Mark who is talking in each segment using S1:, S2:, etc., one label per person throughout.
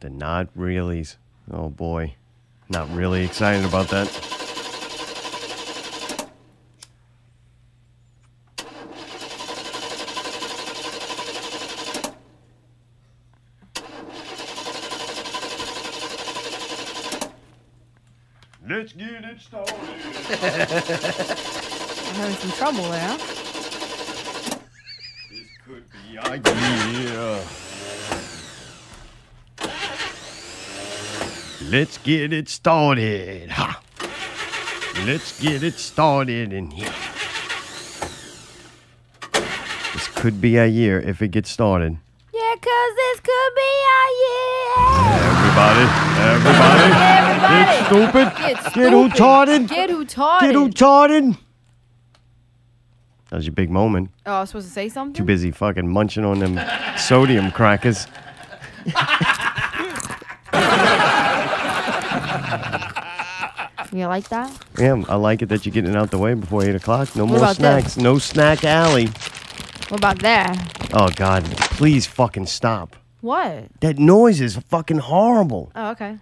S1: The not reallys. Oh boy. Not really excited about that. Let's get it started.
S2: I'm having some trouble there.
S1: This could be idea. Let's get it started. Ha. Let's get it started in here. This could be a year if it gets started.
S2: Yeah, cause this could be our year.
S1: Everybody, everybody,
S2: Everybody,
S1: get stupid,
S2: get
S1: get retarded,
S2: Get who
S1: get retarded. That was your big moment.
S2: Oh, I was supposed to say something.
S1: Too busy fucking munching on them sodium crackers.
S2: You like that?
S1: Yeah, I like it that you're getting out the way before eight o'clock. No more
S2: about
S1: snacks. No snack alley.
S2: What about there?
S1: Oh God, please fucking stop.
S2: What?
S1: That noise is fucking horrible.
S2: Oh, okay.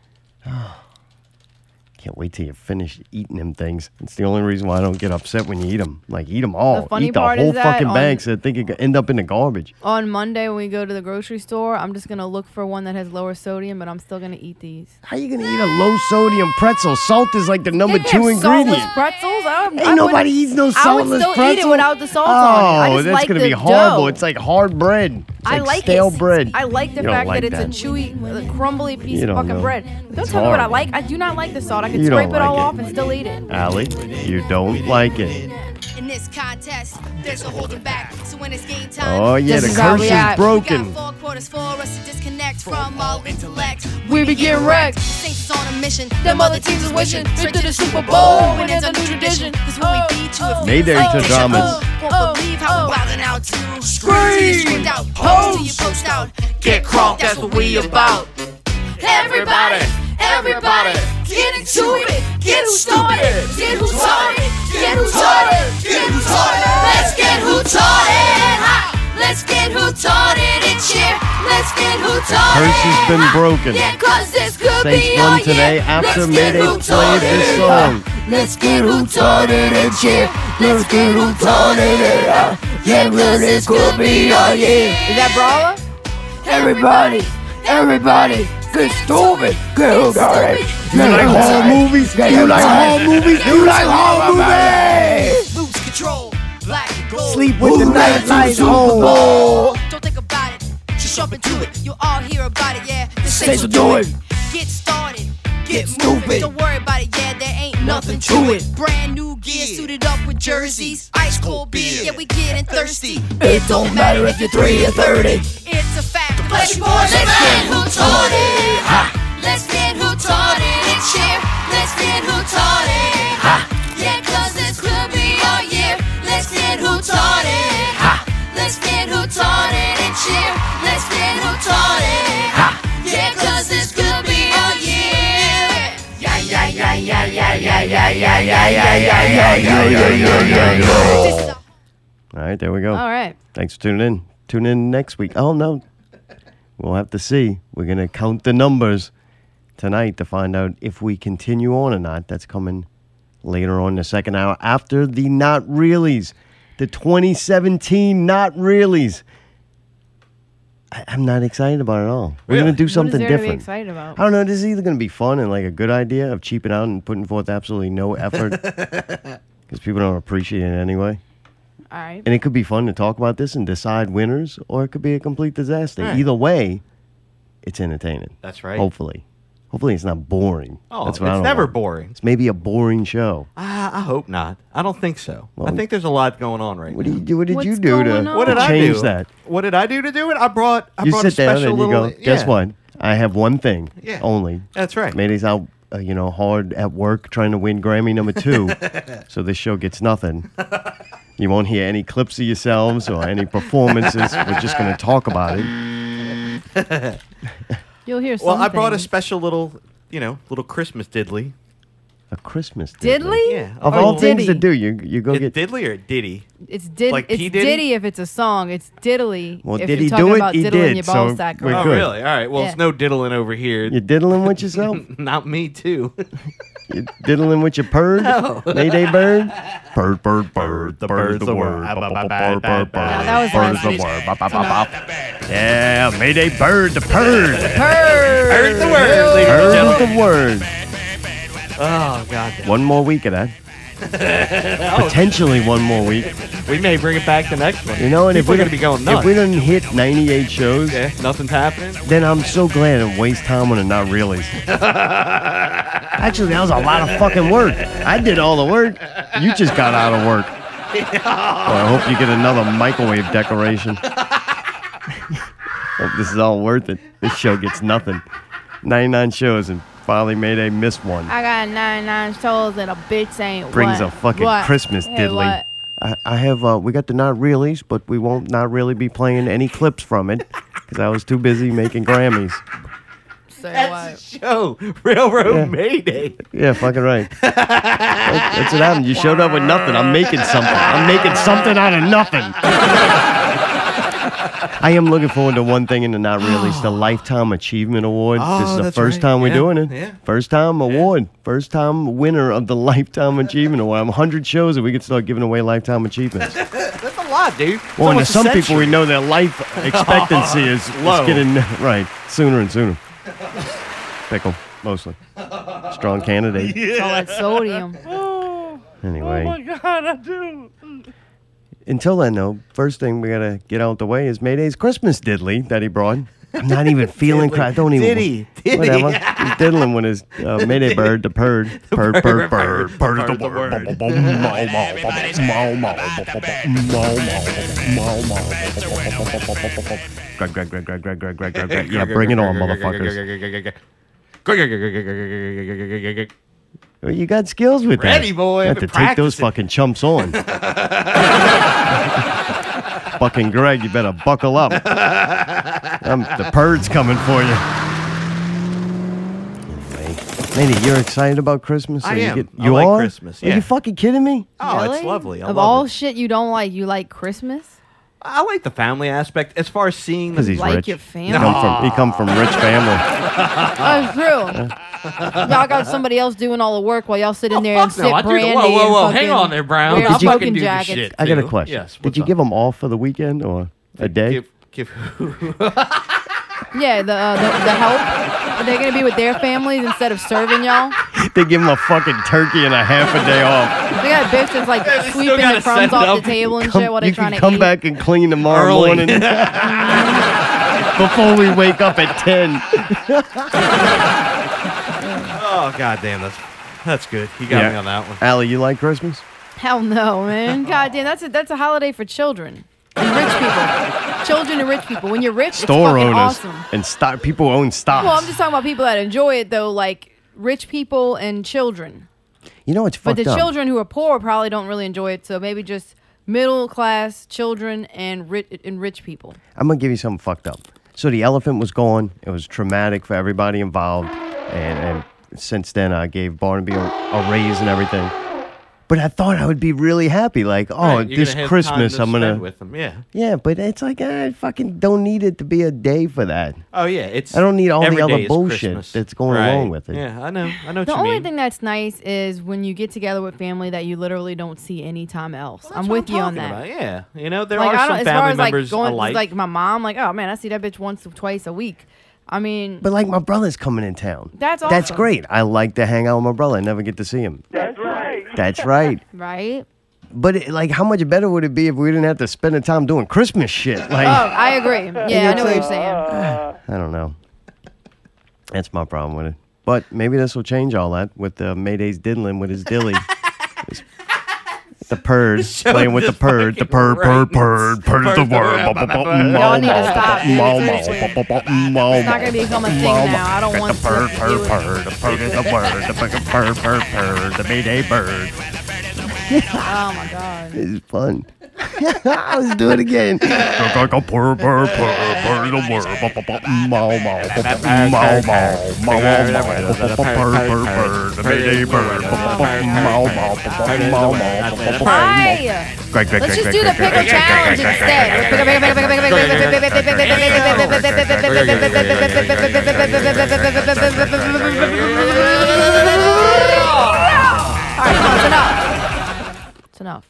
S1: Can't wait till you finish eating them things. It's the only reason why I don't get upset when you eat them. Like eat them all.
S2: funny
S1: eat the
S2: part is
S1: whole
S2: that
S1: fucking
S2: on-
S1: bag so I think it could end up in the garbage.
S2: On Monday when we go to the grocery store, I'm just gonna look for one that has lower sodium, but I'm still gonna eat these.
S1: How you gonna eat a low sodium pretzel? Salt is like the number
S2: They
S1: two
S2: have
S1: ingredient.
S2: Saltless pretzels. I, don't- I
S1: Ain't
S2: wouldn't-
S1: nobody eats no
S2: I would
S1: saltless
S2: still
S1: pretzel.
S2: eat it without the salt
S1: oh,
S2: on it. I just
S1: that's
S2: like
S1: gonna
S2: the
S1: be horrible.
S2: dough.
S1: It's like hard bread. It's
S2: I
S1: like
S2: like
S1: stale
S2: it.
S1: bread.
S2: I like the
S1: You don't
S2: fact
S1: like
S2: that it's
S1: that.
S2: a chewy, uh, crumbly piece
S1: You
S2: of
S1: don't
S2: fucking
S1: know.
S2: bread. Don't
S1: It's
S2: tell me what I
S1: horrible.
S2: like. I do not like the salt. I can
S1: You don't
S2: scrape it all
S1: like it.
S2: off and still eat it.
S1: Allie, you don't like it.
S3: In this contest, there's no holding back. So when it's game time,
S1: Oh yeah,
S2: This
S1: the
S2: is how
S1: curse
S2: we
S1: is
S2: act.
S3: We
S1: broken.
S3: got four quarters for us to disconnect from all intellect.
S2: We be getting wrecked.
S3: Saints is on a mission.
S2: Them
S3: Them other
S2: other teams
S3: teams
S2: is
S3: wishing.
S2: wishing.
S3: Straight to the Super Bowl.
S2: Bowl.
S3: And it's a new tradition. Cause when we
S2: Oh,
S3: beat you,
S2: oh,
S3: if
S1: Mayday to
S3: oh,
S1: dramas.
S3: Won't
S2: oh,
S3: believe how
S2: oh.
S3: we wildin' out to scream. Screamed out. Post to you post out.
S4: Get crunk, that's what we about.
S3: Everybody, everybody, get into it. Get who started. Get who taught it. Get who taught it. Get who taught it. Let's get who taught it. Ha! Let's get who taught it and cheer. Let's get who taught it.
S1: Curse has been
S3: Ha!
S1: broken.
S3: Yeah, cause this could be
S1: Saints
S3: all
S1: won
S3: year.
S1: today after
S3: Let's get
S1: Mayday
S3: who
S1: played
S3: taught
S1: this
S3: it.
S1: song.
S3: Let's get who taught it and cheer. Let's get who taught it. Ha! Yeah, cause this could be all year.
S2: Is that Brawler?
S3: Everybody, everybody, get stupid, get who taught it.
S1: You like horror movies? You like horror movies? You like horror movies?
S3: Lose control, black and gold.
S1: Sleep with the night lights on.
S3: Oh. Don't think about it. Just jump into it. You'll all hear about it, yeah. The Saints will do it. Get started. Get stupid. Don't worry about it, yeah. There ain't nothing to it. Brand new gear, suited up with jerseys, ice cold beer. Yeah, we getting thirsty. It don't matter if you're three or thirty. It's a fact. The Flash Boys Let's get who taught it. Let's get who taught it and cheer. Let's get who taught it. Yeah, cause this could be our year. Let's get who taught it. Let's get who taught it and cheer. Let's get who taught it. Yeah, cause this could be our year.
S1: All right, there we go.
S2: All right.
S1: Thanks for tuning in. Tune in next week. Oh no, we'll have to see. We're gonna count the numbers tonight to find out if we continue on or not. That's coming later on in the second hour after the not reallys, the 2017 not reallys. I- I'm not excited about it at all. We're gonna do something
S2: what is there To be
S1: different.
S2: excited about.
S1: I don't know. This is either going to be fun and like a good idea of cheaping out and putting forth absolutely no effort because people don't appreciate it anyway.
S2: All right.
S1: And it could be fun to talk about this and decide winners, or it could be a complete disaster.
S4: Right.
S1: Either way, it's entertaining.
S4: That's right.
S1: Hopefully, hopefully it's not boring.
S4: Oh,
S1: That's what I
S4: it's
S1: don't
S4: never
S1: want.
S4: boring.
S1: It's maybe a boring show.
S4: I, I hope not. I don't think so. I
S1: Well,
S4: think there's a lot going on right
S1: What
S4: now.
S1: did you do? What did you
S2: What's
S1: do to,
S2: going on?
S4: what
S1: to
S4: did I
S1: change
S4: do?
S1: that?
S4: What did I do to do it? I brought. I
S1: you
S4: brought a
S1: sit down
S4: special
S1: and you
S4: little.
S1: go. Guess
S4: yeah.
S1: what? I have one thing.
S4: Yeah.
S1: Only.
S4: That's right.
S1: Mandy's out, uh, you know, hard at work trying to win Grammy number two, so this show gets nothing. You won't hear any clips of yourselves or any performances. We're just going to talk about it.
S2: You'll hear something.
S4: Well, I brought a special little, you know, little Christmas diddly
S1: A Christmas diddly.
S2: Diddly?
S4: Yeah.
S1: Of
S4: Oh,
S1: all
S2: Or
S1: things to
S2: diddy?
S1: do, you you go
S4: Did
S1: get.
S4: Diddley or Diddy?
S2: It's did.
S4: Like
S2: it's
S4: P.
S2: diddy?
S4: Diddy?
S2: if it's a song. It's diddly.
S1: Well,
S2: if
S1: did
S2: you're
S1: he
S2: talking
S1: do it?
S2: about
S1: He
S2: diddling
S1: did,
S2: your
S1: so
S2: balls that
S1: we're
S2: correct.
S4: Oh,
S1: Good.
S4: really? All right. Well,
S2: Yeah.
S4: it's no diddling over here.
S1: You're diddling with yourself.
S4: Not me, too.
S1: You're diddling with your purr. Mayday bird. Bird, bird, bird. The bird's the word. Bird, bird, bird.
S2: that was
S1: Bird's the
S2: nice.
S1: word. Bop, bop, bop, bop. Yeah, Mayday bird. The purr.
S4: Heard the word, ladies and
S1: Bird's
S4: gentlemen.
S1: the word.
S4: Oh, God.
S1: One more week of that. Potentially one more week.
S4: We may bring it back the next one.
S1: You know, and
S4: People
S1: if we
S4: are going to be going nuts.
S1: if we didn't hit 98 shows,
S4: Okay, nothing's happening.
S1: then I'm so glad I didn't waste time on it not really. Actually, that was a lot of fucking work. I did all the work. You just got out of work. Well, I hope you get another microwave decoration. hope this is all worth it. This show gets nothing. 99 shows and finally made a miss one.
S2: I got nine nine souls and a bitch ain't
S1: Brings
S2: what?
S1: a fucking
S2: What?
S1: Christmas
S2: Hey,
S1: diddly.
S2: what?
S1: I, I have uh, we got the not reallys, but we won't not really be playing any clips from it because I was too busy making Grammys.
S2: Say what?
S4: That's the show. Railroad Mayday.
S1: Yeah, fucking right. That- That's what happened. You showed up with nothing. I'm making something. I'm making something out of nothing. I am looking forward to one thing in the not really. It's the Lifetime Achievement Award. this
S4: Oh,
S1: is the
S4: that's
S1: first
S4: right.
S1: time we're
S4: Yeah,
S1: doing it.
S4: yeah.
S1: First time award. First time winner of the Lifetime Achievement Award. I'm 100 shows that we could start giving away Lifetime Achievements.
S4: That's a lot, dude.
S1: Well, and to
S4: Almost a
S1: some people,
S4: century.
S1: we know their life expectancy is, is
S4: Low.
S1: getting right sooner and sooner. Pickle, mostly. Strong candidate.
S2: All that sodium.
S1: Anyway. Oh my God, I do. Until then, though, first thing we gotta get out the way is Mayday's Christmas diddly that he brought. I'm not even feeling. cra- I don't even.
S4: Diddy, diddy.
S1: Whatever. He's diddling with his uh, Mayday bird, the purd, purd, purd, purd, purd,
S4: bird, bird
S1: the
S4: of the
S1: word.
S4: word.
S1: Bow, bow, mow, mow, bow, mow, mow, bow, mow, mow, mow, mow, mow. Greg, Greg, Greg, Greg, Greg, Greg, Greg, Greg, Greg. Yeah, bring it on, motherfuckers. Well, You got skills with that.
S4: Ready, boy.
S1: You have
S4: I've
S1: to
S4: been
S1: take those
S4: practicing.
S1: fucking chumps on. fucking Greg, you better buckle up. Um, the bird's coming for you. Anyway, Lady, you're excited about Christmas?
S4: I
S1: Are you
S4: am.
S1: get-
S4: I
S1: you
S4: like
S1: are?
S4: Christmas,
S1: Are
S4: yeah.
S1: you fucking kidding me?
S4: Oh,
S2: Really?
S4: it's lovely. I
S2: of
S4: love
S2: all
S4: it.
S2: shit you don't like, you like Christmas?
S4: I like the family aspect as far as seeing
S1: Because
S4: the
S1: he's
S2: Like
S1: rich.
S2: your
S1: He come from, he come from rich family.
S2: That's Oh, true. y'all got somebody else doing all the work while y'all sit in
S4: Oh,
S2: there
S4: fuck
S2: and sip
S4: no, I do the-
S2: brandy.
S4: whoa, whoa,
S2: and
S4: whoa,
S2: fucking
S4: hang on there, Brown.
S1: Did
S2: wear a
S1: you- I
S2: fucking
S4: can do the
S2: jacket.
S4: shit.
S1: I got a
S4: Dude,
S1: question.
S4: yes,
S1: Did
S4: what's
S1: you
S4: up?
S1: give him all for the weekend or a day?
S4: give, give who?
S2: Yeah, the, uh, the the help. Are they gonna be with their families instead of serving y'all?
S1: they give him a fucking turkey and a half a day off.
S2: They got bitches like
S4: still
S2: sweeping the
S4: gotta
S2: crumbs
S4: set
S2: off
S4: it
S2: the
S4: up.
S2: table and shit while they're
S1: you
S2: trying
S1: can
S2: to
S1: come
S2: eat.
S1: back and clean tomorrow
S4: Early.
S1: morning before we wake up at 10
S4: Oh, goddamn, that's that's good. He got me on that one.
S1: Allie, you like christmas
S2: Hell no, man. God damn, that's a that's a holiday for children and rich people. Children and rich people. When you're rich,
S1: store
S2: it's fucking
S1: owners
S2: awesome.
S1: and stock people who own stocks
S2: Well, I'm just talking about people that enjoy it though, like rich people and children.
S1: you know it's
S2: But
S1: fucked
S2: the
S1: up
S2: children who are poor probably don't really enjoy it. So maybe just middle class children and rich and rich people.
S1: i'm gonna give you something fucked up so the elephant was gone it was traumatic for everybody involved and, and since then i gave barnaby a, a raise and everything but i thought i would be really happy like oh
S4: Right, you're
S1: this
S4: gonna have
S1: christmas
S4: time to
S1: i'm gonna
S4: spend with him. Yeah.
S1: yeah but it's like i fucking don't need it to be a day for that
S4: Oh yeah, it's.
S1: I don't need all the
S4: every
S1: other
S4: day is
S1: bullshit
S4: Christmas.
S1: that's going
S4: Right.
S1: along with it.
S4: Yeah, I know. I know. What
S2: The
S4: you
S2: only
S4: mean.
S2: thing that's nice is when you get together with family that you literally don't see anytime else.
S4: That's
S2: I'm
S4: what
S2: with you on
S4: talking
S2: that.
S4: about, Yeah, you know there
S2: like I
S4: are
S2: don't,
S4: some
S2: as far
S4: family
S2: as like
S4: members
S2: going
S4: alike.
S2: like my mom, like oh man, I see that bitch once or twice a week. I mean,
S1: But like my brother's coming in town.
S2: That's
S1: That's
S2: awesome.
S1: great. I like to hang out with my brother. I never get to see him. That's right. That's right.
S2: right?
S1: But it, like, how much better would it be if we didn't have to spend the time doing Christmas shit? Like,
S2: Oh, I agree. Yeah, I know what you're saying.
S1: I don't know. That's my problem with it. But maybe this will change all that with uh, Mayday's diddling with his dilly. His- the purd,
S4: show
S1: playing with the
S4: is
S1: purd, the
S4: fucking
S1: purd, purd,
S4: right.
S1: purd, purd is the
S4: Purd,
S1: word.
S4: purd, purd, purd.
S2: Y'all need to stop.
S1: Mow, mow,
S2: Seriously.
S1: mow, mow, mow, mow,
S2: It's not gonna
S1: mow.
S2: become a thing now. I don't want to.
S1: Purr, purr, purr, the purr is the word, the fucking purr, purr, purr, the Mayday bird.
S2: Oh my god.
S1: It's fun. Let's do it again.
S2: Why? Let's just do the pickle challenge instead. Pickle, pickle, pickle, pickle, pickle, pickle, pickle, pickle, pickle, pickle. All right, no, it's enough. It's enough.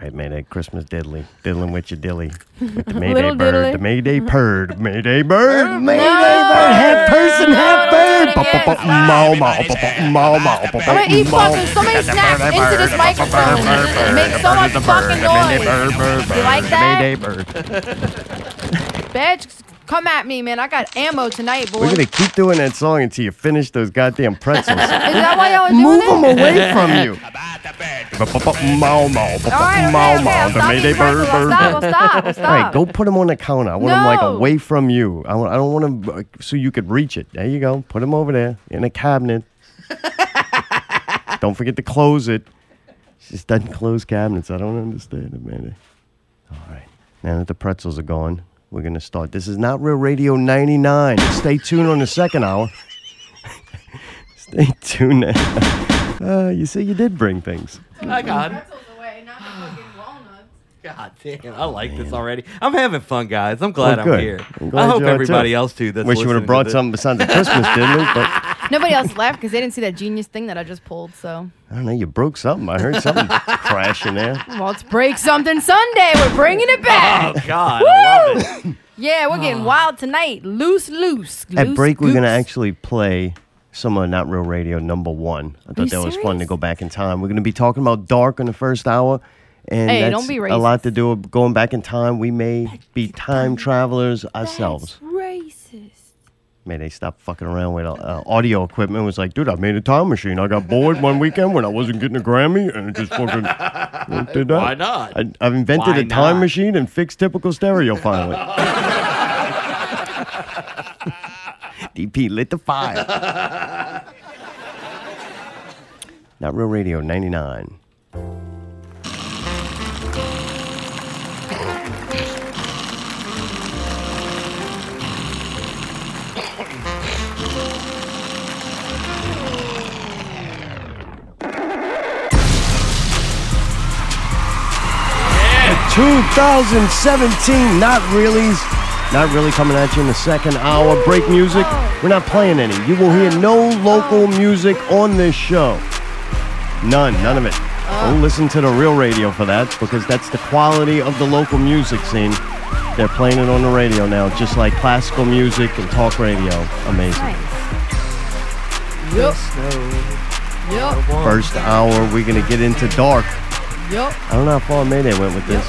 S1: I made a Christmas diddly, diddling with your dilly. With the Mayday bird,
S2: Little diddly.
S1: the Mayday bird, Mayday bird, Mayday bird, half person, half bird.
S2: No, no, no, no,
S1: Mau, mau, mau, mau, mau,
S2: I'm gonna eat
S1: mau.
S2: fucking so many snacks into this microphone. It makes so much fucking noise. You like that?
S1: Mayday bird.
S2: Bitch, come at me, man. I got ammo tonight, boy.
S1: We're gonna
S2: Is
S1: keep doing that song until you finish those goddamn pretzels.
S2: that why y'all are
S1: Move
S2: doing
S1: them
S2: that?
S1: away from you. Mau, mau,
S2: All right, okay,
S1: mau, mau,
S2: okay, I'll
S1: the
S2: stop
S1: Mayday
S2: eating
S1: bird,
S2: pretzels. I'll
S1: bird.
S2: stop, I'll stop, I'll
S1: All right,
S2: stop.
S1: go put them on the counter. I want them like
S2: No.
S1: away from you. I, want, I don't want them so you could reach it. There you go. Put them over there in a cabinet. don't forget to close it. She just doesn't close cabinets. I don't understand it, man. All right. Now that the pretzels are gone, we're going to start. This is Not Real Radio 99. Stay tuned on the second hour. Stay tuned. Uh, you see, you did bring things.
S4: I got it. God damn, I like this already. I'm having fun, guys. I'm glad
S1: Well,
S4: I'm
S1: good.
S4: here.
S1: I'm glad
S4: I hope
S1: you are, too.
S4: everybody else too. That's
S1: Wish you would
S4: listening
S1: have
S4: to
S1: brought
S4: this-
S1: something besides the Christmas diddly, but.
S2: Nobody else left because they didn't see that genius thing that I just pulled. So,
S1: I don't know. You broke something. I heard something crashing there.
S2: well, it's break something Sunday. We're bringing it back.
S4: Oh God, I love it.
S2: Yeah, we're getting wild tonight. Loose, loose.
S1: At
S2: loose
S1: break, we're gonna
S2: goose.
S1: actually play some of Not Real Radio number one. I thought that
S2: you
S1: was fun to
S2: serious?
S1: go back in time. We're gonna be talking about dark in the first hour, and
S2: Hey,
S1: that's
S2: don't be
S1: a
S2: racist.
S1: lot to do with going back in time. We may be time travelers ourselves.
S2: Racist.
S1: May they stop fucking around with uh, audio equipment. It was like, dude, I made a time machine. I got bored one weekend when I wasn't getting a Grammy, and it just fucking what did that.
S4: Why not?
S1: I, I've invented
S4: Why
S1: a time
S4: not?
S1: machine and fixed typical stereo finally. DP lit the fire. Not Real Radio 99. The 2017 Not Reallys. Not really coming at you in the second hour. Break music. We're not playing any. You will hear no local music on this show. None. None of it. Don't listen to the real radio for that because that's the quality of the local music scene. They're playing it on the radio now, just like classical music and talk radio. Amazing.
S2: Yup. Yup.
S1: First hour, we're going to get into dark.
S2: Yup.
S1: I don't know how far Mayday went with this.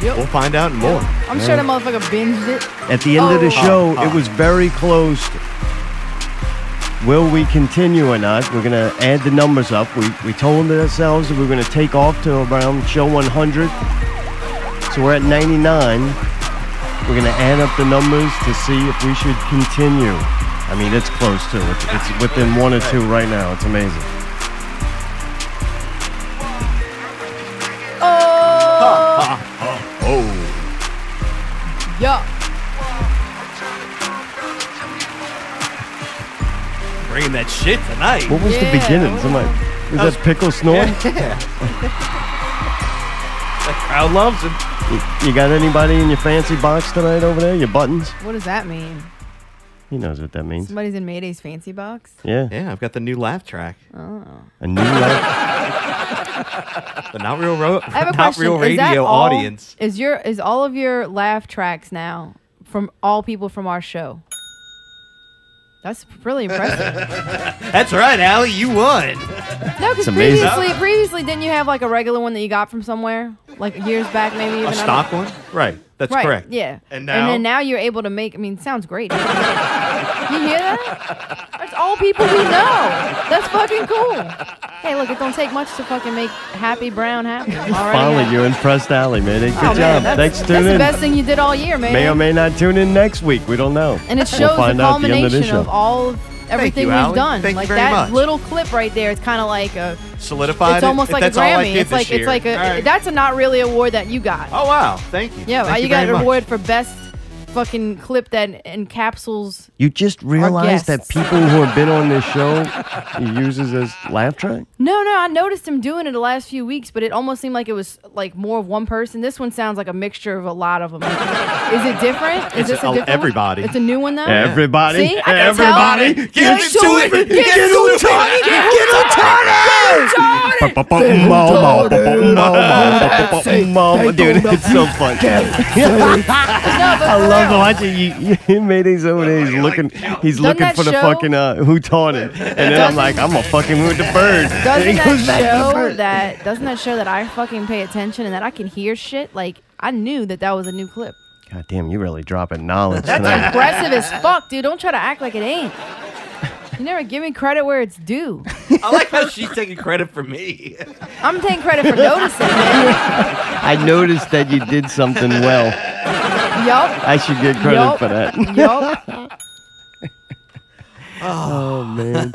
S4: We'll find out and more.
S2: I'm sure that motherfucker binged it.
S1: At the end of the
S2: Oh.
S1: show, it was very close. Will we continue or not? We're gonna add the numbers up. We we told ourselves that we were gonna take off to around show 100, so we're at 99. We're gonna add up the numbers to see if we should continue. I mean, it's close to it. It's within one or two right now. It's amazing.
S2: Oh. Yup.
S4: Bringing that shit tonight.
S1: What was the
S2: Yeah.
S1: beginning? Somebody, was that pickle snoring?
S4: The crowd loves him.
S1: You got anybody in your fancy box tonight over there? Your buttons?
S2: What does that mean?
S1: He knows what that means.
S2: Somebody's in Mayday's fancy box?
S1: Yeah.
S4: Yeah, I've got the new laugh track.
S1: A new life.
S4: The not real ro-
S2: I have a
S4: not
S2: question.
S4: real
S2: is that
S4: radio
S2: all,
S4: audience.
S2: Is your is all of your laugh tracks now from all people from our show? That's really impressive.
S4: That's right, Allie. You won.
S2: no, because
S1: amazing.
S2: previously, previously, didn't you have like a regular one that you got from somewhere, like years back, maybe even
S4: A
S2: I don't-
S4: stock one. Right. That's
S2: Right.
S4: correct.
S2: Yeah.
S4: And now.
S2: then now you're able to make. I mean, it sounds great. you hear that? That's all people we know. That's fucking cool. Hey, look, it don't take much to fucking make Happy Brown happy. Already
S1: Finally,
S2: happy.
S1: you impressed Allie, man. Good
S2: Oh,
S1: job.
S2: man, that's-
S1: Thanks for
S2: That's
S1: tuning
S2: the
S1: in.
S2: best thing you did all year, man.
S1: May or may not tune in next week. We don't know.
S2: And it
S1: we'll
S2: shows the
S1: find out at the end of
S2: culmination
S1: this
S2: of,
S1: show.
S2: all of everything
S5: you,
S2: we've
S5: Allie.
S2: done.
S5: Thank you
S2: like
S5: very
S2: that
S5: much.
S2: little clip right there is kind of like a.
S5: Solidified.
S2: it's
S5: it.
S2: almost
S5: If
S2: like a
S5: that's all I
S2: Grammy.
S5: did
S2: It's
S5: this
S2: like
S5: year.
S2: it's like a.
S5: All right.
S2: That's a not really award that you got.
S5: Oh wow! Thank you.
S2: yeah,
S5: Thank
S2: you, got
S5: very
S2: an
S5: much.
S2: award for best fucking clip that encapsulates.
S1: You just realize that
S2: guests.
S1: people who have been on this show uses as laugh track.
S2: No, no, I noticed him doing it the last few weeks, but it almost seemed like it was like more of one person. This one sounds like a mixture of a lot of them. Is it different? Is
S5: It's
S2: this a
S5: all-
S2: different one?
S5: everybody.
S2: It's a new one though.
S1: Everybody,
S2: See? I can
S1: everybody,
S2: tell.
S1: get, into it, get, into it, get into it. Dude, it's so fun.
S2: No, but
S1: I
S2: for
S1: love
S2: real.
S1: watching you. He made his own. He's looking. He's looking
S2: that
S1: for the
S2: show-
S1: fucking uh, who taught it. And then I'm
S2: Doesn't-
S1: like, I'm gonna fucking move the bird.
S2: Doesn't
S1: He goes back to
S2: that
S1: the
S2: show
S1: bird.
S2: that doesn't that show that I fucking pay attention and that I can hear shit? Like I knew that that was a new clip.
S1: God damn, you really dropping knowledge
S2: That's
S1: tonight.
S2: impressive as fuck, dude. Don't try to act like it ain't. You never give me credit where it's due.
S6: I like how she's taking credit for me.
S2: I'm taking credit for noticing, man.
S1: I noticed that you did something well.
S2: Yup.
S1: I should get credit
S2: Yup.
S1: for that.
S2: Yup.
S1: Oh man.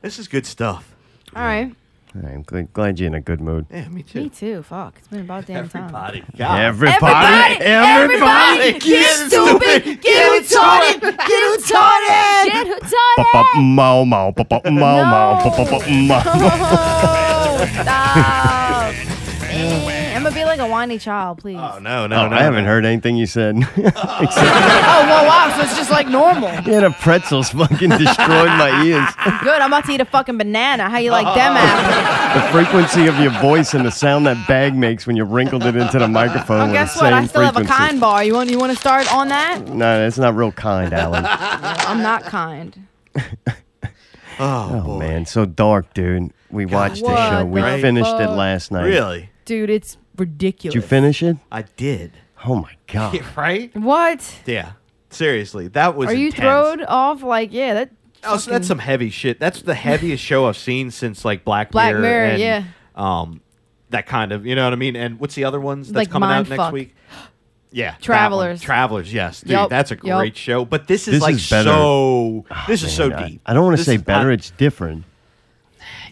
S5: This is good stuff.
S2: All right.
S1: I'm gl- glad you're in a good mood.
S5: Yeah, me too.
S2: Me too. Fuck. It's been about damn time.
S6: Everybody.
S5: God.
S1: Everybody, everybody,
S2: get stupid, get retarded, get retarded, get retarded.
S1: Mau mau, mau mau, mau.
S2: Oh, stop. Man, I'm gonna be like a whiny child, please.
S5: Oh no,
S1: Oh,
S5: no, no!
S1: I haven't
S5: no.
S1: heard anything you said.
S2: Oh, well, wow, so it's just like normal.
S1: yeah, the pretzels fucking destroyed my ears.
S2: Good, I'm about to eat a fucking banana. How you like them
S1: Uh-huh.
S2: apples?
S1: The frequency of your voice and the sound that bag makes when you wrinkled it into the microphone.
S2: Well,
S1: were
S2: guess
S1: the same
S2: what? I still have a
S1: frequency.
S2: kind bar. You want you want to start on that?
S1: No, that's not real kind, Alan.
S2: I'm not kind.
S5: Oh,
S1: Oh
S5: boy.
S1: man, so dark, dude. We watched the
S2: What
S1: show. We
S2: the
S1: finished it
S2: fuck?
S1: last night.
S5: really?
S2: Dude, it's ridiculous.
S1: Did you finish it?
S5: I did.
S1: Oh my god.
S5: right?
S2: What?
S5: Yeah. Seriously, that was.
S2: Are you
S5: intense.
S2: throwed off? Like, yeah, that.
S5: Oh, so that's some heavy shit. That's the heaviest show I've seen since like Black,
S2: Black
S5: Mirror.
S2: Mirror,
S5: and,
S2: yeah.
S5: Um, that kind of, you know what I mean. And what's the other ones that's
S2: Like
S5: coming out next
S2: Mindfuck.
S5: week? Yeah, that one.
S2: Travelers.
S5: Travelers, yes, dude,
S2: Yup,
S5: that's a
S2: yup.
S5: great show. But this is
S1: This
S5: like
S1: is better. Ah,
S5: so. This is so
S1: Man, I-
S5: deep.
S1: I, don't want to
S5: This
S1: say
S5: is-
S1: better.
S5: I-
S1: it's different.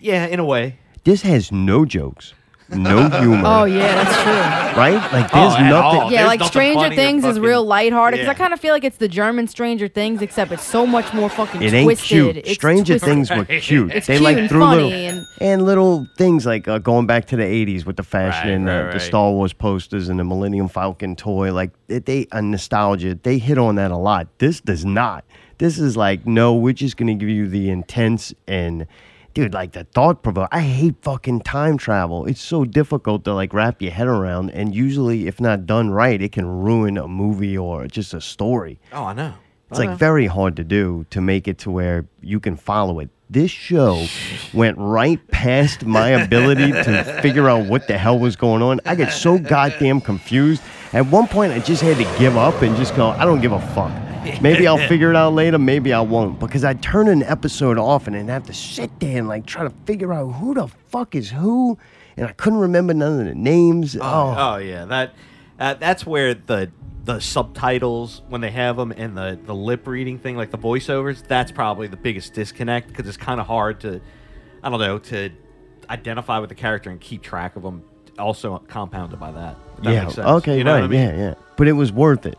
S5: yeah, in a way.
S1: This has no jokes, no humor,
S2: Oh yeah, that's true.
S1: right? Like there's
S5: Oh, at
S1: nothing.
S5: all.
S2: Yeah,
S5: There's
S2: like
S5: nothing
S2: Stranger
S5: funny or
S2: Things is
S5: fucking-
S2: real lighthearted because
S5: Yeah.
S2: I kind of feel like it's the German Stranger Things, except it's so much more fucking
S1: It ain't
S2: twisted.
S1: cute.
S2: It's
S1: Stranger
S2: twisted.
S1: Things were cute.
S2: It's
S1: they
S2: cute
S1: like
S2: and
S1: threw
S2: funny
S1: little
S2: and-
S1: little things like uh, going back to the '80s with the fashion
S5: Right,
S1: and the,
S5: right,
S1: the
S5: right.
S1: Star Wars posters and the Millennium Falcon toy. Like it- they uh, nostalgia. They hit on that a lot. This does not. This is like no. We're just gonna give you the intense and. Dude, like the thought provoke. I hate fucking time travel. It's so difficult to like wrap your head around, and usually, if not done right, it can ruin a movie or just a story.
S5: Oh, I know.
S1: It's like very hard to do to make it to where you can follow it. This show went right past my ability to figure out what the hell was going on. I get so goddamn confused. At one point, I just had to give up and just go, I don't give a fuck. Maybe I'll figure it out later, maybe I won't. Because I turn an episode off and then have to sit there and like try to figure out who the fuck is who. And I couldn't remember none of the names. Oh,
S5: Oh yeah, that uh, that's where the the subtitles when they have them and the the lip reading thing, like the voiceovers. That's probably the biggest disconnect because it's kind of hard to, I don't know, to identify with the character and keep track of them. Also compounded by that. if that
S1: yeah.
S5: makes sense.
S1: Okay,
S5: You know
S1: right.
S5: what I mean?
S1: Yeah, yeah. But it was worth it.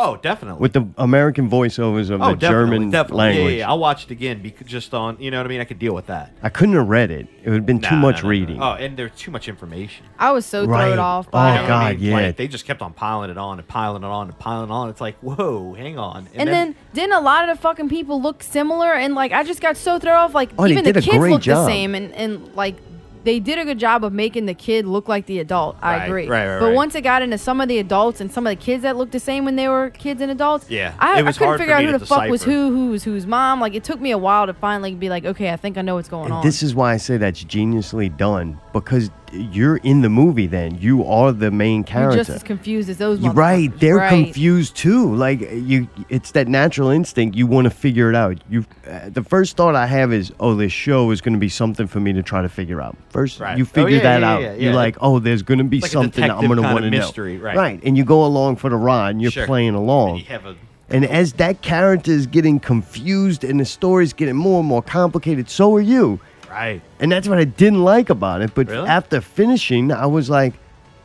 S5: Oh, definitely.
S1: with the American voiceovers of
S5: oh,
S1: the
S5: definitely,
S1: German
S5: definitely. Yeah,
S1: language.
S5: Yeah, yeah, I'll watch it again because just on, you know what I mean. I could deal with that.
S1: I couldn't have read it. It would have been
S5: Nah,
S1: too
S5: nah,
S1: much
S5: nah, nah.
S1: reading.
S5: Oh, and there's too much information.
S2: I was so
S1: Right.
S2: thrown off
S1: Oh,
S2: by it.
S5: You know what
S1: God,
S5: I mean?
S1: yeah.
S5: Like, they just kept on piling it on and piling it on and piling it on. It's like, whoa, hang on.
S2: And then, didn't a lot of the fucking people look similar? And like, I just got so thrown off. Like,
S1: Oh, they
S2: even
S1: did
S2: the
S1: a
S2: kids
S1: great
S2: look the
S1: job.
S2: same, and and like, they did a good job of making the kid look like the adult. I
S5: Right,
S2: agree.
S5: right, right,
S2: but
S5: right.
S2: once it got into some of the adults and some of the kids that looked the same when they were kids and adults,
S5: Yeah,
S2: I,
S5: it was
S2: I couldn't
S5: hard for
S2: figure out
S5: me
S2: who
S5: to
S2: the fuck was
S5: decipher.
S2: who, who was whose mom. Like, it took me a while to finally be like, okay, I think I know what's going
S1: And
S2: on.
S1: this is why I say that's geniusly done because you're in the movie. Then you are the main
S2: You're
S1: character.
S2: just as confused as those.
S1: You're right.
S2: motherfuckers.
S1: They're
S2: Right.
S1: confused too. Like you, it's that natural instinct. You want to figure it out. You, uh, the first thought I have is, oh, this show is going to be something for me to try to figure out. First,
S5: Right.
S1: you
S5: Oh,
S1: figure
S5: yeah,
S1: that
S5: yeah,
S1: out.
S5: yeah, yeah.
S1: You're like, oh, there's going to be
S5: Like a
S1: something that I'm
S5: detective
S1: going to
S5: kind
S1: want
S5: of
S1: to know.
S5: mystery, right.
S1: Right, and you go along for the ride. and You're
S5: Sure.
S1: playing
S5: And
S1: along.
S5: you have a
S1: And as that character is getting confused and the story's getting more and more complicated, so are you.
S5: Right.
S1: And that's what I didn't like about it. But
S5: Really?
S1: after finishing, I was like,
S5: That's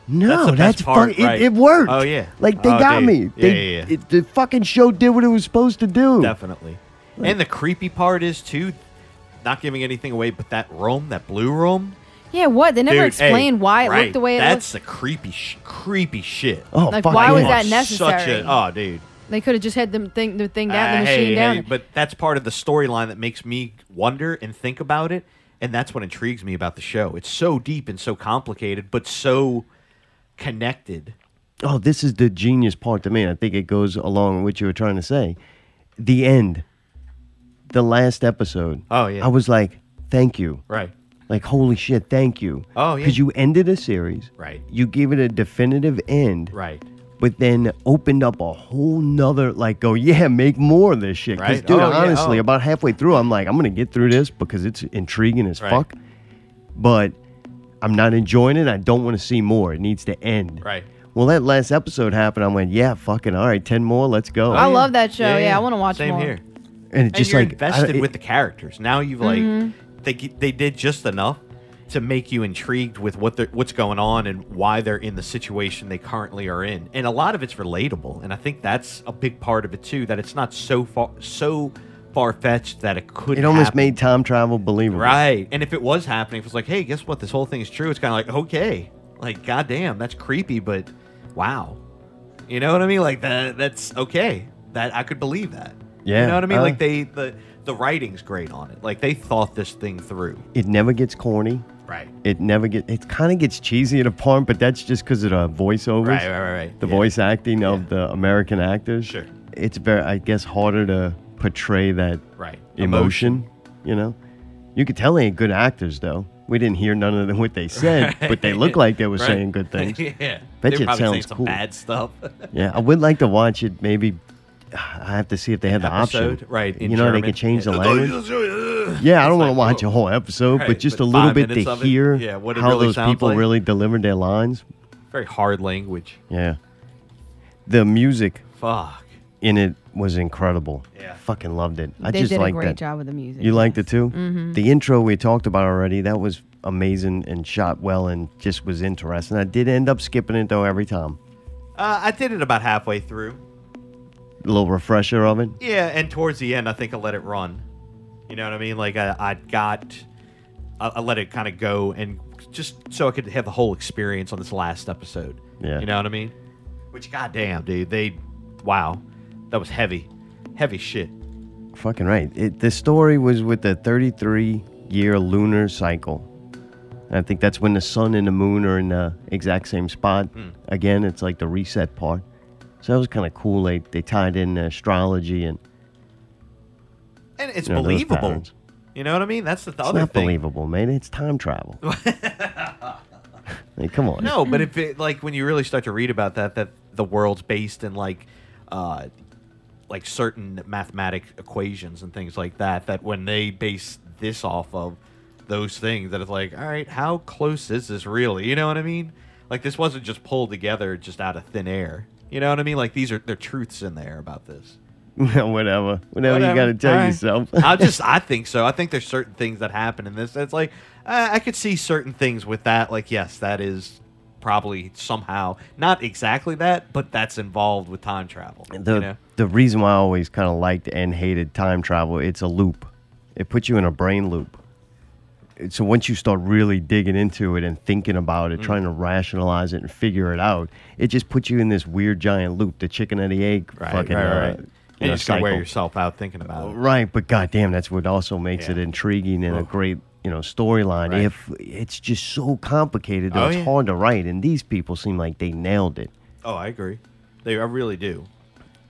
S1: no,
S5: the
S1: that's,
S5: best part,
S1: fuck- it-
S5: right.
S1: It, worked.
S5: Oh, yeah.
S1: Like they
S5: Oh,
S1: got
S5: dude.
S1: me.
S5: Yeah,
S1: They,
S5: yeah, yeah.
S1: It, the fucking show did what it was supposed to do.
S5: Definitely. and the creepy part is too, not giving anything away, but that room, that blue room.
S2: Yeah, what? They never
S5: Dude, hey,
S2: explained why it
S5: right,
S2: looked the way it
S5: That's
S2: looked.
S5: the creepy, sh- creepy shit.
S1: Oh,
S2: Like,
S1: fuck
S2: why
S1: yeah.
S2: was that
S5: Such
S2: necessary?
S5: a- oh, dude.
S2: They could have just had them thing the thing down,
S5: Uh,
S2: the machine
S5: hey,
S2: down.
S5: hey, but that's part of the storyline that makes me wonder and think about it, and that's what intrigues me about the show. It's so deep and so complicated, but so connected.
S1: oh, this is the genius part to me. and I think it goes along with what you were trying to say. The end, the last episode.
S5: Oh, yeah.
S1: I was like, thank you.
S5: Right.
S1: Like, holy shit, thank you.
S5: Oh, yeah.
S1: Because you ended a series.
S5: Right.
S1: You gave it a definitive end.
S5: Right.
S1: But then opened up a whole nother, like, go, yeah, make more of this shit. Because,
S5: Right.
S1: dude,
S5: Oh, yeah,
S1: honestly,
S5: oh.
S1: about halfway through, I'm like, I'm going to get through this because it's intriguing as
S5: Right.
S1: fuck. But I'm not enjoying it. I don't want to see more. It needs to end.
S5: Right.
S1: Well, that last episode happened. I went, yeah, fucking, all right, 10 more, let's go.
S5: Oh,
S2: I love that show. Yeah, I want to watch
S5: Same
S2: more.
S5: here.
S1: and it
S5: And
S1: just
S5: you're
S1: like, I-
S5: invested
S1: it-
S5: with the characters. Now you've like they g- they did just enough to make you intrigued with what they're, what's going on and why they're in the situation they currently are in. And a lot of it's relatable, and I think that's a big part of it too. That it's not so far so far fetched that it could.
S1: it almost made time travel believable.
S5: right. And if it was happening, if it was like, hey, guess what? This whole thing is true. It's kind of like okay, like goddamn, that's creepy, but wow, you know what I mean? Like that that's okay. That I could believe that.
S1: Yeah,
S5: You know what I mean?
S1: uh.
S5: like they the the writing's great on it. Like they thought this thing through.
S1: It never gets corny.
S5: Right.
S1: It never get. It kind of gets cheesy at a point, but that's just because of the voiceovers,
S5: Right, right, right, right.
S1: the
S5: Yeah.
S1: voice acting of the American actors.
S5: Sure.
S1: It's very, I guess, harder to portray that
S5: Right.
S1: emotion. You know, you could tell they ain't good actors though. We didn't hear none of them what they said, but they look like they were
S5: Right.
S1: saying good things.
S5: yeah.
S1: Bet
S5: They're
S1: you it
S5: probably saying
S1: sounds
S5: some
S1: cool.
S5: bad stuff.
S1: Yeah, I would like to watch it. Maybe I have to see if they had the option.
S5: Episode, right, in
S1: You know, they
S5: German.
S1: could change the
S5: Yeah.
S1: language. Yeah, I don't want to
S5: like,
S1: watch
S5: whoa.
S1: a whole episode, but
S5: Right,
S1: just
S5: but
S1: a little
S5: five
S1: bit
S5: minutes
S1: to
S5: of it?
S1: hear
S5: Yeah, what it
S1: how
S5: really
S1: those
S5: sounds
S1: people
S5: like.
S1: really delivered their lines.
S5: Very hard language.
S1: Yeah. The music
S5: Fuck.
S1: in it was incredible.
S5: Yeah.
S1: Fucking loved it. I
S2: They
S1: just
S2: did a
S1: liked
S2: great
S1: that.
S2: job with the music.
S1: You liked it too? Mm-hmm. The intro we talked about already, that was amazing and shot well and just was interesting. I did end up skipping it though every time.
S5: Uh, I did it about halfway through.
S1: A little refresher of it.
S5: Yeah, and towards the end, I think I let it run. You know what I mean? Like I, I got, I, I let it kind of go, and just so I could have the whole experience on this last episode.
S1: Yeah.
S5: You know what I mean? Which, goddamn, dude, they, wow, that was heavy, heavy shit.
S1: Fucking right. It, the story was with the 33 year lunar cycle. And I think that's when the sun and the moon are in the exact same spot. Again, it's like the reset part. So that was kind of cool. They, they tied in astrology and
S5: And it's
S1: Yeah, those
S5: believable.
S1: patterns.
S5: You know what I mean? That's the th-
S1: it's
S5: other
S1: not
S5: thing.
S1: believable, man. It's time travel. Like, come on.
S5: No, but if it like when you really start to read about that, that the world's based in like, uh, like certain mathematic equations and things like that. That when they base this off of those things, that it's like, all right, how close is this really? You know what I mean? Like this wasn't just pulled together just out of thin air. You know what I mean? Like these are there are truths in there about this.
S1: whatever. Whatever, you got to tell
S5: All right.
S1: yourself.
S5: I just, I think so. I think there's certain things that happen in this. It's like uh, I could see certain things with that. Like, yes, that is probably somehow not exactly that, but that's involved with time travel. you
S1: the,
S5: know?
S1: the reason why I always kind of liked and hated time travel, it's a loop. It puts you in a brain loop. It- So once you start really digging into it and thinking about
S5: Mm.
S1: it, trying to rationalize it and figure it out, it just puts you in this weird giant loop, the chicken and the egg
S5: Right,
S1: fucking
S5: right,
S1: uh,
S5: right. Uh,
S1: you
S5: You're
S1: know,
S5: just gonna wear
S1: cycle.
S5: yourself out thinking about it.
S1: Right, but goddamn, that's what also makes it
S5: Yeah.
S1: intriguing and a great, you know, storyline.
S5: Right.
S1: If it's just so complicated, that
S5: Oh,
S1: it's
S5: yeah.
S1: hard to write, and these people seem like they nailed it.
S5: Oh, I agree. They, I really do.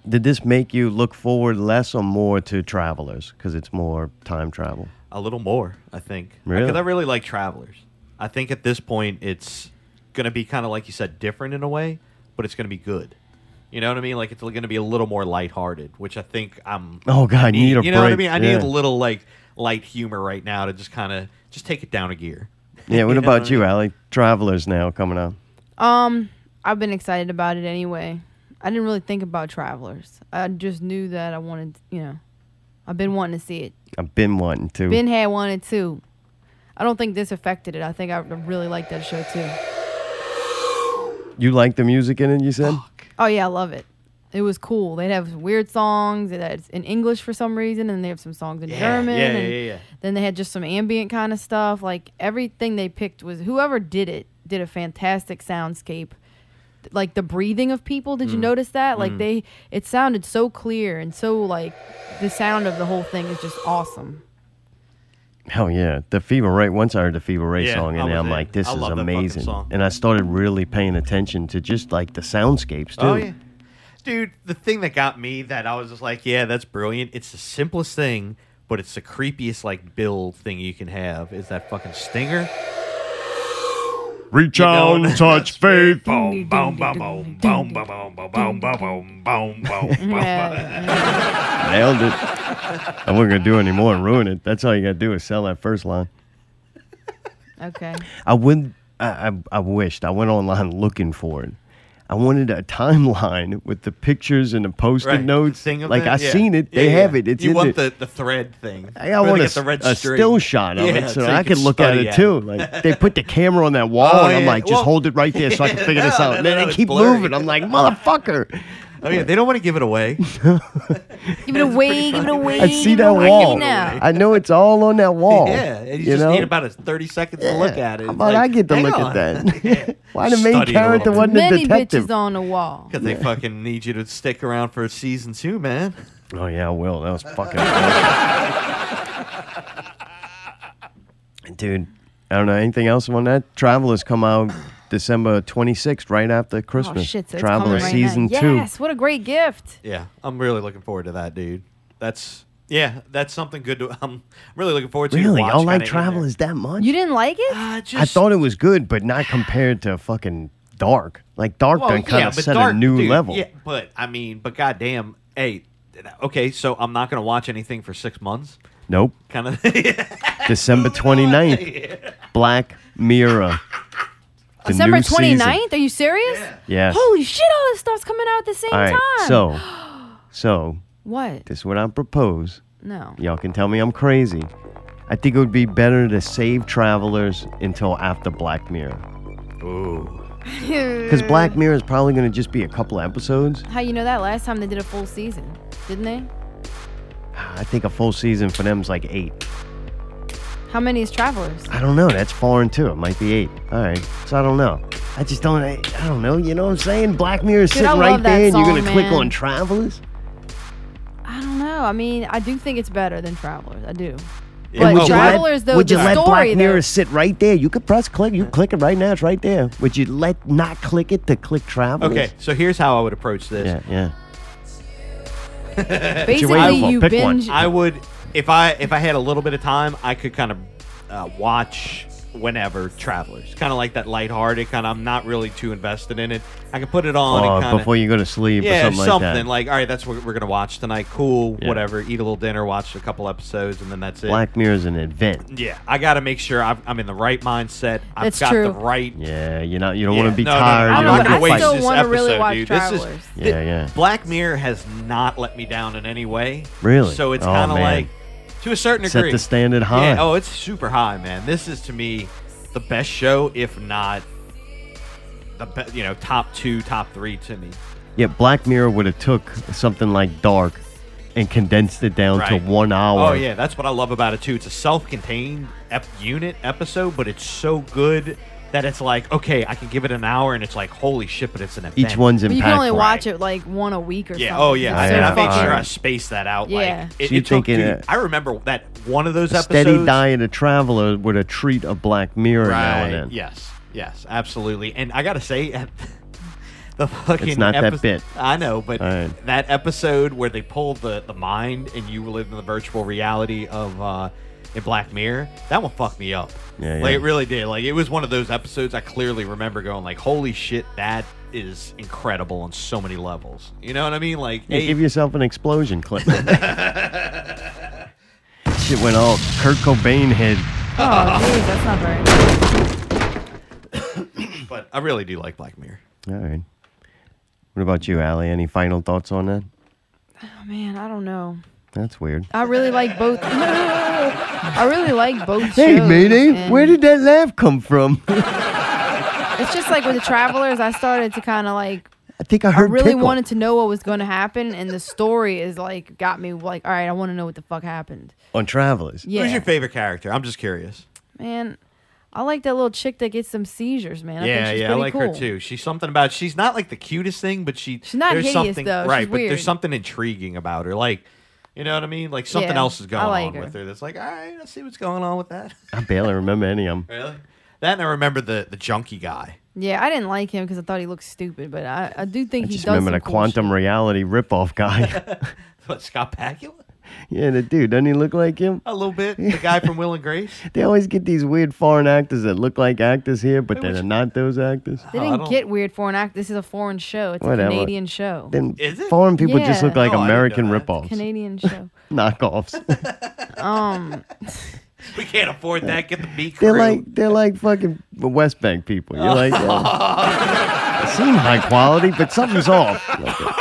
S1: Did this make you look forward less or more to travelers because it's more time travel?
S5: A little more, I think.
S1: Really?
S5: Because I really like Travelers. I think at this point it's going to be kind of like you said, different in a way, but it's going to be good. You know what I mean? Like it's going to be a little more lighthearted, which I think I'm.
S1: Oh, God, I need a
S5: You know what I
S1: break.
S5: mean? I
S1: Yeah.
S5: need a little like light humor right now to just kind of just take it down a gear.
S1: Yeah. What
S5: know
S1: about
S5: what I
S1: you, Allie? Travelers now coming up.
S2: Um, I've been excited about it anyway. I didn't really think about Travelers. I just knew that I wanted, you know, I've been wanting to see it.
S1: I've been wanting to.
S2: Ben had wanted too. I don't think this affected it. I think I really liked that show too.
S1: You like the music in it? You said.
S2: Oh yeah, I love it. It was cool. They'd have weird songs that's in English for some reason, and they have some songs in German.
S5: yeah,
S2: and
S5: yeah, yeah.
S2: Then they had just some ambient kind of stuff. Like everything they picked was whoever did it did a fantastic soundscape. Like the breathing of people.
S1: Mm.
S2: Did you notice that? Like they, it sounded so clear and so like the sound of the whole thing is just awesome.
S1: Hell yeah, the Fever Ray. Once I heard the Fever Ray
S5: Yeah,
S1: song,
S5: I
S1: and
S5: was
S1: I'm
S5: in.
S1: like, this
S5: I
S1: is
S5: love that fucking
S1: amazing.
S5: song.
S1: And I started really paying attention to just like the soundscapes too.
S5: Oh yeah, dude. The thing that got me that I was just like, yeah, that's brilliant. It's the simplest thing, but it's the creepiest like build thing you can have. Is that fucking stinger?
S1: Reach
S5: out and
S1: touch faith.
S7: Boom, boom, boom, boom, boom, boom, boom, boom, boom, boom, boom, boom, boom.
S2: Yeah.
S1: Nailed it. I wasn't gonna do any more and ruin it. That's all you gotta do is sell that first line.
S2: okay.
S1: I would. I, I, I wished I went online looking for it. I wanted a timeline with the pictures and the post-it
S5: Right.
S1: notes.
S5: Thing of
S1: like
S5: that?
S1: I
S5: Yeah.
S1: seen it.
S5: Yeah,
S1: they
S5: yeah.
S1: have it. It's
S5: you
S1: in
S5: want
S1: it.
S5: the, the thread thing.
S1: I
S5: Where they
S1: want a,
S5: get the red
S1: a
S5: string.
S1: still shot of
S5: Yeah,
S1: it so,
S5: you
S1: I could look at
S5: study
S1: it too. Like they put the camera on that wall,
S5: Oh,
S1: and I'm
S5: yeah.
S1: like, just
S5: Well-
S1: hold it right there so I can figure this
S5: No,
S1: out.
S5: no,
S1: And then
S5: no,
S1: they
S5: it's
S1: keep
S5: blurry.
S1: moving. I'm like, motherfucker!
S5: Oh yeah, they don't want to give it away.
S2: Give it away. Give it away.
S1: I see
S2: give it
S1: that
S2: away,
S1: wall.
S2: Give it now.
S1: I know it's all on that wall.
S5: yeah, and you,
S1: Oh, you
S5: just
S1: know?
S5: need about a thirty seconds to look at it.
S1: How about I get to look at that? Why the main
S5: Study it a
S1: character
S5: little bit.
S1: wasn't a
S2: Many
S1: detective?
S2: bitches on the wall.
S5: Because they fucking need you to stick around for season two, man.
S1: Oh yeah, I will. That was fucking. awesome. Dude, I don't know anything else on that. Travelers come out December 26th, right after Christmas.
S2: Oh shit! So it's coming
S1: Travelers
S2: right
S1: season
S2: now.
S1: two.
S2: Yes, what a great gift.
S5: Yeah, I'm really looking forward to that, dude. That's yeah, that's something good to. I'm really looking forward to.
S1: Really,
S5: Watch
S1: y'all like
S5: kinda in there.
S1: Travelers that much?
S2: You didn't like it?
S1: Ah.
S5: Uh, just,
S1: I thought it was good, but not compared to fucking Dark. Like Dark
S5: well,
S1: done kind
S5: yeah,
S1: of
S5: but
S1: set
S5: Dark,
S1: a new
S5: dude,
S1: level.
S5: Yeah, but I mean, but goddamn, hey, th- okay, so I'm not gonna watch anything for six months,
S1: Nope.
S5: kind of. yeah,
S1: December 29th, Black Mirror. The
S2: December
S1: new season.
S2: 29th? Are you serious?
S1: Yes.
S2: Holy shit, all this stuff's coming out at the same
S1: All right.
S2: time.
S1: So, so
S2: What?
S1: this is what I propose.
S2: No.
S1: Y'all can tell me I'm crazy. I think it would be better to save travelers until after Black Mirror. Because Black Mirror is probably going to just be a couple episodes.
S2: How you know that? Last time they did a full season, didn't they?
S1: I think a full season for them is like eight.
S2: How many is Travelers?
S1: I don't know. That's foreign too. It might be eight. All right. So I don't know. I just don't. I, I don't know. You know what I'm saying? Black Mirror is
S2: Dude, I
S1: sitting right
S2: love that
S1: there, and you're
S2: song,
S1: going to click
S2: man.
S1: on Travelers.
S2: I don't know. I mean, I do think it's better than Travelers. I do.
S1: And
S2: But
S1: would you let-
S2: Travelers, though,
S1: would you
S2: the
S1: let Black
S2: story, though-
S1: Mirror sit right there? You could press click. You click it right now. It's right there. Would you let not click it to click Travelers?
S5: Okay, so here's how I would approach this.
S1: Yeah. Yeah. you waiting
S2: Basically,
S1: for?
S2: you
S1: Pick one.
S2: binge.
S5: I would if I if I had a little bit of time, I could kind of uh, watch whenever Travelers, kind of like that lighthearted kind. of I'm not really too invested in it. I could put it on
S1: Or
S5: and kind
S1: Oh, before you go to sleep
S5: yeah,
S1: or something, like that.
S5: all right, that's what we're gonna watch tonight. Cool,
S1: Yeah.
S5: whatever. Eat a little dinner, watch a couple episodes, and then that's it.
S1: Black Mirror is an event.
S5: Yeah, I gotta make sure I've, I'm in the right mindset. I've
S2: That's
S5: got the
S2: true.
S5: right.
S1: Yeah, you're not. You don't
S5: Yeah,
S1: want to be
S5: no, no,
S1: tired.
S2: I
S1: you don't
S2: don't know,
S1: wanna
S2: but I
S1: fight.
S2: still wanna
S5: episode,
S2: really watch
S5: dude. This is-
S2: Travelers.
S5: thi-
S1: Yeah, yeah.
S5: Black Mirror has not let me down in any way.
S1: Really?
S5: So it's
S1: Oh,
S5: kind of
S1: man.
S5: like, to a certain
S1: Set
S5: degree,
S1: the standard high.
S5: Yeah, oh, it's super high, man. This is to me the best show, if not the be- you know top two, top three to me.
S1: Yeah, Black Mirror would have took something like Dark and condensed it down
S5: Right.
S1: to one hour.
S5: Oh yeah, that's what I love about it too. It's a self-contained ep- unit episode, but it's so good that it's like, okay, I can give it an hour, and it's like, holy shit, but it's an event.
S1: Each one's
S2: but
S1: impactful.
S2: you can only watch it like one a week or
S5: Yeah.
S2: something.
S5: Oh yeah. I,
S2: It's
S5: mean,
S2: so
S5: I made
S2: fucking-
S5: sure I spaced that out.
S2: Yeah.
S5: Like, it,
S1: So you
S5: it took,
S1: thinking,
S5: dude,
S1: uh,
S5: I remember that one of those
S1: a
S5: episodes.
S1: steady diet of traveler with a treat of Black Mirror now
S5: Right.
S1: and then.
S5: Yes. Yes. Absolutely. And I gotta say. The fucking
S1: not that
S5: epi-
S1: bit.
S5: I know, but
S1: All right.
S5: that episode where they pulled the, the mind and you live in the virtual reality of uh, in Black Mirror, that one fucked me up.
S1: Yeah,
S5: Like
S1: yeah.
S5: it really did. Like it was one of those episodes I clearly remember going like, "Holy shit, that is incredible on so many levels." You know what I mean? Like,
S1: Yeah,
S5: hey,
S1: give yourself an explosion clip. Shit went all Kurt Cobain head.
S2: Oh, dude, that's not very nice.
S5: but I really do like Black Mirror.
S1: All right. What about you, Allie? Any final thoughts on that?
S2: Oh, man, I don't know.
S1: That's weird.
S2: I really like both. I really like both
S1: Hey,
S2: shows,
S1: matey,
S2: and
S1: where did that laugh come from?
S2: It's just like with the Travelers, I started to kind of like
S1: I think I
S2: I
S1: heard
S2: really
S1: pickle.
S2: wanted to know what was going to happen, and the story is like got me like, all right, I want to know what the fuck happened.
S1: on Travelers.
S2: Yeah,
S4: Who's your favorite character? I'm just curious.
S2: man, I like that little chick that gets some seizures, man. I think
S4: yeah,
S2: she's
S4: yeah, I
S2: pretty
S4: like
S2: cool.
S4: her too. She's something about. She's not like the cutest thing, but she.
S2: She's not
S4: there's
S2: hideous,
S4: something,
S2: though. She's
S4: Right, but
S2: weird.
S4: there's something intriguing about her. Like, you know what I mean? Like something
S2: Yeah,
S4: else is
S2: I
S4: going
S2: like
S4: on
S2: her.
S4: with her. That's like, all right, let's see what's going on with that.
S1: I barely remember any of them.
S4: really? That and I remember the the junkie guy.
S2: Yeah, I didn't like him because I thought he looked stupid, but I, I do
S1: I
S2: think he
S1: just
S2: does.
S1: remember
S2: some
S1: the
S2: cool
S1: quantum
S2: shit.
S1: reality ripoff guy.
S4: What Scott Bakula?
S1: yeah, the dude doesn't he look like him?
S4: A little bit. The guy from Will and Grace.
S1: They always get these weird foreign actors that look like actors here, but they're not those actors.
S2: They
S4: Oh, I
S2: didn't
S4: don't-
S2: get weird foreign act. This is a foreign show. It's
S1: Whatever.
S2: a Canadian show.
S1: Then
S4: Is it?
S1: foreign people just
S2: Yeah.
S1: look like
S4: Oh, I didn't know
S1: American
S4: that.
S1: ripoffs,
S2: Canadian show.
S1: knockoffs.
S2: Um,
S5: We can't afford that. Get the B crew.
S1: they're like they're like fucking West Bank people. You're like, yeah. they seem high quality, but something's off.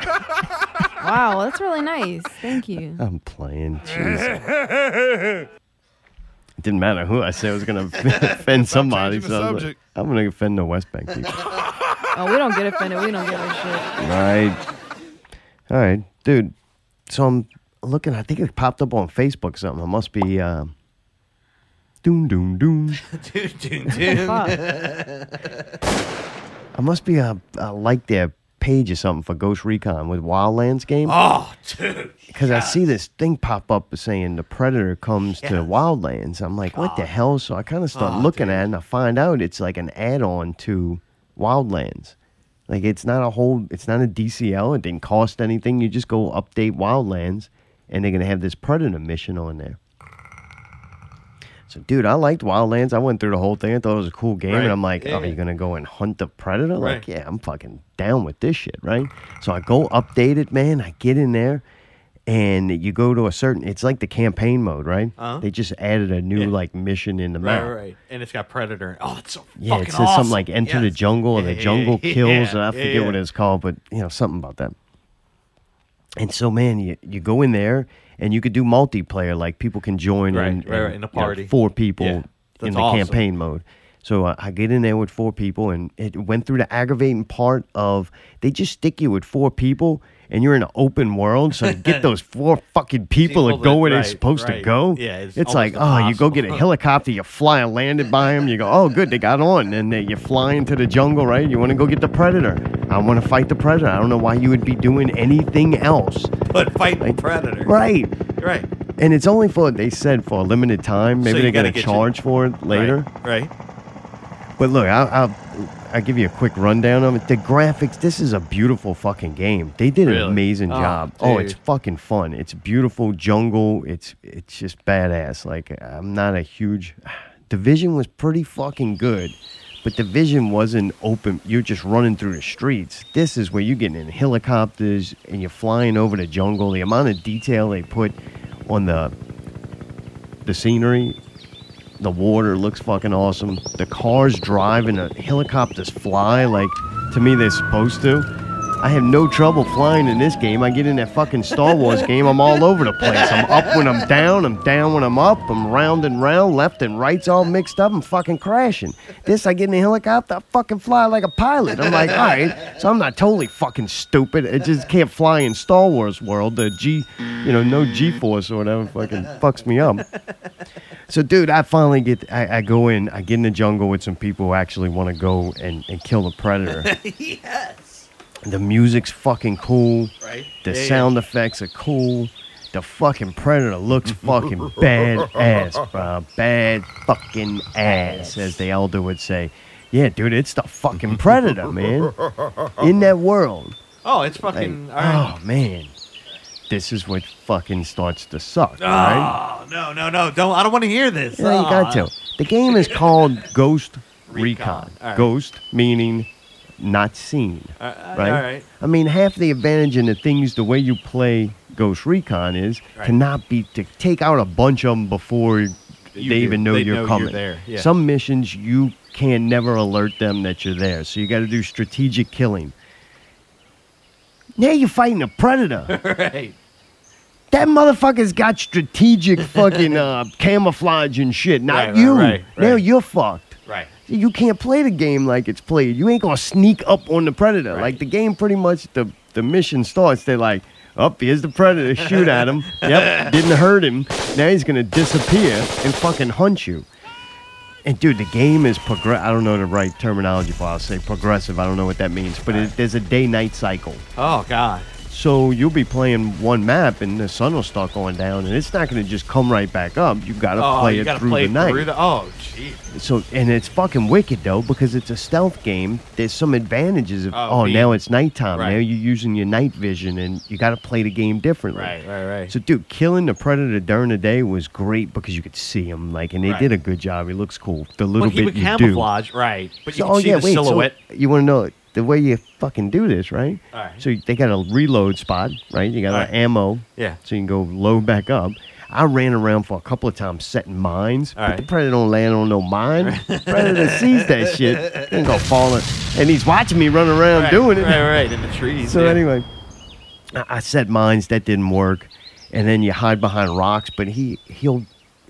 S1: Like,
S2: wow, that's really nice. Thank you.
S1: I'm playing. Jesus. It didn't matter who I said I was gonna offend somebody.
S8: the
S1: So I was like,
S8: subject.
S1: I'm gonna offend the West Bank people.
S2: Oh, we don't get offended. We don't give a shit.
S1: Right. All right, dude. So I'm looking. I think it popped up on Facebook. or Something. I must be. Uh, doom doom doom.
S4: dude, dude, dude.
S2: Fuck.
S1: I must be a, a like their page or something for Ghost Recon with Wildlands game.
S4: Oh, dude.
S1: Because I see this thing pop up saying the Predator comes to Wildlands. I'm like, what the hell? So I kind of start looking at it and I find out it's like an add on to Wildlands. Like it's not a whole, it's not a DCL. It didn't cost anything. You just go update Wildlands and they're going to have this Predator mission on there. So, dude, I liked Wildlands. I went through the whole thing. I thought it was a cool game.
S4: Right.
S1: And I'm like,
S4: Yeah,
S1: oh,
S4: yeah.
S1: you're going to go and hunt the Predator? Like,
S4: Right.
S1: yeah, I'm fucking down with this shit, right? So I go update it, man. I get in there and you go to a certain it's like the campaign mode right
S4: Uh-huh.
S1: they just added a new like mission in the
S4: Right,
S1: map
S4: right, right. And it's got Predator. Oh, it's so
S1: yeah
S4: fucking
S1: it says
S4: awesome.
S1: something like enter the
S4: Yes.
S1: jungle or
S4: Yeah,
S1: the
S4: yeah,
S1: jungle
S4: yeah,
S1: kills
S4: yeah,
S1: and i
S4: yeah,
S1: forget
S4: yeah.
S1: what it's called but you know something about that and so man you, you go in there and you could do multiplayer like people can join
S4: Right,
S1: in,
S4: right, right, in a
S1: you know,
S4: party.
S1: four people
S4: Yeah,
S1: in
S4: that's
S1: the
S4: awesome.
S1: campaign mode so uh, i get in there with four people and it went through the aggravating part of they just stick you with four people and you're in an open world, so to get those four fucking people to
S4: People
S1: go
S4: that-
S1: where they're
S4: right,
S1: supposed to
S4: right.
S1: go,
S4: Yeah, it's
S1: it's like,
S4: almost
S1: oh, you go get a
S4: impossible.
S1: helicopter, you fly and landed by him. You go, oh, good, they got on. And then you fly into the jungle, right? You want to go get the predator. I want to fight the predator. I don't know why you would be doing anything else.
S4: But fight the Predator.
S1: Right.
S4: Right.
S1: And it's only for, they said, for a limited time. Maybe
S4: you
S1: they're
S4: gotta
S1: going to
S4: get
S1: charge for it later.
S4: Right. right.
S1: But look, I'll, I'll, I'll give you a quick rundown of it. The graphics, this is a beautiful fucking game. They did an
S4: Really?
S1: amazing
S4: Oh,
S1: job. Oh,
S4: dude.
S1: it's fucking fun. It's beautiful jungle. It's it's just badass. Like I'm not a huge Division was pretty fucking good. But Division wasn't open. You're just running through the streets. This is where you're getting in helicopters and you're flying over the jungle. The amount of detail they put on the the scenery the water looks fucking awesome. The cars drive and the helicopters fly like to me they're supposed to. I have no trouble flying in this game. I get in that fucking Star Wars game, I'm all over the place. I'm up when I'm down, I'm down when I'm up, I'm round and round, left and right's all mixed up, I'm fucking crashing. This, I get in the helicopter, I fucking fly like a pilot. I'm like, all right, so I'm not totally fucking stupid. I just can't fly in Star Wars world. The G, you know, no G force or whatever fucking fucks me up. So, dude, I finally get, I, I go in, I get in the jungle with some people who actually want to go and, and kill the predator. yes. The music's fucking cool.
S4: Right.
S1: The
S4: Yeah, yeah.
S1: sound effects are cool. The fucking predator looks fucking badass, bro. Bad fucking ass, as the elder would say. Yeah, dude, it's the fucking predator, man. In that world.
S4: Oh, it's
S1: Like,
S4: fucking. all right.
S1: oh, man. This is what fucking starts to suck, right?
S4: Oh no no no! Don't I don't want to hear this. Oh,
S1: Yeah, you got
S4: Aw.
S1: to. The game is called Ghost Recon.
S4: Recon. All right.
S1: Ghost meaning not seen.
S4: Uh,
S1: right?
S4: All right.
S1: I mean, half the advantage in the things, the way you play Ghost Recon is to
S4: Right.
S1: not be, to take out a bunch of them before
S4: You
S1: they
S4: do.
S1: even know
S4: They
S1: you're
S4: know you're
S1: coming.
S4: there, yeah.
S1: Some missions you can never alert them that you're there. So you got to do strategic killing. Now you're fighting a predator.
S4: right.
S1: that motherfucker's got strategic fucking uh, camouflage and shit. Not
S4: Right, right,
S1: you.
S4: right,
S1: Now
S4: right.
S1: you're fucked.
S4: Right.
S1: You can't play the game like it's played. You ain't gonna sneak up on the predator. Like the game, pretty much the the mission starts. They're like, "Up, here's the predator. Shoot at him. Yep, didn't hurt him. Now he's gonna disappear and fucking hunt you." And dude, the game is progress. I don't know the right terminology for. it. I'll say progressive. I don't know what that means, but it, there's a day-night cycle.
S4: Oh God.
S1: So you'll be playing one map, and the sun will start going down, and it's not gonna just come right back up. You gotta
S4: Oh,
S1: play
S4: you
S1: it
S4: gotta
S1: through
S4: play
S1: the night.
S4: through the. Oh, jeez.
S1: So and it's fucking wicked though because it's a stealth game. There's some advantages of
S4: Oh,
S1: oh,
S4: being-
S1: now it's nighttime.
S4: Right.
S1: Now you're using your night vision and you got to play the game differently.
S4: Right, right, right.
S1: So dude, killing the predator during the day was great because you could see him like and they
S4: Right.
S1: did a good job. He looks cool. The little
S4: Well, he
S1: bit
S4: would
S1: you
S4: camouflage, right? But
S1: do.
S4: you
S1: So- oh,
S4: can see the
S1: so
S4: silhouette.
S1: you want to know the way you fucking do this, right?
S4: All right.
S1: So they got a reload spot, right? You got
S4: All
S1: an
S4: right.
S1: ammo.
S4: Yeah.
S1: So you can go load back up. I ran around for a couple of times setting mines,
S4: All
S1: but
S4: right.
S1: the predator don't land on no mine. predator sees that shit and go falling, and he's watching me run around
S4: right,
S1: doing it.
S4: Right, right, in the trees.
S1: So
S4: yeah.
S1: anyway, I, I set mines that didn't work, and then you hide behind rocks, but he he'll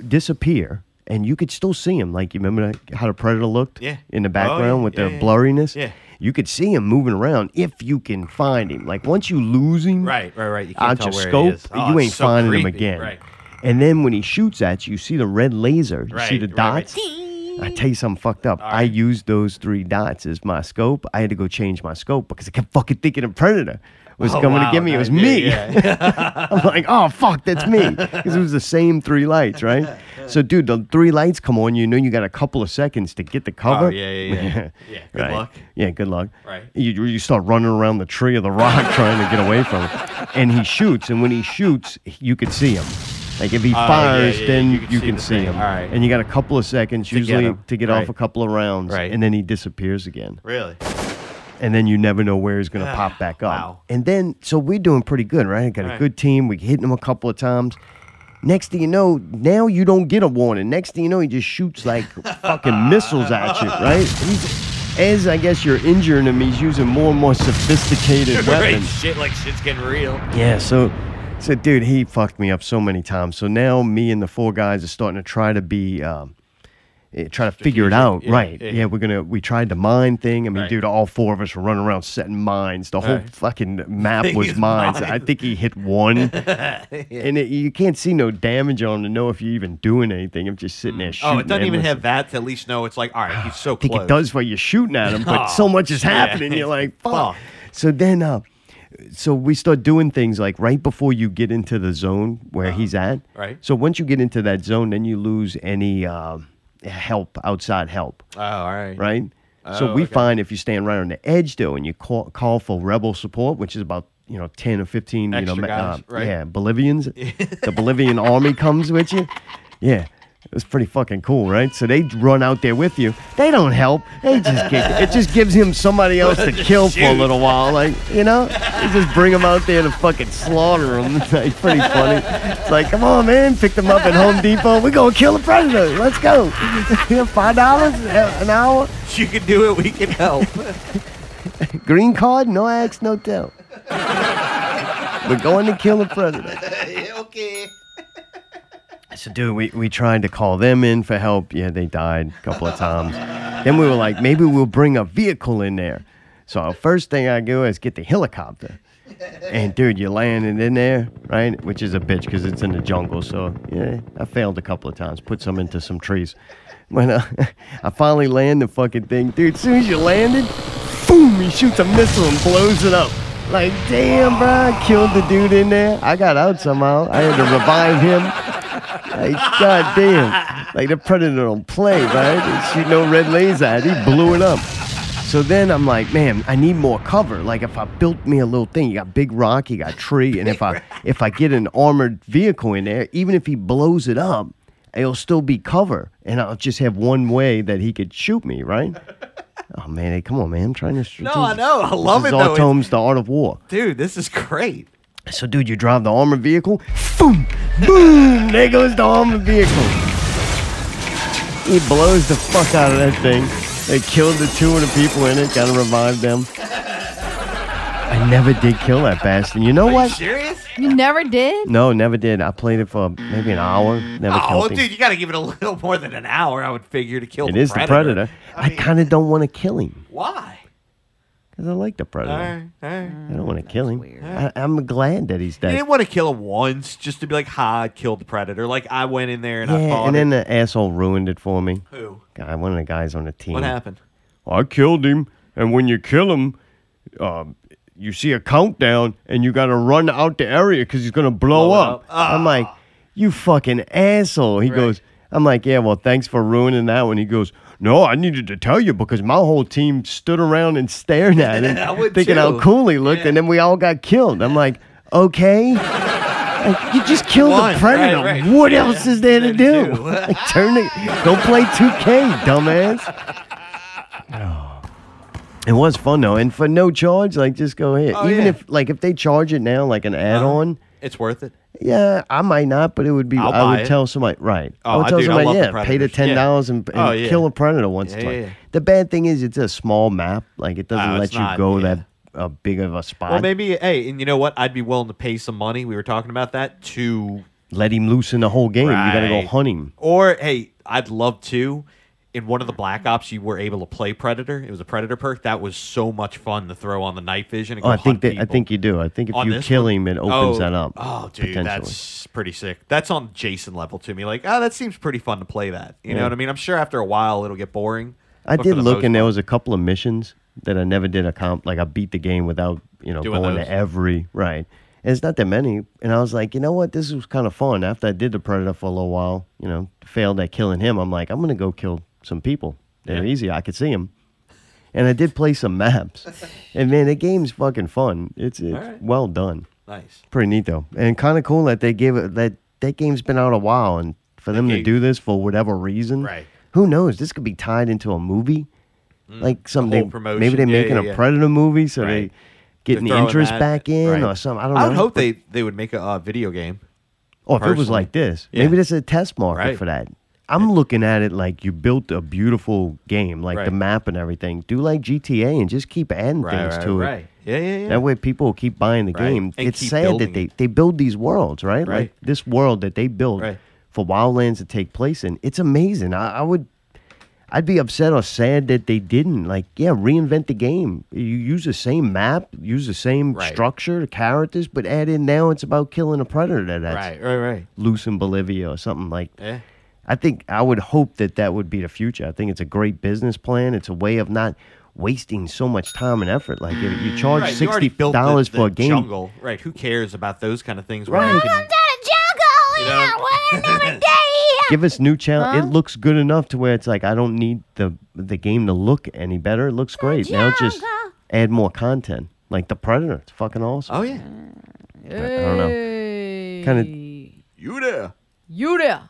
S1: disappear, and you could still see him. Like you remember that- how the predator looked?
S4: Yeah.
S1: In the
S4: Oh,
S1: background
S4: yeah,
S1: with
S4: yeah,
S1: the
S4: yeah.
S1: blurriness.
S4: Yeah.
S1: You could see him moving around if you can find him. Like once you lose him,
S4: Right, right, right. You can't
S1: out
S4: tell
S1: your
S4: where it
S1: scope,
S4: is. Oh,
S1: you
S4: it's
S1: ain't
S4: so
S1: finding him
S4: creepy,
S1: again.
S4: right.
S1: And then when he shoots at you, you see the red laser. You see
S4: Right,
S1: the
S4: right, right.
S1: dots. I tell you something fucked up. I
S4: right.
S1: used those three dots as my scope. I had to go change my scope because I kept fucking thinking a predator was
S4: Oh,
S1: coming
S4: wow,
S1: to get me. It
S4: no,
S1: was
S4: yeah,
S1: me.
S4: yeah.
S1: I'm like, oh fuck, that's me. Because it was the same three lights, right? So, dude, the three lights come on. You know, you got a couple of seconds to get the cover.
S4: Oh, yeah, yeah, yeah. Yeah, good
S1: Right.
S4: luck.
S1: Yeah, good luck.
S4: Right.
S1: You, you start running around the tree or the rock trying to get away from it, and he shoots. And when he shoots, you could see him. Like if he
S4: Oh, yeah,
S1: fires,
S4: yeah, yeah,
S1: then
S4: you
S1: you
S4: could
S1: can,
S4: see the
S1: see,
S4: thing.
S1: him.
S4: All right.
S1: And you got a couple of seconds
S4: get
S1: usually
S4: him.
S1: to get
S4: Right.
S1: off a couple of rounds,
S4: Right.
S1: and then he disappears again
S4: Really?
S1: and then you never know where he's going to pop back up.
S4: Ah, Wow.
S1: And then, so we're doing pretty good, right? I got a
S4: Right.
S1: good team. We hitting him a couple of times. Next thing you know, now you don't get a warning. Next thing you know, he just shoots like fucking missiles at you, right? He's, as I guess you're injuring him, he's using more and more sophisticated
S5: Right,
S1: weapons.
S5: shit, like shit's getting real.
S1: Yeah, so so dude, he fucked me up so many times. So now me and the four guys are starting to try to be um eh, try to figure it out,
S4: yeah,
S1: right?
S4: yeah.
S1: Yeah. we're gonna we tried the mine thing. I mean,
S4: Right.
S1: dude, all four of us were running around setting mines. The whole
S4: Right.
S1: fucking map was
S4: is
S1: mines. I
S4: mines.
S1: think he hit one, and it, you can't see no damage on him to know if you're even doing anything. I'm just sitting there shooting.
S4: Oh, it doesn't even
S1: endlessly.
S4: have that to at least know it's like, all right, he's so
S1: I think
S4: close. Oh,
S1: it does while you're shooting at him, but so much is happening. You're like, fuck.
S4: Fuck.
S1: So then, uh, so we start doing things like right before you get into the zone where he's at.
S4: Uh-huh. right.
S1: So once you get into that zone, then you lose any uh, help, outside help,
S4: Oh, all right.
S1: right? so
S4: Oh,
S1: we
S4: okay.
S1: find if you stand right on the edge though, and you call, call for rebel support, which is about you know ten or fifteen,
S4: Extra
S1: you know, ma- uh,
S4: guys, right?
S1: yeah, Bolivians, the Bolivian army comes with you, yeah. It was pretty fucking cool, right? So they run out there with you. They don't help. They just kick it. It just gives him somebody else to kill for a little while. Like, you know? They just bring him out there to fucking slaughter him. It's like pretty funny. It's like, come on, man. Pick them up at Home Depot. We're going to kill the predator. Let's go. $5 an hour.
S4: You can do it. We can help.
S1: Green card, no axe, no tell. We're going to kill the president.
S4: okay.
S1: So, dude, we, we tried to call them in for help. Yeah, they died a couple of times. then we were like, maybe we'll bring a vehicle in there. So, our first thing I do is get the helicopter. And, dude, you're landing in there, right? Which is a bitch because it's in the jungle. So, yeah, I failed a couple of times. Put some into some trees. When uh, I finally land the fucking thing, dude, as soon as you landed, boom, he shoots a missile and blows it up. Like, damn, bro, I killed the dude in there. I got out somehow. I had to revive him. Like, god damn. Like, the predator don't play, right? Shoot no red laser. at it. He blew it up. So then I'm like, man, I need more cover. Like, if I built me a little thing, you got big rock, you got tree, and if I if I get an armored vehicle in there, even if he blows it up, it'll still be cover, and I'll just have one way that he could shoot me, right? Oh man, hey, come on, man! I'm trying to.
S4: No, I know. I love
S1: this
S4: it
S1: is
S4: though.
S1: all Tom's The Art of War.
S4: It's- dude, this is great.
S1: So, dude, you drive the armored vehicle. Boom! Boom! There goes the armored vehicle. He blows the fuck out of that thing. They killed the two of the people in it, gotta revive them. I never did kill that bastard. You know
S5: Are you
S1: what?
S5: serious?
S2: You never did?
S1: No, never did. I played it for maybe an hour. Never
S5: Oh, well,
S1: killed him.
S5: dude, you got to give it a little more than an hour, I would figure, to kill
S1: It
S5: the
S1: is the
S5: predator.
S1: predator. I,
S5: mean-
S1: kind of don't want to kill him
S5: Why?
S1: because I like the predator.
S5: All right, all right.
S1: I don't want to kill him.
S2: weird.
S1: I, I'm glad that he's
S5: You
S1: dead.
S5: didn't want to kill him once just to be like, ha, I killed the predator. Like, I went in there and I
S1: Yeah,
S5: fought
S1: and
S5: it.
S1: then the asshole ruined it for me.
S5: Who?
S1: God, one of the guys on the team.
S5: What happened?
S1: I killed him, and when you kill him, uh, you see a countdown, and you gotta run out the area because he's gonna blow,
S5: Blow it
S1: up.
S5: up. Ah.
S1: I'm like, you fucking asshole. He goes, I'm like, yeah, well, thanks for ruining that one. He goes, no, I needed to tell you because my whole team stood around and stared at him,
S5: I would
S1: thinking how
S5: too.
S1: cool he looked, and then we all got killed. I'm like, okay. Like, you just killed
S5: One,
S1: a
S5: right,
S1: predator.
S5: right.
S1: What else is there to do?
S5: do.
S1: Like, turn it. Go play 2K, dumbass. It was fun though, and for no charge, like just go ahead.
S5: Oh,
S1: Even
S5: yeah.
S1: if like if they charge it now, like an add-on,
S5: It's worth it.
S1: yeah, I might not, but it would be.
S5: I'll
S1: I would
S5: buy it.
S1: tell somebody, right?
S5: Oh,
S1: I would
S5: I-
S1: tell
S5: dude, I
S1: somebody,
S5: love the
S1: yeah, pay the
S5: Predators.
S1: ten
S5: Yeah.
S1: dollars and, and
S5: Oh, yeah.
S1: kill a predator once. or
S5: Yeah,
S1: twice.
S5: yeah, yeah.
S1: The bad thing is, it's a small map. Like it doesn't
S5: Oh,
S1: let
S5: it's
S1: you
S5: not-
S1: go
S5: yeah.
S1: that uh, big of a spot.
S5: Well, maybe, hey, and you know what? I'd be willing to pay some money. We were talking about that to
S1: let him loose in the whole game. You got to go
S5: Right.
S1: hunt him.
S5: Or hey, I'd love to. In one of the Black Ops, you were able to play Predator. It was a Predator perk that was so much fun to throw on the night vision. And
S1: Oh,
S5: go
S1: I think
S5: hunt
S1: that I
S5: people.
S1: think you do. I think if
S5: On
S1: you
S5: this
S1: kill
S5: one?
S1: him, it opens
S5: Oh,
S1: that up.
S5: Oh, dude,
S1: potentially.
S5: that's pretty sick. That's on Jason level to me. Like, oh, that seems pretty fun to play. That you know what I mean? I'm sure after a while it'll get boring.
S1: I
S5: but for
S1: did
S5: the
S1: look,
S5: most
S1: and there
S5: part-
S1: was a couple of missions that I never did accomplish. Like I beat the game without you know
S5: Doing
S1: going
S5: those.
S1: to every right. And it's not that many, and I was like, you know what, this was kind of fun. After I did the predator for a little while, you know, failed at killing him, I'm like, I'm gonna go kill some people. They're
S5: Yeah.
S1: easy. I could see them. And I did play some maps, and man, the game's fucking fun. It's it's
S5: Alright.
S1: well done.
S5: nice.
S1: Pretty neat though, and kind of cool that they gave it that that game's been out a while, and for them to
S5: gave-
S1: do this for whatever reason,
S5: Right. Mm.
S1: Who knows? This could be tied into a movie, like someday.
S5: promotion.
S1: Maybe they're
S5: Yeah,
S1: making
S5: yeah,
S1: a
S5: yeah.
S1: Predator movie, so
S5: Right.
S1: they getting the
S5: They're throwing
S1: interest
S5: that-
S1: back in
S5: right.
S1: or something. I don't know.
S5: I would hope
S1: but-
S5: they they would make a uh, video game.
S1: Oh, if it was
S5: personally.
S1: like this,
S5: Yeah.
S1: maybe this is a test market
S5: Right.
S1: for that. I'm looking at it like you built a beautiful game, like the
S5: Right.
S1: map and everything. Do like GTA and just keep adding
S5: Right,
S1: things
S5: right,
S1: to it.
S5: right. Yeah, yeah, yeah.
S1: That way, people will keep buying the
S5: Right.
S1: game.
S5: And
S1: it's
S5: keep
S1: sad that
S5: building
S1: they,
S5: it.
S1: they build these worlds, right? Like
S5: Right.
S1: this world that they build
S5: Right.
S1: for Wildlands to take place in. It's amazing. I, I would, I'd be upset or sad that they didn't. Like, yeah, reinvent the game. You use the same map, use the same
S5: Right.
S1: structure, the characters, but add in now it's about killing a predator that's
S5: right, right, right.
S1: loose in Bolivia or something like.
S5: Yeah.
S1: I think I would hope that that would be the future. I think it's a great business plan. It's a way of not wasting so much time and effort. Like you, you charge
S5: Right, you
S1: sixty
S5: already built the-
S1: dollars
S5: the
S1: for a game.
S5: Jungle, right? Who cares about those kind of things? where you can-
S1: Give us new challenge. It looks good enough to where it's like I don't need the the game to look any better. It looks great. Now just add more content. Like the Predator, it's fucking awesome.
S5: Oh yeah.
S1: I don't know. Kinda-
S5: You there?
S2: You there?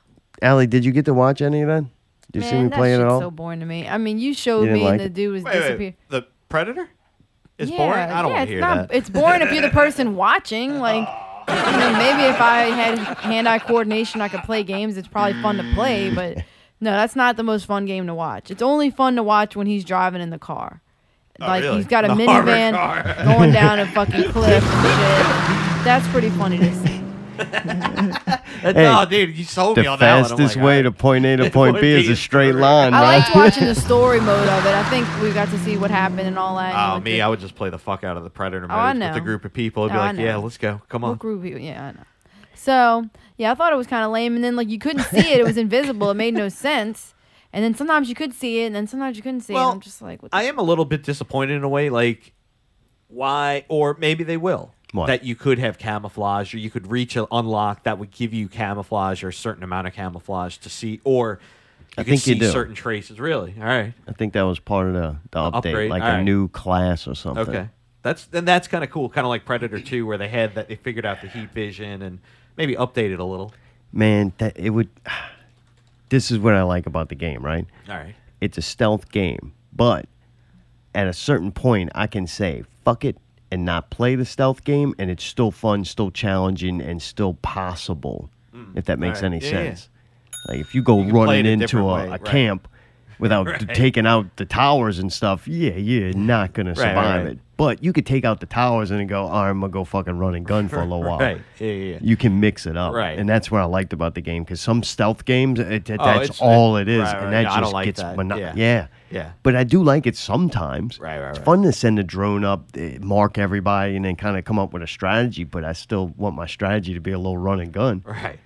S1: Allie, did you get to watch any of that? Did you see
S2: Man,
S1: me
S2: that
S1: play it at
S2: shit's
S1: all?
S2: so boring to me. I mean, you showed
S1: You didn't
S2: me
S1: like
S2: and
S1: it?
S2: the dude was
S5: Wait,
S2: disappearing.
S5: wait. The predator is
S2: yeah,
S5: boring. I don't
S2: yeah,
S5: want
S2: it's
S5: to hear
S2: not,
S5: that.
S2: It's boring if you're the person watching. Like, you know, maybe if I had hand-eye coordination, I could play games. It's probably fun to play, but no, that's not the most fun game to watch. It's only fun to watch when he's driving in the car. Like
S5: Oh, really?
S2: he's got a
S5: The armored
S2: minivan going down a fucking cliff and shit. That's pretty funny to see.
S1: Hey,
S5: oh, dude, you sold
S1: the
S5: me on that one. I'm
S1: fastest
S5: like,
S1: way
S5: all
S1: to point A to point
S5: Point
S1: B
S5: B
S1: is a
S5: is
S1: straight
S5: correct.
S1: line,
S2: I
S1: right?
S2: liked watching the story mode of it. I think we got to see what happened and all that.
S5: right.
S2: and
S5: Oh,
S2: what
S5: me,
S2: the-
S5: I would just play the fuck out of the predator
S2: Oh, I
S5: mode with
S2: know.
S5: a group of people. I'd be
S2: Oh, I
S5: like, yeah,
S2: know.
S5: let's go. Come
S2: What
S5: on.
S2: group you- Yeah, I know. So yeah, I thought it was kind of lame, and then like you couldn't see it; it was invisible. It made no sense. And then sometimes you could see it, and then sometimes you couldn't see it.
S5: Well,
S2: and I'm just like, what the
S5: I am a little bit disappointed in a way, like why or maybe they will.
S1: What?
S5: That you could have camouflage or you could reach an unlock that would give you camouflage or a certain amount of camouflage to see or you
S1: I
S5: could
S1: think you
S5: see
S1: do.
S5: certain traces. Really? All right.
S1: I think that was part of the, the update,
S5: upgrade,
S1: like a
S5: alright.
S1: new class or something.
S5: Okay. That's then that's kind of cool, kind of like Predator 2 where they had that they figured out the heat vision and maybe updated a little.
S1: Man, that it would. This is what I like about the game, right?
S5: All right.
S1: It's a stealth game, but at a certain point, I can say fuck it and not play the stealth game, and it's still fun, still challenging, and still possible. If that makes
S5: alright.
S1: any
S5: Yeah, yeah.
S1: sense. Like if you go
S5: You can play
S1: running
S5: it a
S1: into
S5: different
S1: a,
S5: way,
S1: a
S5: right.
S1: camp without taking out the towers and stuff, yeah, you're not gonna survive
S5: right.
S1: it. But you could take out the towers and then go, all right, I'm gonna go fucking run and gun for a little while.
S5: Right. Yeah, yeah, yeah.
S1: You can mix it up,
S5: Right.
S1: And that's what I liked about the game because some stealth games, it, it-
S5: Oh,
S1: that's
S5: it's-
S1: all it is,
S5: right, right.
S1: and that
S5: Yeah, I
S1: just
S5: don't like
S1: gets
S5: that.
S1: mono-
S5: Yeah.
S1: yeah,
S5: Yeah.
S1: But I do like it sometimes.
S5: Right, right,
S1: It's
S5: right.
S1: fun to send a drone up, eh, mark everybody, and then kind of come up with a strategy. But I still want my strategy to be a little run and gun.
S5: Right.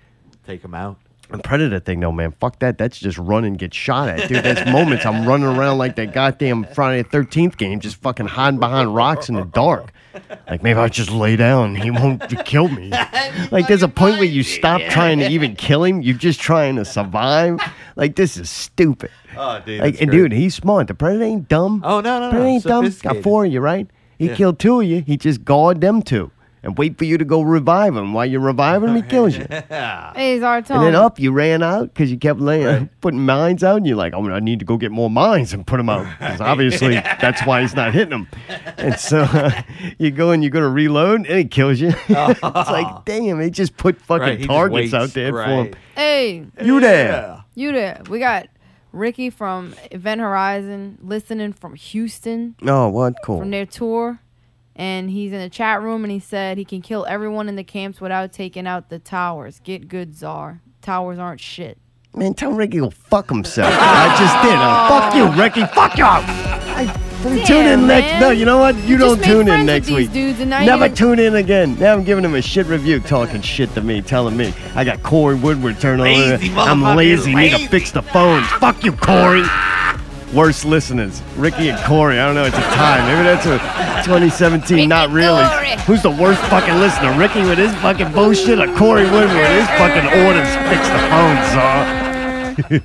S5: Take them out.
S1: The predator thing, though, man, fuck that. That's just run and get shot at, dude. That's moments I'm running around like that goddamn Friday the Thirteenth game, just fucking hiding behind rocks in the dark. Like maybe I just lay down, he won't kill me. Like there's a point where you stop trying to even kill him. You're just trying to survive. Like this is stupid.
S5: Oh, dude.
S1: Like,
S5: that's
S1: and
S5: great.
S1: dude, he's smart. The predator ain't dumb.
S5: Oh, no, no, no.
S1: predator ain't dumb. He's Got
S5: Sophisticated.
S1: four of you, right? He killed two of you. He just guard them two and wait for you to go revive him. While you're reviving him, he kills you.
S2: Hey, it's our
S1: And then
S2: tone.
S1: up, you ran out because you kept laying, putting mines out, and you're like, oh, I need to go get more mines and put them out. Because obviously, that's why he's not hitting them. And so you go and you go to reload, and it kills you. it's like, damn, they just put fucking
S5: Right, he just
S1: targets
S5: waits,
S1: out there
S5: right.
S1: for
S2: Hey,
S1: him. You there.
S2: you there. We got Ricky from Event Horizon listening from Houston
S1: Oh, what? Cool.
S2: from their tour. And he's in the chat room and he said he can kill everyone in the camps without taking out the towers. Get good, Czar. Towers aren't shit.
S1: Man, tell Ricky to fuck himself. I just did. Uh, fuck you, Ricky. Fuck you. I, tune in next.
S2: man.
S1: No, you know what? You,
S2: just
S1: don't
S2: made
S1: tune in
S2: friends
S1: next
S2: with these
S1: week.
S2: dudes and now you
S1: Never
S2: don't-
S1: tune in again. Now I'm giving him a shit review, talking shit to me, telling me I got Corey Woodward turned over.
S5: Lazy
S1: I'm
S5: motherfucker,
S1: lazy. Need to
S5: lazy.
S1: fix the phones. Fuck you, Corey. Worst listeners, Ricky and Corey. I don't know. It's a time. Maybe that's a 2017. not really. Who's the worst fucking listener? Ricky with his fucking bullshit, or Corey Woodward? with His fucking orders. Fix the phones, Zah.
S2: All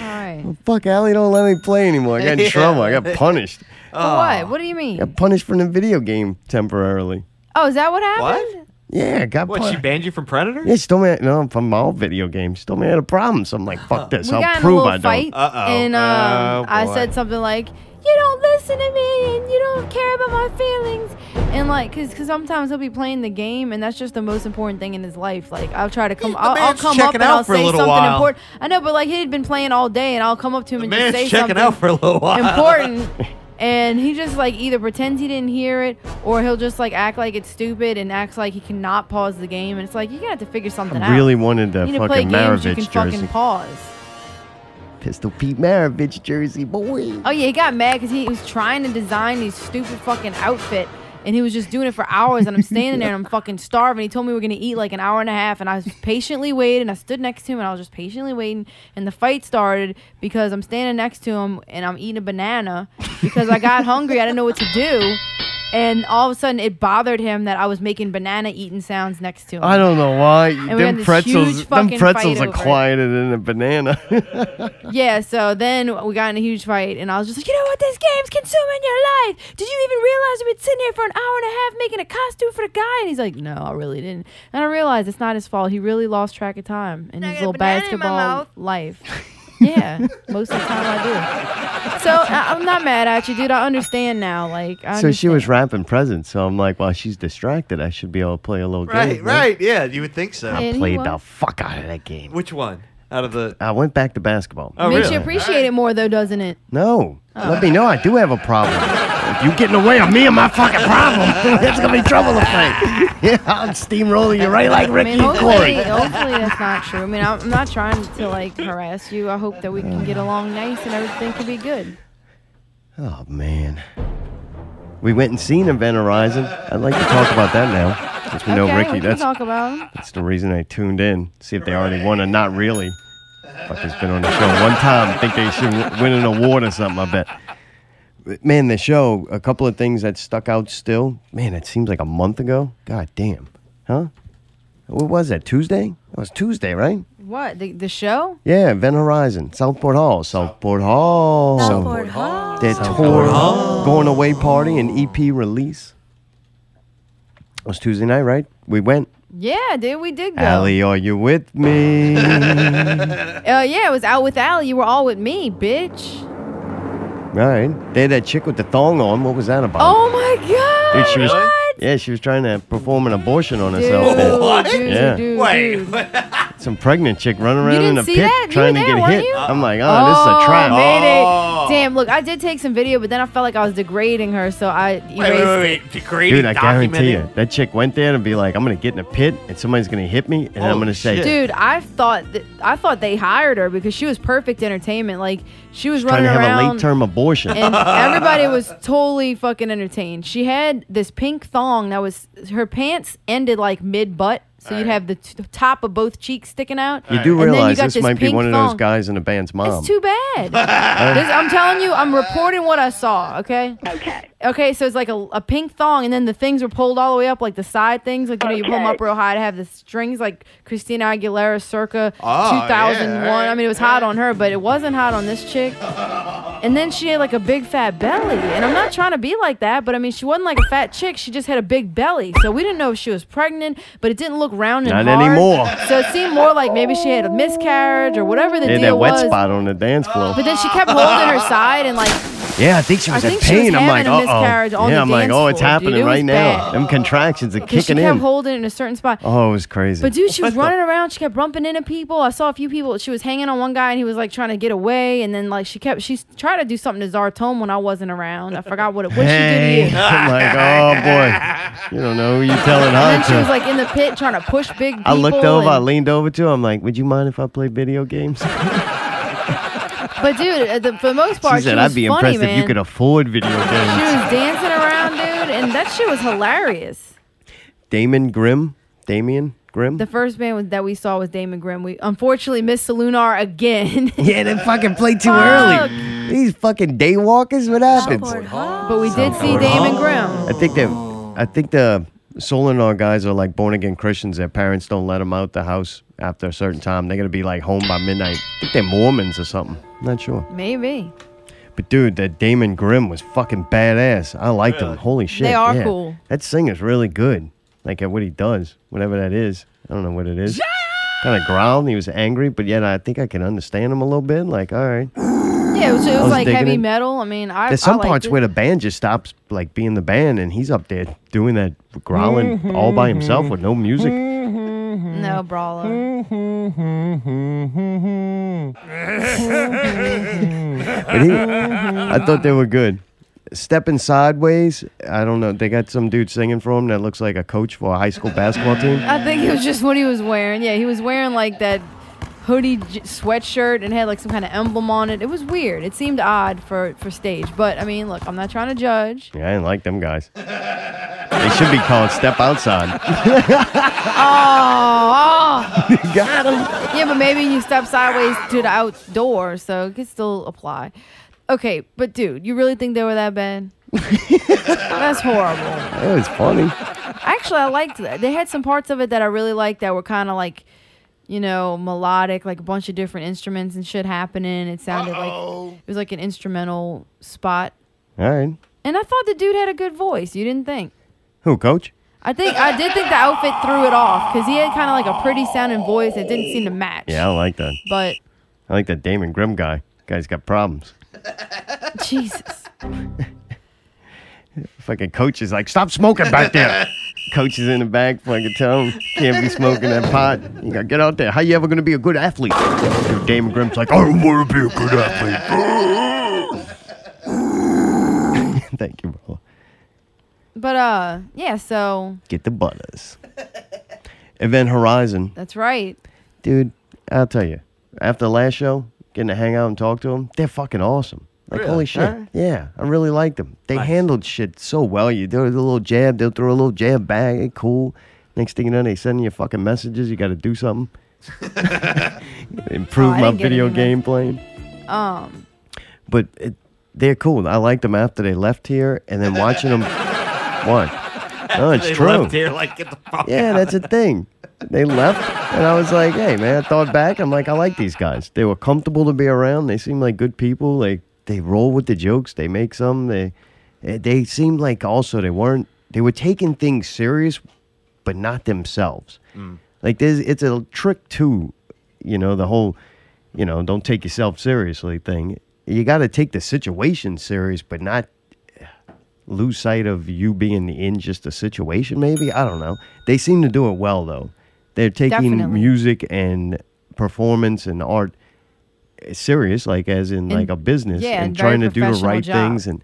S2: right.
S1: Fuck, Allie don't let me play anymore. I got in
S5: Yeah.
S1: trouble. I got punished.
S5: Oh.
S2: For what? What do you mean?
S1: I got punished from the video game temporarily.
S2: Oh, is that what happened?
S1: Yeah, I got
S5: What, she
S1: punished.
S5: banned you from Predator?
S1: yeah, she told me, no, from all video games. She told me I had a problem. So I'm like, fuck this.
S2: We
S1: I'll
S2: got in a
S1: prove
S2: little
S1: I don't.
S2: fight,
S5: Uh-oh.
S2: and um,
S5: Oh,
S2: I
S5: boy.
S2: said something like, "You don't listen to me, and you don't care about my feelings," and like, cause, 'cause sometimes he'll be playing the game, and that's just the most important thing in his life. Like, I'll try to come,
S5: The
S2: I'll, I'll
S5: man's
S2: come up
S5: checking
S2: and
S5: out
S2: I'll
S5: for a
S2: say
S5: little
S2: something
S5: while.
S2: important. I know, but like he had been playing all day, and I'll come up to him and
S5: Man's
S2: just say
S5: checking out for a little while.
S2: important. And he just like either pretends he didn't hear it, or he'll just like act like it's stupid and acts like he cannot pause the game. And it's like you're gonna have to figure something out.
S1: I really wanted the
S2: Ah. you need to play
S1: fucking
S2: games you can
S1: Maravich
S2: fucking
S1: jersey.
S2: pause.
S1: Pistol Pete Maravich jersey, boy.
S2: Oh yeah, he got mad because he was trying to design these stupid fucking outfit, and he was just doing it for hours. And I'm standing there and I'm fucking starving. He told me we were gonna eat like an hour and a half, and I was patiently waiting. and I stood next to him and I was just patiently waiting, and the fight started because I'm standing next to him and I'm eating a banana because I got hungry. I didn't know what to do. And all of a sudden, it bothered him that I was making banana eating sounds next to him.
S1: I don't know why.
S2: we had
S1: them
S2: this
S1: pretzels,
S2: huge
S1: them
S2: fucking
S1: pretzels
S2: fight
S1: are
S2: over it.
S1: quieter than a banana.
S2: Yeah, so then we got in a huge fight, and I was just like, you know what? This game's consuming your life. Did you even realize we've been sitting here for an hour and a half making a costume for the guy? And he's like, no, I really didn't. And I realized it's not his fault. He really lost track of time in his
S3: got a
S2: little
S3: banana in my
S2: basketball
S3: mouth.
S2: life. yeah, most of the time I do. So I, I'm not mad at you, dude. I understand now. Like, I
S1: so she was
S2: understand.
S1: wrapping presents. So I'm like, well, she's distracted. I should be able to play a little
S5: Right,
S1: game.
S5: right. Yeah, you would think so.
S2: And he
S1: Played
S2: was.
S1: the fuck out of that game.
S5: Which one? Out of the.
S1: I went back to basketball.
S5: Oh,
S2: Makes
S5: really?
S2: you appreciate it more, though, doesn't it?
S1: No.
S2: Oh.
S1: Let me know I do have a problem. if you get in the way of me and my fucking problem, that's gonna be trouble to fight. Yeah, I'll steamroll you right like
S2: I
S1: Ricky
S2: mean,
S1: and
S2: hopefully,
S1: Corey.
S2: hopefully that's not true. I mean, I'm I'm not trying to like harass you. I hope that we can get along nice and everything can be good.
S1: Oh man. We went and seen Event Horizon. I'd like to talk about that now. Since we know
S2: okay, we
S1: Ricky,
S2: can
S1: that's,
S2: talk about 'em.
S1: that's the reason I tuned in. See if they already won or not really. Fucker's been on the show one time. Think they should w- win an award or something, I bet. But, Man, the show, a couple of things that stuck out still. Man, it seems like a month ago. God damn. Huh? What was that? Tuesday? It was Tuesday, right?
S2: What the, the show?
S1: Yeah, Event Horizon, Southport Hall, Southport Hall. Southport Hall. Their tour, going away party, and EP release. It was Tuesday night, right? We went.
S2: Yeah, dude, we did go.
S1: Allie, are you with me?
S2: Uh, yeah, it was out with Allie. You were all with me, bitch.
S1: All right. They had that chick with the thong on. What was that about?
S2: Oh my god.
S1: she was,
S2: what?
S1: Yeah, she was trying to perform an abortion on
S2: Dude,
S1: herself.
S2: Dude,
S1: Yeah.
S2: dude, dude.
S5: Wait.
S1: It's some pregnant chick running around in
S2: didn't
S1: a
S2: see
S1: pit
S2: that? You
S1: trying
S2: were
S1: to
S2: there,
S1: get
S2: weren't
S1: hit.
S2: you?
S1: I'm like, oh, this is a trap.
S2: Mayday.
S5: Oh.
S2: Damn, look, I did take some video, but then I felt like I was degrading her, so I erased
S5: Wait, wait, wait,
S2: it.
S5: wait. Degrading,
S1: Dude, I guarantee
S5: documenting?
S1: you, that chick went there and be like, I'm gonna get in a pit and somebody's gonna hit me, and
S2: Oh,
S1: I'm
S5: Holy
S1: gonna say,
S5: shit.
S2: Dude, I thought that I thought they hired her because she was perfect entertainment. Like she was
S1: trying
S2: running
S1: to have
S2: around
S1: a late term abortion.
S2: and everybody was totally fucking entertained. She had this pink thong that was her pants ended like mid butt, so you'd have the t- top of both cheeks sticking out.
S1: you do
S2: And then you
S1: realize
S2: got
S1: this
S2: this
S1: might be
S2: pink
S1: one of those
S2: thong.
S1: guys in the band's mom.
S2: It's too bad. This- I'm telling you, I'm reporting what I saw. Okay.
S8: Okay.
S2: Okay, so it's like a, a pink thong, and then the things were pulled all the way up, like the side things, like you know, you pull them
S8: Okay.
S2: up real high to have the strings, like Christina Aguilera circa
S1: Ah,
S5: Oh,
S2: 2001.
S5: yeah, alright,
S2: I mean, it was hot on her, but it wasn't hot on this chick. And then she had like a big fat belly, and I'm not trying to be like that, but I mean, she wasn't like a fat chick; she just had a big belly, so we didn't know if she was pregnant, but it didn't look round
S1: Not
S2: and hard.
S1: anymore.
S2: So it seemed more like maybe she had a miscarriage or whatever the
S1: They had
S2: deal
S1: that wet
S2: was.
S1: spot on the dance floor.
S2: But then she kept holding her side and like
S1: yeah, I think she
S2: I
S1: was in
S2: think she was
S1: pain. I'm like,
S2: having a
S1: uh
S2: miscarriage
S1: oh.
S2: on
S1: Yeah,
S2: the
S1: I'm like,
S2: dance
S1: oh, it's
S2: floor, dude.
S1: happening
S2: It was
S1: right now.
S2: bad.
S1: Them contractions are
S2: because she
S1: kicking
S2: kept
S1: in.
S2: holding it in a certain spot.
S1: oh, it was crazy.
S2: But dude, she was running around. She kept bumping into people. I saw a few people. She was hanging on one guy, and he was like trying to get away. And then like she kept, she tried to do something to Zartome when I wasn't around. I forgot what it what
S1: hey,
S2: she did. to you.
S1: I'm like, oh boy, you don't know who you telling
S2: And then
S1: her
S2: she was
S1: to.
S2: like in the pit trying to push big people.
S1: I looked over, I
S2: and-
S1: leaned over to her. I'm like, would you mind if I play video games?
S2: but dude, uh, the, for the most part,
S1: She
S2: she,
S1: said,
S2: was
S1: I'd be
S2: funny,
S1: impressed
S2: man.
S1: if you could afford video
S2: she
S1: games.
S2: was dancing around, dude, and that shit was hilarious.
S1: Damon Grimm? Damien Grimm?
S2: The first band was, that we saw was Damon Grimm. We unfortunately missed Salunar again,
S1: yeah, they fucking played too
S2: Fuck.
S1: early. These fucking day walkers, what happens?
S2: but we did see Damon Grimm.
S1: I think that I think the Solinar guys are like born again Christians. Their parents don't let them out the house after a certain time. They gotta be like home by midnight. I think they're Mormons or something. Not sure.
S2: Maybe
S1: But dude, that Damon Grimm was fucking badass. I liked him. Holy shit.
S2: They are
S1: yeah.
S2: cool.
S1: That singer's really good. Like at what he does, whatever that is. I don't know what it is. Kind of growled and he was angry, but yet I think I can understand him a little bit. Like, all right.
S2: yeah. It was, it was,
S1: was
S2: like
S1: digging
S2: heavy
S1: it.
S2: metal. I mean, I
S1: There's some
S2: I liked
S1: parts
S2: it.
S1: where the band just stops like being the band and he's up there doing that growling all by himself with no music.
S2: no brawler.
S1: But he, I thought they were good. Stepping sideways, I don't know. They got some dude singing for him that looks like a coach for a high school basketball team.
S2: I think it was just what he was wearing. Yeah, he was wearing like that hoodie j- sweatshirt and had like some kind of emblem on it. It was weird. It seemed odd for for stage, but I mean, look, I'm not trying to judge.
S1: Yeah, I didn't like them guys. They should be called Step Outside.
S2: Oh,
S1: got him.
S2: yeah, but maybe you step sideways to the outdoor, so it could still apply. Okay, but dude, you really think they were that bad? That's horrible.
S1: It was funny.
S2: Actually, I liked that. They had some parts of it that I really liked that were kind of like, you know, melodic, like a bunch of different instruments and shit happening. It sounded like it was like an instrumental spot.
S1: All right.
S2: And I thought the dude had a good voice. You didn't think?
S1: Who, coach?
S2: I think I did think the outfit threw it off because he had kind of like a pretty sounding voice that didn't seem to match.
S1: Yeah, I like that.
S2: But
S1: I like that Damon Grimm guy. Guy's got problems.
S2: Jesus,
S1: Fucking coach is like, stop smoking back there. coach is in the back, fucking tell him, can't be smoking that pot. You gotta get out there. How you ever gonna be a good athlete? Dude, Damon Grimm's like, "Oh, I don't wanna be a good athlete. Thank you, bro.
S2: but uh, yeah. So
S1: Get the butters. Event Horizon.
S2: that's right.
S1: Dude, I'll tell you. After the last show, getting to hang out and talk to them, they're fucking awesome. Like holy shit, yeah, I really liked them. They handled shit so well. You do a little jab, they'll throw a little jab back. eh, Cool. Next thing you know, they sending you fucking messages. You got to do something.
S2: Oh,
S1: Improve
S2: I
S1: my
S2: didn't get
S1: video
S2: any
S1: game playing. Um, but it, they're cool. I liked them after they left here, and then watching them. what? No, it's
S5: They
S1: true.
S5: left here like get the fuck
S1: Yeah,
S5: out.
S1: that's a thing. They left, and I was like, hey, man, I thought back. I'm like, I like these guys. They were comfortable to be around. They seem like good people. Like, they roll with the jokes. They make some. They, eh, they seemed like also they weren't, they were taking things serious, but not themselves. Like, there's, it's a trick too, you know, the whole, you know, don't take yourself seriously thing. You got to take the situation serious, but not lose sight of you being in just a situation, maybe. I don't know. They seem to do it well, though. They're taking
S2: Definitely.
S1: music and performance and art serious, like as in like a business,
S2: yeah,
S1: and
S2: and very
S1: trying to do the
S2: professional
S1: right
S2: job.
S1: things and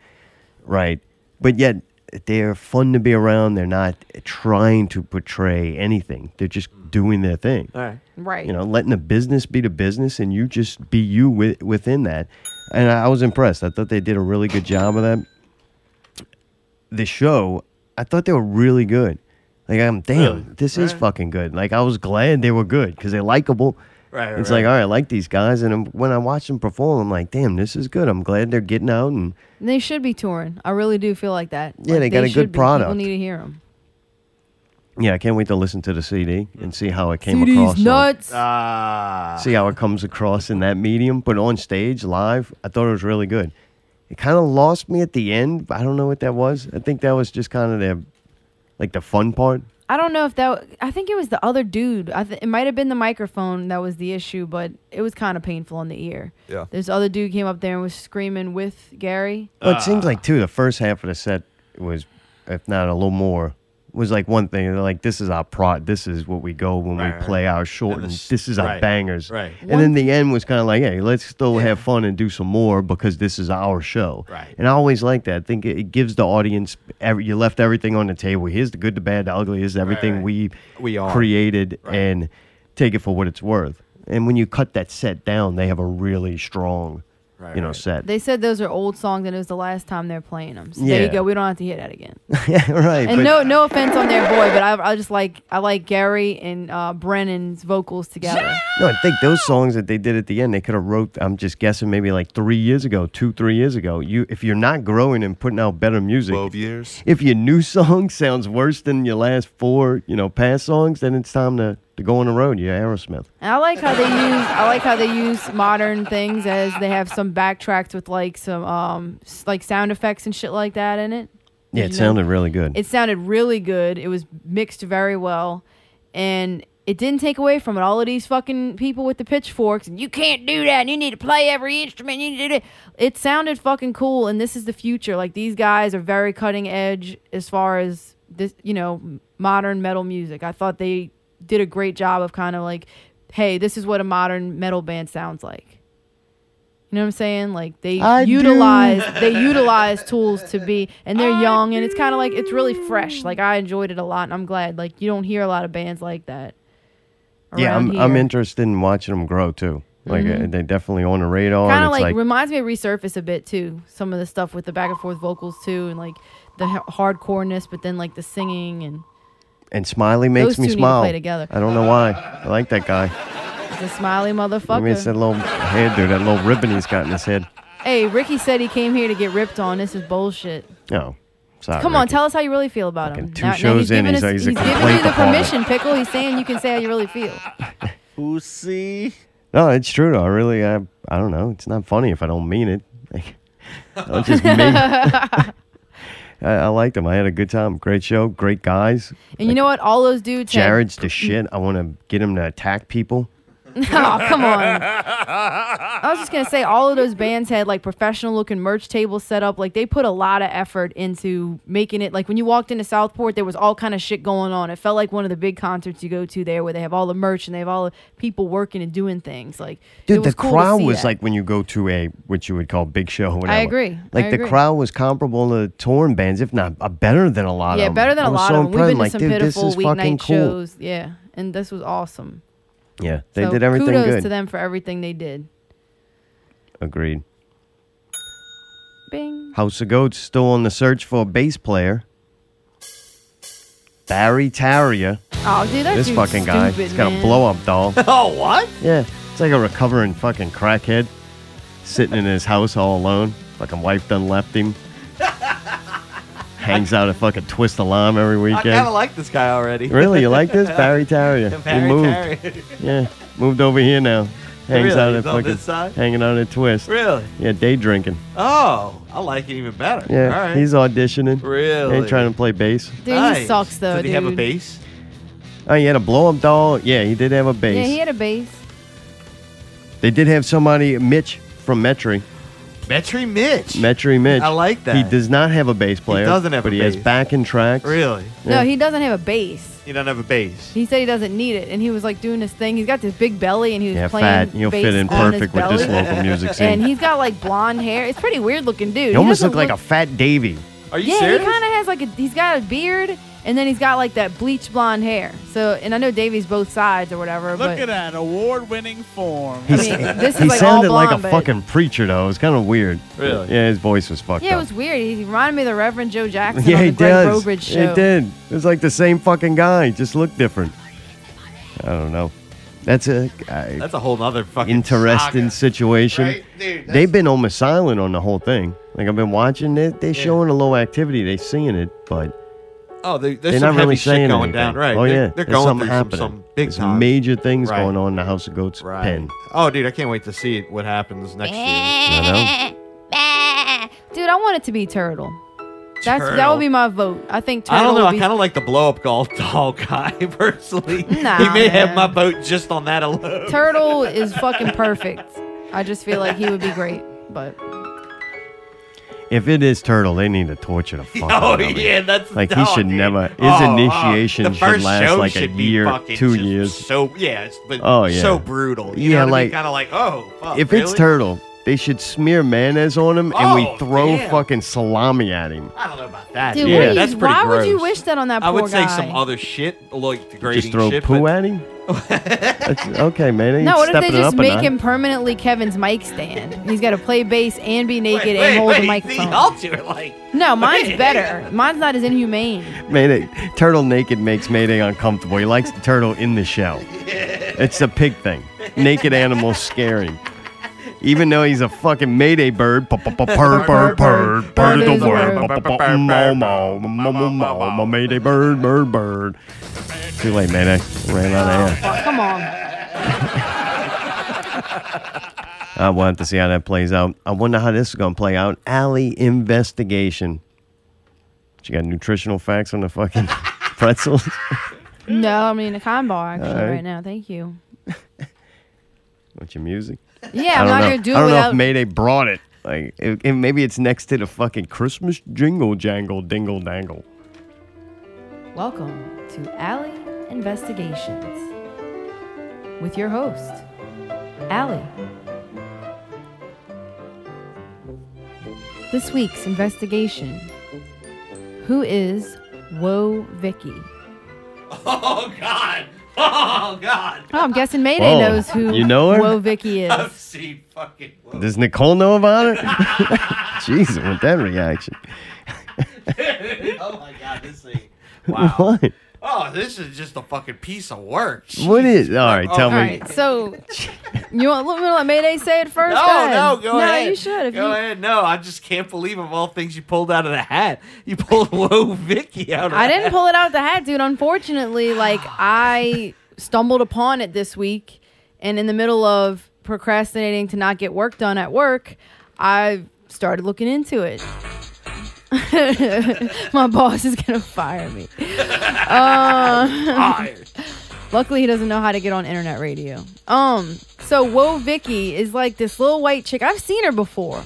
S1: right. But yet they're fun to be around. They're not trying to portray anything. They're just doing their thing
S4: All right.
S2: right.
S1: you know letting the business be the business and you just be you with, within that and I, I was impressed i thought they did a really good job of that the show i thought they were really good like i'm damn this is fucking good like i was glad they were good because they're likable
S4: Right,
S1: it's
S4: right.
S1: like all right i like these guys and um, when i watch them perform i'm like damn this is good i'm glad they're getting out and
S2: And they should be touring. I really do feel like that.
S1: Yeah,
S2: Like,
S1: they got a good
S2: should be.
S1: product.
S2: People need to hear them.
S1: yeah i can't wait to listen to the cd and see how it came across
S2: CD's
S1: on-
S2: nuts.
S5: Uh,
S4: Ah.
S1: see how it comes across in that medium. But on stage, live, I thought it was really good. It kind of lost me at the end. but I don't know what that was. I think that was just kind of the, like the fun part.
S2: I don't know if that. I think it was the other dude. I th- it might have been the microphone that was the issue, but it was kind of painful in the ear.
S5: Yeah.
S2: This other dude came up there and was screaming with Gary.
S4: Ah.
S1: Well, it seems like too the first half of the set was, if not a little more, was like one thing. They're like, this is our prod. This is what we go when
S4: Right,
S1: we
S4: right.
S1: play our short. And
S4: s-
S1: this is our
S4: right,
S1: bangers.
S4: right.
S1: And then the end was kind of like, hey, let's still have fun and do some more because this is our show.
S4: Right.
S1: And I always like that. I think it, it gives the audience. Every, you left everything on the table. Here's the good, the bad, the ugly. Here's everything
S4: right.
S1: we
S4: We are.
S1: created and take it for what it's worth. And when you cut that set down, they have a really strong,
S4: Right,
S1: you know,
S4: right.
S1: set.
S2: They said those are old songs and it was the last time they're playing them. So there
S1: Yeah.
S2: you go. We don't have to hear that again.
S1: yeah, right.
S2: And
S1: but-
S2: no, no offense on their boy, but I, I just like I like Gary and uh, Brennan's vocals together.
S1: No, I think those songs that they did at the end, they could have wrote. I'm just guessing, maybe like three years ago, two, three years ago. You, if you're not growing and putting out better music,
S5: 12 years.
S1: if your new song sounds worse than your last four, you know, past songs, then it's time to, to go on the road. You're Aerosmith.
S2: And I like how they use I like how they use modern things as they have some backtracks with like some um s- like sound effects and shit like that in it.
S1: Yeah,
S2: you
S1: it
S2: know-
S1: sounded really good.
S2: It sounded really good. It was mixed very well, and it didn't take away from it. All of these fucking people with the pitchforks and you can't do that. And you need to play every instrument. You need to do it. It sounded fucking cool, and this is the future. Like these guys are very cutting edge as far as this, you know, modern metal music. I thought they did a great job of kind of like, hey, this is what a modern metal band sounds like. You know what I'm saying? Like they
S1: I do.
S2: utilize they utilize tools to be and they're young and it's kind of like it's really fresh. Like I enjoyed it a lot and I'm glad like you don't hear a lot of bands like that.
S1: yeah,
S2: around
S1: I'm, I'm
S2: here.
S1: interested in watching them grow too. Like uh, they're definitely on the radar. and
S2: Kind of
S1: it's
S2: like,
S1: like,
S2: reminds me of Resurface a bit too. Some of the stuff with the back and forth vocals too and like the h- hardcoreness but then like the singing and
S1: and Smiley makes
S2: Those
S1: me
S2: two need to play
S1: smile.
S2: together.
S1: I don't know why. I like that guy.
S2: the smiley
S1: I mean, it's that
S2: motherfucker.
S1: little hairdo, that little ribbon he's got in his head.
S2: Hey, Ricky said he came here to get ripped on. This is bullshit.
S1: No, Oh, sorry.
S2: Come on,
S1: Ricky.
S2: tell us how you really feel about him.
S1: Fucking two shows in,
S2: giving
S1: he's-
S2: us-
S1: he's a
S2: he's giving
S1: complaint
S2: you the
S1: department.
S2: permission, Pickle. He's saying you can say how you really feel.
S5: Pussy.
S1: No, it's true though. I really, I, I don't know. It's not funny if I don't mean it. Like, I'll just mean. I, I liked him. I had a good time. Great show. Great guys.
S2: And you know what? All those dudes. had-
S1: Jared's the shit. I want to get him to attack people.
S2: oh, come on. I was just gonna say, all of those bands had like professional looking merch tables set up. Like they put a lot of effort into making it. Like when you walked into Southport, there was all kind of shit going on. It felt like one of the big concerts you go to there, where they have all the merch and they have all the people working and doing things. Like, it
S1: Dude,
S2: was
S1: the
S2: cool to
S1: crowd
S2: see
S1: was
S2: that.
S1: like when you go to a what you would call big show. Or whatever.
S2: agree.
S1: Like
S2: I
S1: the
S2: agree.
S1: crowd was comparable to touring bands, if not uh, better than a lot
S2: yeah,
S1: of. 'em.
S2: better than
S1: I
S2: a
S1: was
S2: lot
S1: so
S2: of them. We've been
S1: impressed.
S2: to some
S1: I'm like, dude, this
S2: pitiful
S1: is fucking
S2: weeknight
S1: cool.
S2: shows. Yeah, and this was awesome.
S1: Yeah, they
S2: so
S1: did everything
S2: kudos
S1: good.
S2: to them for everything they did.
S1: Agreed.
S2: Bing.
S1: House of Goats still on the search for a bass player. Barry Tarrier,
S2: Oh, dude, that
S1: this
S2: dude's
S1: fucking guy,
S2: stupid,
S1: he's got a
S2: man.
S1: blow up doll.
S4: Oh, what?
S1: yeah, it's like a recovering fucking crackhead sitting in his house all alone. Fucking wife done left him. Hangs out at fucking Twist Alarm every
S4: I kind of
S1: weekend.
S4: like this guy already.
S1: Really, you like this? Barry Tarrier.
S4: Harry
S1: he moved.
S4: Carey.
S1: Yeah, moved over here now. Hangs
S4: Really?
S1: out at
S4: He's on
S1: fucking,
S4: this side?
S1: hanging out at Twist.
S4: really?
S1: Yeah, day drinking.
S4: Oh, I like it even better.
S1: Yeah,
S4: All right.
S1: he's auditioning.
S4: Really?
S1: Ain't trying to play bass.
S2: Dude, he
S4: Nice.
S2: sucks though.
S4: Did
S2: dude.
S4: he have a bass?
S1: Oh, he had a blow up doll. Yeah, he did have a bass.
S2: Yeah, he had a bass.
S1: they did have somebody, Mitch from Metri.
S5: Metry Mitch.
S1: Metri Mitch.
S5: I like that.
S1: He does not have a bass player.
S5: doesn't have
S1: but
S5: a
S1: he has
S5: bass.
S1: backing tracks.
S5: really?
S1: Yeah.
S2: No, he doesn't have a bass.
S5: You don't have a bass.
S2: He said he doesn't need it, and he was like doing this thing. He's got this big belly, and he was
S1: Yeah,
S2: playing
S1: fat. You'll
S2: bass
S1: fit in
S2: on his
S1: perfect with this
S2: belly.
S1: local music scene.
S2: And he's got like blonde hair. It's pretty weird looking dude.
S1: he almost looked like a fat Davy.
S5: Are you
S2: yeah.
S5: serious?
S2: He kind of has like a he's got a beard, and then he's got like that bleach blonde hair. So, and I know Davey's both sides or whatever.
S9: Look
S2: but
S9: at that award-winning form.
S2: I mean, this is
S1: He
S2: like
S1: sounded
S2: all
S1: like
S2: blonde,
S1: a
S2: but-
S1: fucking preacher, though. It was kind of weird.
S5: Really?
S1: Yeah, his voice was fucked
S2: Yeah, it
S1: up.
S2: was weird. He he reminded me of the Reverend Joe Jackson
S1: yeah,
S2: on the
S1: he
S2: Greg
S1: does.
S2: Brobridge
S1: He
S2: show.
S1: did. It was like the same fucking guy. Just looked different. I don't know. That's a uh,
S5: That's a whole other fucking
S1: interesting
S5: saga.
S1: situation.
S10: Right? Dude, that's-
S1: They've been almost silent on the whole thing. Like I've been watching it. They're showing a low activity. They seeing it, but
S5: Oh, there,
S1: they're
S5: there's some
S1: not really
S5: heavy
S1: saying
S5: shit going
S1: anything.
S5: down, right?
S1: Oh
S5: they're,
S1: yeah,
S5: they're
S1: There's
S5: going
S1: something
S5: through
S1: happening.
S5: some, some big
S1: There's some
S5: time.
S1: major things
S5: Right.
S1: going on in the House of Goats
S5: right.
S1: pen.
S5: Oh, dude, I can't wait to see it, what happens next year.
S1: I
S2: Dude, I want it to be turtle. That's that
S5: Turtle.
S2: would be my vote. I think turtle.
S5: I don't know.
S2: Would
S5: I
S2: be,
S5: kind of like the blow up golf doll guy personally.
S2: Nah,
S5: he may have
S2: man.
S5: my vote just on that alone.
S2: turtle is fucking perfect. I just feel like he would be great, but
S1: If it is turtle, they need to torture the fuck
S5: Oh
S1: out of him.
S5: yeah, that's
S1: Like, he
S5: oh,
S1: should
S5: dude.
S1: never- his
S5: oh,
S1: initiation
S5: oh, the
S1: should
S5: first
S1: last
S5: show
S1: like a
S5: should be
S1: year,
S5: fucking
S1: two
S5: just
S1: years.
S5: So yeah, it's but
S1: Oh, yeah.
S5: so brutal.
S1: Yeah, like-
S5: kind of like oh, fuck,
S1: If it's
S5: really?
S1: turtle, they should smear mayonnaise on him and we
S5: Oh,
S1: throw
S5: damn.
S1: fucking salami at him.
S5: I don't know about that.
S2: dude,
S1: Yeah.
S2: what do you-
S5: that's pretty
S2: why
S5: gross.
S2: would you wish that on that
S5: I
S2: poor
S5: would
S2: guy?
S5: say some other shit, like degrading
S1: Just throw
S5: shit.
S1: poo
S5: but
S1: at him. That's, okay, man.
S2: no, what if they
S1: stepping it up
S2: just
S1: a
S2: make
S1: notch.
S2: him permanently Kevin's mic stand? He's got to play bass and be
S5: wait,
S2: naked
S5: wait,
S2: and hold
S5: wait,
S2: the
S5: See,
S2: microphone.
S5: I'll do it like
S2: no, mine's better. Mine's not as inhumane.
S1: Mayday. Turtle naked makes Mayday uncomfortable. He likes the turtle in the shell. It's a pig thing. Naked animals scare him. Even though he's a fucking Mayday bird. Purr, purr, purr, purr, bird of the world. Purr, purr, purr, maw, maw, maw, maw, maw, maw, Mayday bird, bird, bird. Too late, Mayday. Ran out of air.
S2: Oh, come on.
S1: I want to see how that plays out. I wonder how this is going to play out. Alley investigation. She got nutritional facts on the fucking pretzels.
S2: No, I mean a combo actually
S1: Alright.
S2: right now. Thank you.
S1: What's your music?
S2: Yeah,
S1: I don't
S2: I'm not
S1: know.
S2: gonna
S1: I
S2: do it
S1: don't know
S2: without.
S1: if Mayday brought it. Like, it, it- maybe it's next to the fucking Christmas jingle jangle dingle dangle.
S2: Welcome to Alley Investigations with your host, Allie. This week's investigation Who is Woe Vicky?
S5: oh god, oh god.
S2: Oh, I'm guessing Mayday
S1: Whoa.
S2: knows who
S1: You know her?
S2: Woe Vicky is.
S5: See fucking.
S1: Does Nicole know about it? Jesus, with that reaction.
S5: Oh my god, this thing. Wow.
S1: What?
S5: Oh, this is just a fucking piece of work.
S1: What is? All right, tell
S2: All
S1: me.
S2: right, so you want let me let Mayday say it first?
S5: No,
S2: Go ahead.
S5: no, go
S2: no,
S5: ahead.
S2: you should. If
S5: go
S2: you,
S5: ahead. No, I just can't believe of all things you pulled out of the hat. You pulled Woe Vicky out of
S2: I
S5: the
S2: didn't
S5: hat.
S2: pull it out the hat, dude. Unfortunately, like I stumbled upon it this week, and in the middle of procrastinating to not get work done at work, I started looking into it. My boss is gonna fire me. Um, Luckily, he doesn't know how to get on internet radio. Um, so Woe Vicky is like this little white chick. I've seen her before.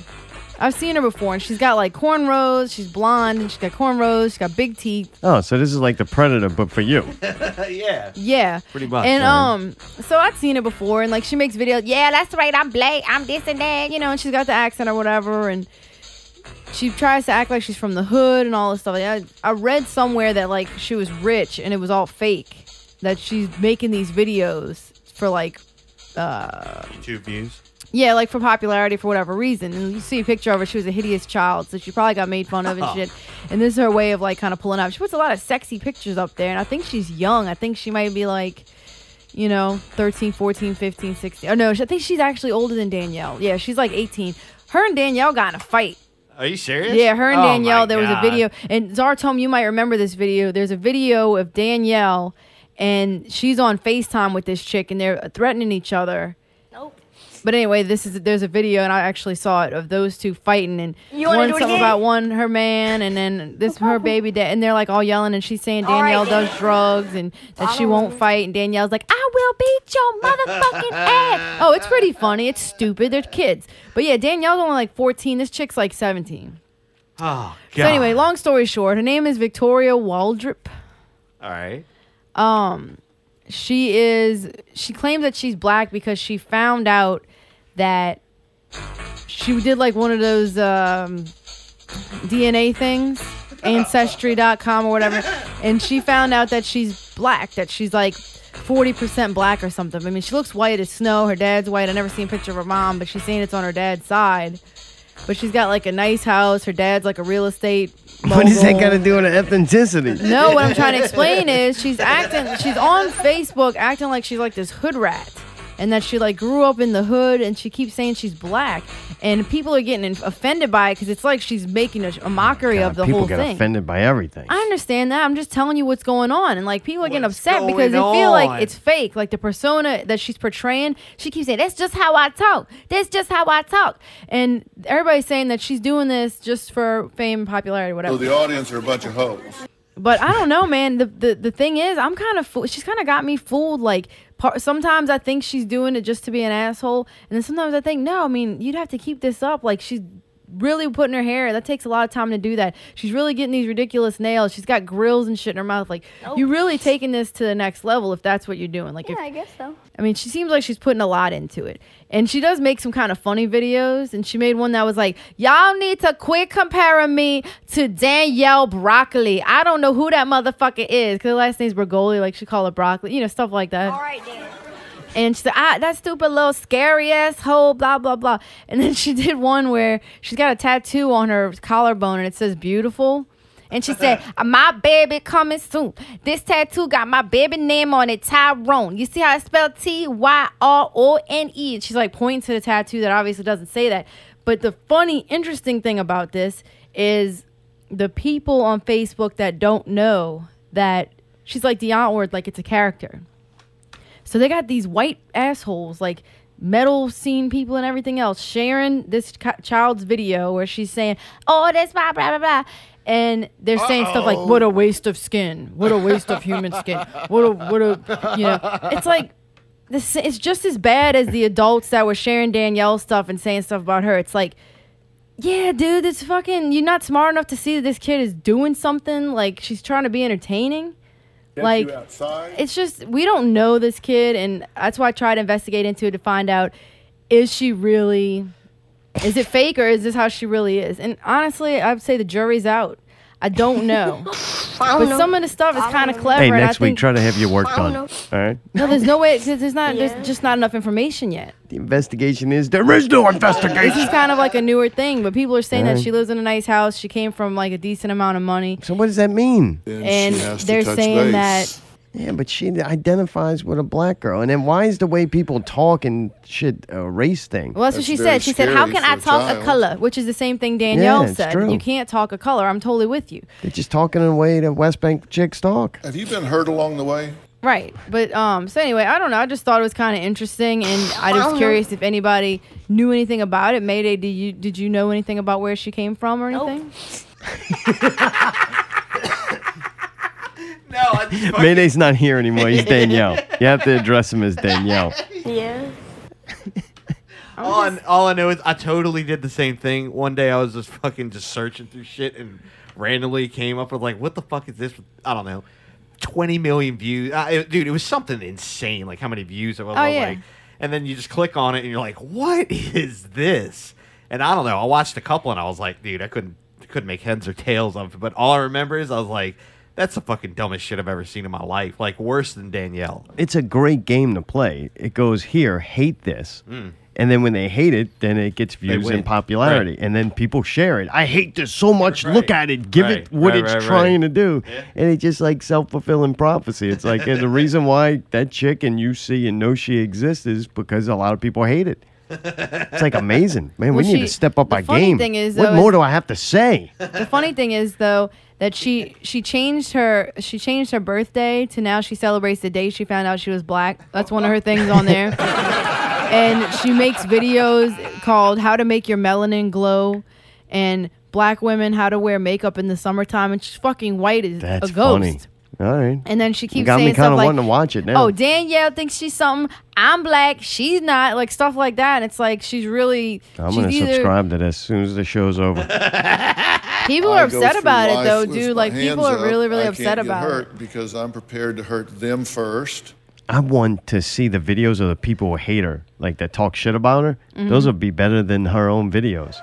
S2: I've seen her before, and she's got like cornrows. She's blonde, and she's got cornrows. She's got big teeth.
S1: Oh, so this is like the Predator, but for you.
S5: Yeah.
S2: Yeah.
S5: Pretty much,
S2: And
S1: yeah.
S2: um, so I've seen it before, and like she makes videos. Yeah, that's right. I'm Blake. I'm this and that, you know. And she's got the accent or whatever, and she tries to act like she's from the hood and all this stuff. I, I read somewhere that like she was rich and it was all fake. That she's making these videos for like
S5: YouTube views.
S2: yeah, like for popularity for whatever reason. And you see a picture of her, she was a hideous child, so she probably got made fun of and shit. And this is her way of like kind of pulling up. She puts a lot of sexy pictures up there, and I think she's young. I think she might be like, you know, 13, 14, 15, 16. Oh, no, I think she's actually older than Danielle. Yeah, she's like 18. Her and Danielle got in a fight.
S5: Are you serious?
S2: Yeah, her and
S5: Oh my
S2: Danielle. There was a
S5: God.
S2: video, and Zartom, you might remember this video. There's a video of Danielle, and she's on Facetime with this chick, and they're threatening each other.
S11: Nope.
S2: But anyway, this is there's a video and I actually saw it of those two fighting and
S12: You wanna
S2: one
S12: do it
S2: something
S12: again?
S2: about one her man and then this her baby dad and they're like all yelling and she's saying Danielle
S12: right,
S2: does drugs and that she won't fight and Danielle's like I will beat your motherfucking ass. Oh, it's pretty funny. It's stupid. They're kids. But yeah, Danielle's only like 14. This chick's like 17.
S5: Oh, God.
S2: So anyway, long story short, her name is Victoria Waldrip.
S5: All right.
S2: she is she claims that she's black because she found out that she did like one of those um, DNA things ancestry.com or whatever and she found out that she's black that she's like 40% black or something. I mean, she looks white as snow. Her dad's white. I never seen a picture of her mom, but she's saying it's on her dad's side. But she's got like a nice house. Her dad's like a real estate.
S1: What does that
S2: mogul.
S1: got to do with ethnicity?
S2: No, what I'm trying to explain is she's acting, she's on Facebook acting like she's like this hood rat. And that she like grew up in the hood and she keeps saying she's black. And people are getting inf- offended by it because it's like she's making a, a mockery
S1: God,
S2: of the
S1: people
S2: whole
S1: get
S2: thing.
S1: offended by everything.
S2: I understand that. I'm just telling you what's going on. And like people are getting
S5: What's
S2: upset because they
S5: going
S2: feel
S5: on?
S2: like it's fake. Like the persona that she's portraying, she keeps saying, That's just how I talk. That's just how I talk. And everybody's saying that she's doing this just for fame, popularity, whatever.
S13: The audience are a bunch of hoes.
S2: But I don't know, man. The the, the thing is, I'm kind of fool. She's kind of got me fooled. Like par- sometimes I think she's doing it just to be an asshole, and then sometimes I think no. I mean, you'd have to keep this up. Like she's really putting her hair. That takes a lot of time to do that. She's really getting these ridiculous nails. She's got grills and shit in her mouth. Like you're really taking this to the next level if that's what you're doing. Like if,
S12: Yeah, I guess so.
S2: I mean, she seems like she's putting a lot into it. And she does make some kind of funny videos. And she made one that was like, Y'all need to quit comparing me to Danielle Broccoli. I don't know who that motherfucker is. Because her last name's Brogoli. Like, she called her Broccoli, you know, stuff like that.
S12: All right, Dan.
S2: And she said, ah, that stupid little scary asshole, blah, blah, blah. And then she did one where she's got a tattoo on her collarbone and it says beautiful. And she said, my baby coming soon. This tattoo got my baby name on it, Tyrone. You see how it's spelled T-Y-R-O-N-E. E. And she's like pointing to the tattoo that obviously doesn't say that. But the funny, interesting thing about this is the people on Facebook that don't know that she's like Dionne Ward, like it's a character. So they got these white assholes, like metal scene people and everything else, sharing this co- child's video where she's saying, "Oh, that's blah blah blah blah." And they're saying stuff like, "What a waste of skin! What a waste of human skin! What a what a you know." It's like this. It's just as bad as the adults that were sharing Danielle's stuff and saying stuff about her. It's like, yeah, dude, it's fucking. You're not smart enough to see that this kid is doing something. Like she's trying to be entertaining. like it's just we don't know this kid and that's why i try to investigate into it to find out is she really is it fake or is this how she really is and honestly i'd say the jury's out i don't know
S12: I
S2: but
S12: don't know.
S2: some of the stuff is kind of clever
S1: hey,
S2: and
S1: next
S2: I
S1: week
S2: think,
S1: try to have your work
S12: I
S1: done.
S12: don't know.
S1: All right.
S2: no there's no way 'cause there's not
S12: Yeah.
S2: there's just not enough information yet
S1: The investigation is there is no
S2: this
S1: investigation.
S2: is kind of like a newer thing but people are saying that
S1: Right.
S2: she lives in a nice house she came from like a decent amount of money
S1: so what does that mean?
S2: and they're saying that
S1: Yeah, but she identifies with a black girl, and then why is the way people talk and shit a race thing?
S2: Well, that's, what she
S13: That's very
S2: said. She said, "How
S13: scary
S2: can
S13: for
S2: I
S13: a
S2: talk a
S13: child."
S2: color?" Which is the same thing Danielle
S1: Yeah, it's
S2: said.
S1: true.
S2: You can't talk a color. I'm totally with you.
S1: They're just talking in a way that West Bank chicks talk.
S13: Have you been hurt along the way?
S2: Right. But um so anyway, I don't know. I just thought it was kind of interesting and I was curious if anybody knew anything about it. Mayday, did you did you know anything about where she came from or
S12: Nope.
S2: anything?
S5: No, I just fucking-
S1: Mayday's not here anymore. He's Danielle. You have to address him as Danielle.
S12: Yeah.
S5: all, I, all I know is I totally did the same thing. One day I was just fucking just searching through shit and randomly came up with like, what the fuck is this? I don't know. 20 million views. I, it- dude, it was something insane. Like how many views. Oh,
S2: yeah.
S5: like, and then you just click on it and you're like, what is this? And I don't know. I watched a couple and I was like, dude, I couldn't couldn't make heads or tails of it. But all I remember is I was like, that's the fucking dumbest shit I've ever seen in my life. Like worse than Danielle.
S1: It's a great game to play. It goes here, hate this. And then when they hate it, then it gets views
S5: win.
S1: and popularity.
S5: Right.
S1: And then people share it. I hate this so much. Look
S5: Right.
S1: at it. Give
S5: Right.
S1: it what
S5: Right,
S1: it's
S5: right, right.
S1: trying to do. And it's just like self fulfilling prophecy. It's like and the reason why that chick and you see and know she exists is because a lot of people hate it. It's like amazing. Man, we
S2: Well,
S1: need
S2: she-
S1: to step up
S2: the
S1: our
S2: funny
S1: game.
S2: thing is,
S1: what
S2: though,
S1: more
S2: is-
S1: do I have to say?
S2: The funny thing is though that she she changed her she changed her birthday to now she celebrates the day she found out she was black. That's one of her things on there. and she makes videos called "How to Make Your Melanin Glow" and "Black Women How to Wear Makeup in the Summertime." And she's fucking white as
S1: That's
S2: a ghost.
S1: funny. All right.
S2: And then she keeps
S1: got me
S2: saying
S1: kind
S2: stuff
S1: of
S2: like,
S1: wanting to watch it now.
S2: "Oh, Danielle thinks she's something. I'm black. She's not." Like stuff like that. And it's like she's really.
S1: I'm
S2: she's
S1: gonna
S2: either-
S1: subscribe to this as soon as the show's over.
S2: People
S13: I
S2: are
S13: go
S2: upset
S13: through
S2: about it
S13: life
S2: though,
S13: with my
S2: dude. Like people
S13: hands
S2: are really,
S13: up.
S2: really
S13: I
S2: upset
S13: can't get
S2: about it.
S13: hurt because I'm prepared to hurt them first.
S1: I want to see the videos of the people who hate her, like that talk shit about her.
S2: Mm-hmm.
S1: Those would be better than her own videos.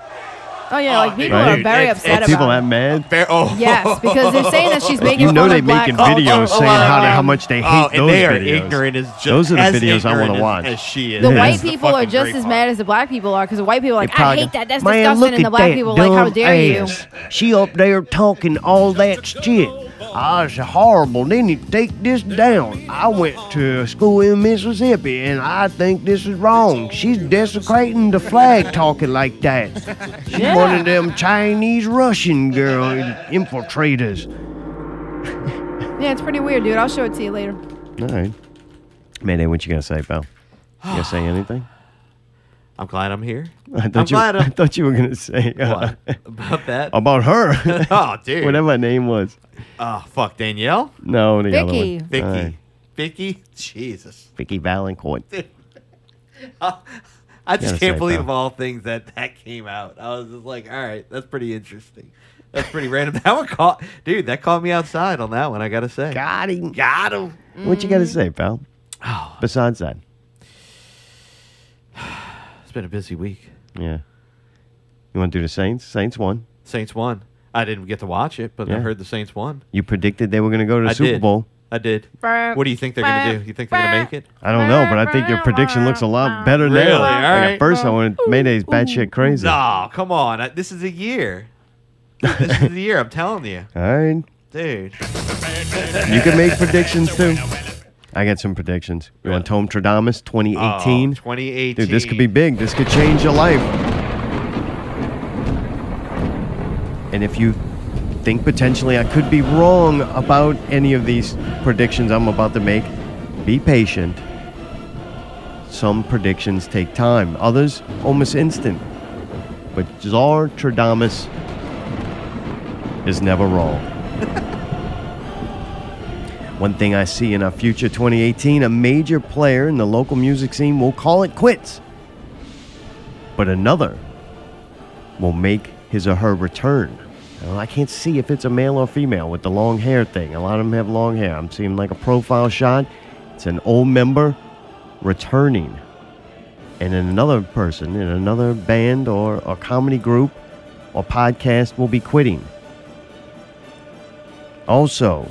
S2: Oh yeah, like people
S1: dude,
S2: are very
S5: it's-
S2: upset
S1: Are
S2: about
S1: people
S2: it.
S1: that mad?
S5: Fair, oh,
S2: Yes, because they're saying that she's making
S1: You
S2: fun
S1: know
S2: of
S1: they
S2: black
S1: making videos
S2: culture.
S1: saying how, they,
S2: Um,
S1: how much they hate
S5: oh,
S1: those
S5: and they are
S1: videos.
S5: ignorant as just
S1: Those are the
S5: as
S1: videos I
S5: ignorant
S1: wanna
S5: as-
S1: watch.
S5: As she is.
S2: The
S1: Yeah.
S2: white
S5: That's the
S2: people are
S5: fucking
S2: just
S5: great
S2: as
S5: part.
S2: mad as the black people are because the white people are like, I
S1: Probably-
S2: hate that. That's
S1: Man, look
S2: disgusting. And the
S1: at
S2: black
S1: that
S2: people are like, how
S1: dumb
S2: dare you?
S1: ass. She up there talking all that shit. I was horrible. Then you take this down. I went to school in Mississippi, and I think this is wrong. She's desecrating the flag talking like that. She's
S2: Yeah.
S1: one of them Chinese Russian girl infiltrators.
S2: Yeah, it's pretty weird, dude. I'll show it to you later.
S1: All right, Mayday, what you gonna say, pal? You gonna say anything?
S5: I'm glad I'm here.
S1: I
S5: I'm glad I'm
S1: thought you Um, were gonna say uh,
S5: What? about that.
S1: about her,
S5: Oh, dude.
S1: her name was.
S5: Oh, fuck Danielle,
S1: No, the other
S2: Vicky.
S1: one.
S5: Vicky,
S1: All right.
S5: Vicky. Jesus,
S1: Vicky Valancourt.
S5: I
S1: Gotta
S5: just
S1: say,
S5: can't believe
S1: pal.
S5: of all things that that came out. I was just like, all right, that's pretty interesting. That's pretty random. That one caught, dude. That caught me outside on that one. I gotta say.
S1: Got him. Got him. What you got to say, pal?
S5: Oh.
S1: Besides that,
S5: It's been a busy week.
S1: yeah. You want to do the Saints? Saints won.
S5: Saints won. I didn't get to watch it, but
S1: Yeah.
S5: I heard the Saints won.
S1: You predicted they were going to go to the
S5: I
S1: Super
S5: did.
S1: Bowl.
S5: I did.
S2: Brr,
S5: What do you think they're gonna
S2: brr,
S5: do? You think they're gonna make it?
S1: I don't know, but I think your prediction looks a lot better
S5: Really?
S1: now.
S5: All
S1: Like, at
S5: right.
S1: first, I wanted Mayday's batshit crazy.
S5: No, come on. I, this is a year. this is the year. I'm telling you,
S1: All right,
S5: dude.
S1: you can make predictions too. I got some predictions. You want Tom Tradamus,
S5: Oh,
S1: 2018?
S5: 2018.
S1: Dude, this could be big. This could change your life. And if you think potentially I could be wrong about any of these predictions I'm about to make, be patient. Some predictions take time, others almost instant. But Czar Tradamus is never wrong. One thing I see in our future 2018 a major player in the local music scene will call it quits, but another will make his or her return. Now, I can't see if it's a male or female with the long hair thing. A lot of them have long hair. I'm seeing like a profile shot. It's an old member returning. And then another person in another band or, or comedy group or podcast will be quitting. Also,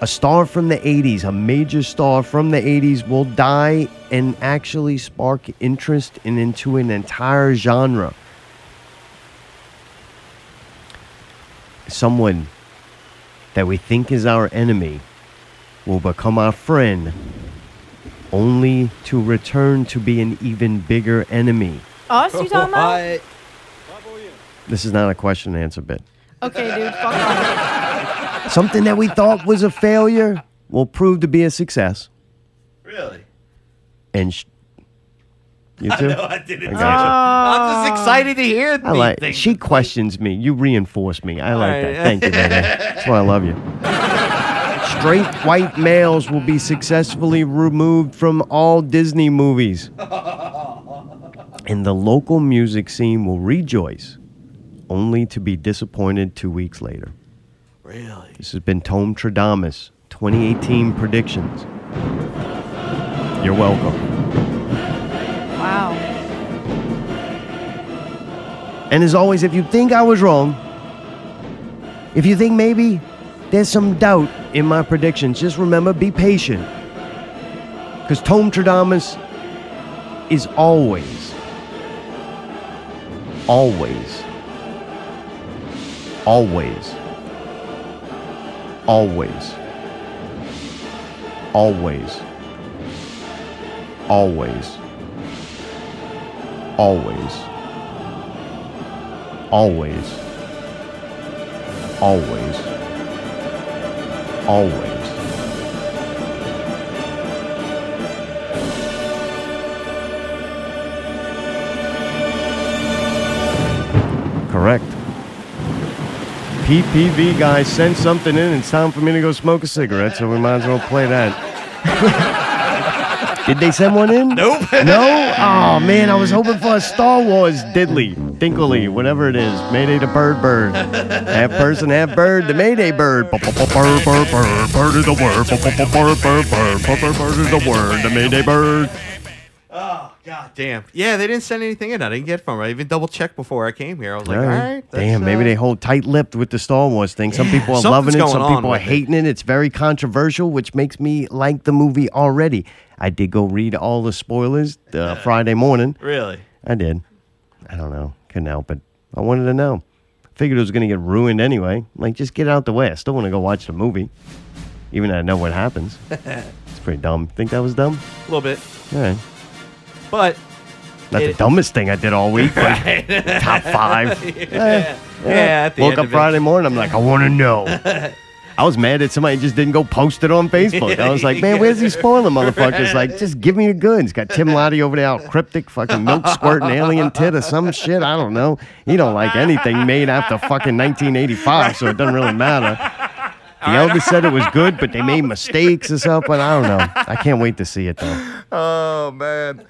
S1: a star from the 80s, a major star from the 80s, will die and actually spark interest in, into an entire genre. Someone that we think is our enemy will become our friend only to return to be an even bigger enemy.
S2: Us, you talking about?
S5: What?
S1: This is not a question and answer bit.
S2: Okay, dude, fuck off.
S1: Something that we thought was a failure will prove to be a success.
S5: Really?
S1: And sh- you too?
S5: I didn't.
S1: I got
S5: Ah. I'm just excited to hear
S1: you. I
S5: these
S1: like.
S5: things.
S1: She questions me. You reinforce me. I like
S5: right.
S1: that. Thank you, baby. That's why I love you. Straight white males will be successfully removed from all Disney movies, and the local music scene will rejoice, only to be disappointed two weeks later.
S5: really?
S1: This has been Tom Tradamus, 2018 predictions. You're welcome.
S2: Wow.
S1: And as always, if you think I was wrong, if you think maybe there's some doubt in my predictions, just remember be patient. Because Tom Tradamus is always, always, always, always, always, always, always always, always, always. Correct. PPV guy sent something in. It's time for me to go smoke a cigarette, so we might as well play that. Did they send one in? Nope. No? Oh, man, I was hoping for a Star Wars diddly, dinkly, whatever it is. Mayday to bird bird. Half person, half bird, the Mayday bird. Burr, burr, burr, burr, burr, bird is the word. Burr, burr, burr, burr, burr, burr, burr, bird is the word. The Mayday bird.
S5: God damn. Yeah, they didn't send anything in. I didn't get from it. I even double checked before I came here. I was like, all right. that's,
S1: Damn, maybe
S5: uh,
S1: they hold tight lipped with the Star Wars thing. Some people are loving
S5: something's
S1: it,
S5: going
S1: some
S5: on
S1: people are
S5: with it.
S1: hating it. It's very controversial, which makes me like the movie already. I did go read all the spoilers uh, Friday morning.
S5: Really?
S1: I did. I don't know. Couldn't help it. I wanted to know. Figured it was going to get ruined anyway. Like, just get out the way. I still want to go watch the movie, even though I know what happens. it's pretty dumb. Think that was dumb?
S5: A little bit.
S1: All right.
S5: But
S1: Not the
S5: It-
S1: dumbest thing I did all week, but top five. Eh.
S5: yeah, at the
S1: Woke
S5: end
S1: up
S5: of it-
S1: Friday morning. I'm like, I want to know. I was mad that somebody just didn't go post it on Facebook. I was like, man, where's these spoiler motherfuckers? Like, just give me the goods. Got Tim Lottie over there out cryptic, fucking milk squirting alien tit or some shit. I don't know. He don't like anything made after fucking 1985, so it doesn't really matter. The elder said it was good, but they made mistakes or something. I don't know. I can't wait to see it though.
S5: Oh, man.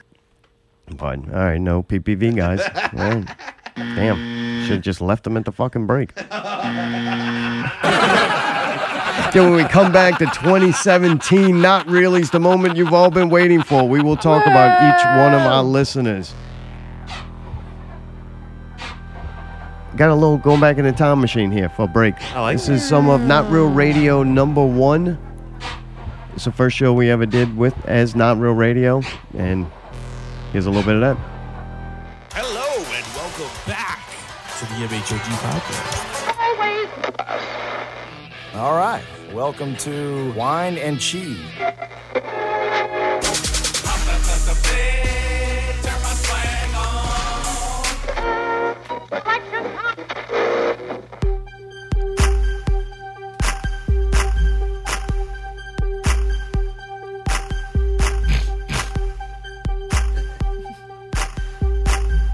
S1: But all right, no PPV guys. All right. Damn, should have just left them at the fucking break. then when we come back to 2017, not really is the moment you've all been waiting for. We will talk about each one of our listeners. Got a little going back in the time machine here for a break.
S5: like
S1: this is some of Not Real Radio number one. It's the first show we ever did with as Not Real Radio, and here's a little bit of that.
S7: Hello and welcome back to the MHOG podcast.
S12: All right. Welcome to Wine and Cheese.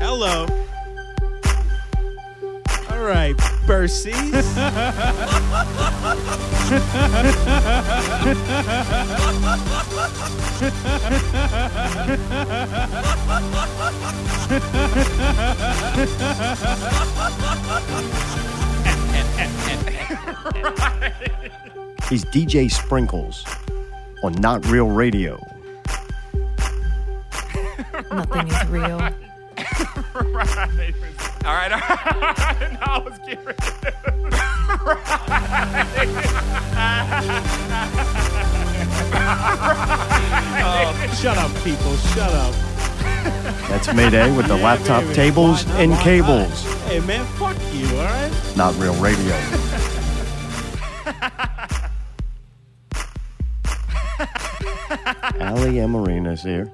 S8: Hello. All right, Percy.
S1: He's DJ Sprinkles on Not Real Radio.
S2: Nothing is real.
S7: All right, all right. No, I was kidding.
S8: Shut up, people. Shut up.
S1: That's Mayday with the laptop
S8: baby.
S1: tables
S8: Why not?
S1: and
S8: Why not?
S1: cables.
S8: Hey, man, fuck you, all right?
S1: Not Real Radio. Ali Amarina's here.